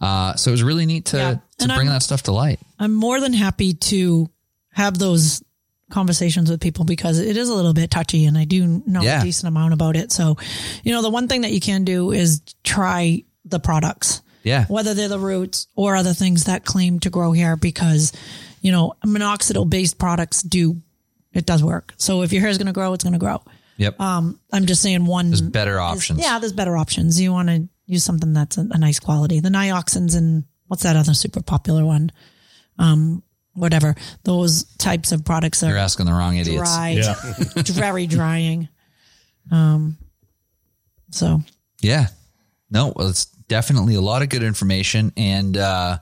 S1: Uh, so it was really neat to
S4: Yeah.
S1: to
S4: And
S1: bring
S4: I'm-
S1: that stuff to light.
S4: I'm more than happy to have those conversations with people because it is a little bit touchy and I do know
S1: Yeah.
S4: a decent amount about it. So, you know, the one thing that you can do is try the products.
S1: Yeah,
S4: whether they're the roots or other things that claim to grow hair because you know minoxidil based products do it does work so if your hair is going to grow it's going to grow
S1: yep.
S4: um i'm just saying one
S1: There's better options.
S4: um, yeah there's better options you want to use something that's a, a nice quality the nioxins and what's that other super popular one um whatever those types of products
S1: You're
S4: are
S1: asking the wrong idiots.
S4: dry very drying um so
S1: Yeah. No, well, it's definitely a lot of good information and uh,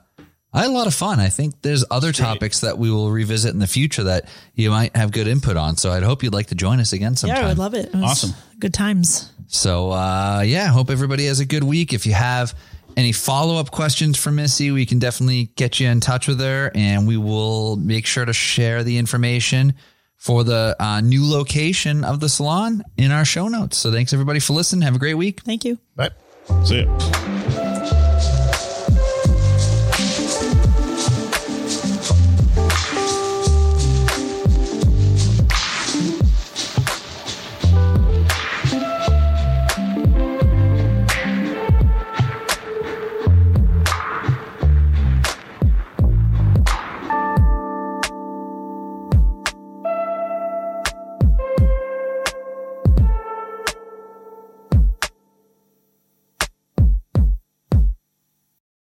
S1: I had a lot of fun. I think there's other topics that we will revisit in the future that you might have good input on. So I'd hope you'd like to join us again sometime.
S4: yeah i would love it, It was
S3: Awesome.
S4: good times
S1: So uh, yeah, hope everybody has a good week. If you have any follow up questions for Missy, we can definitely get you in touch with her, and we will make sure to share the information for the uh, new location of the salon in our show notes. So thanks everybody for listening. Have a great week.
S4: thank you
S2: but.
S3: See ya.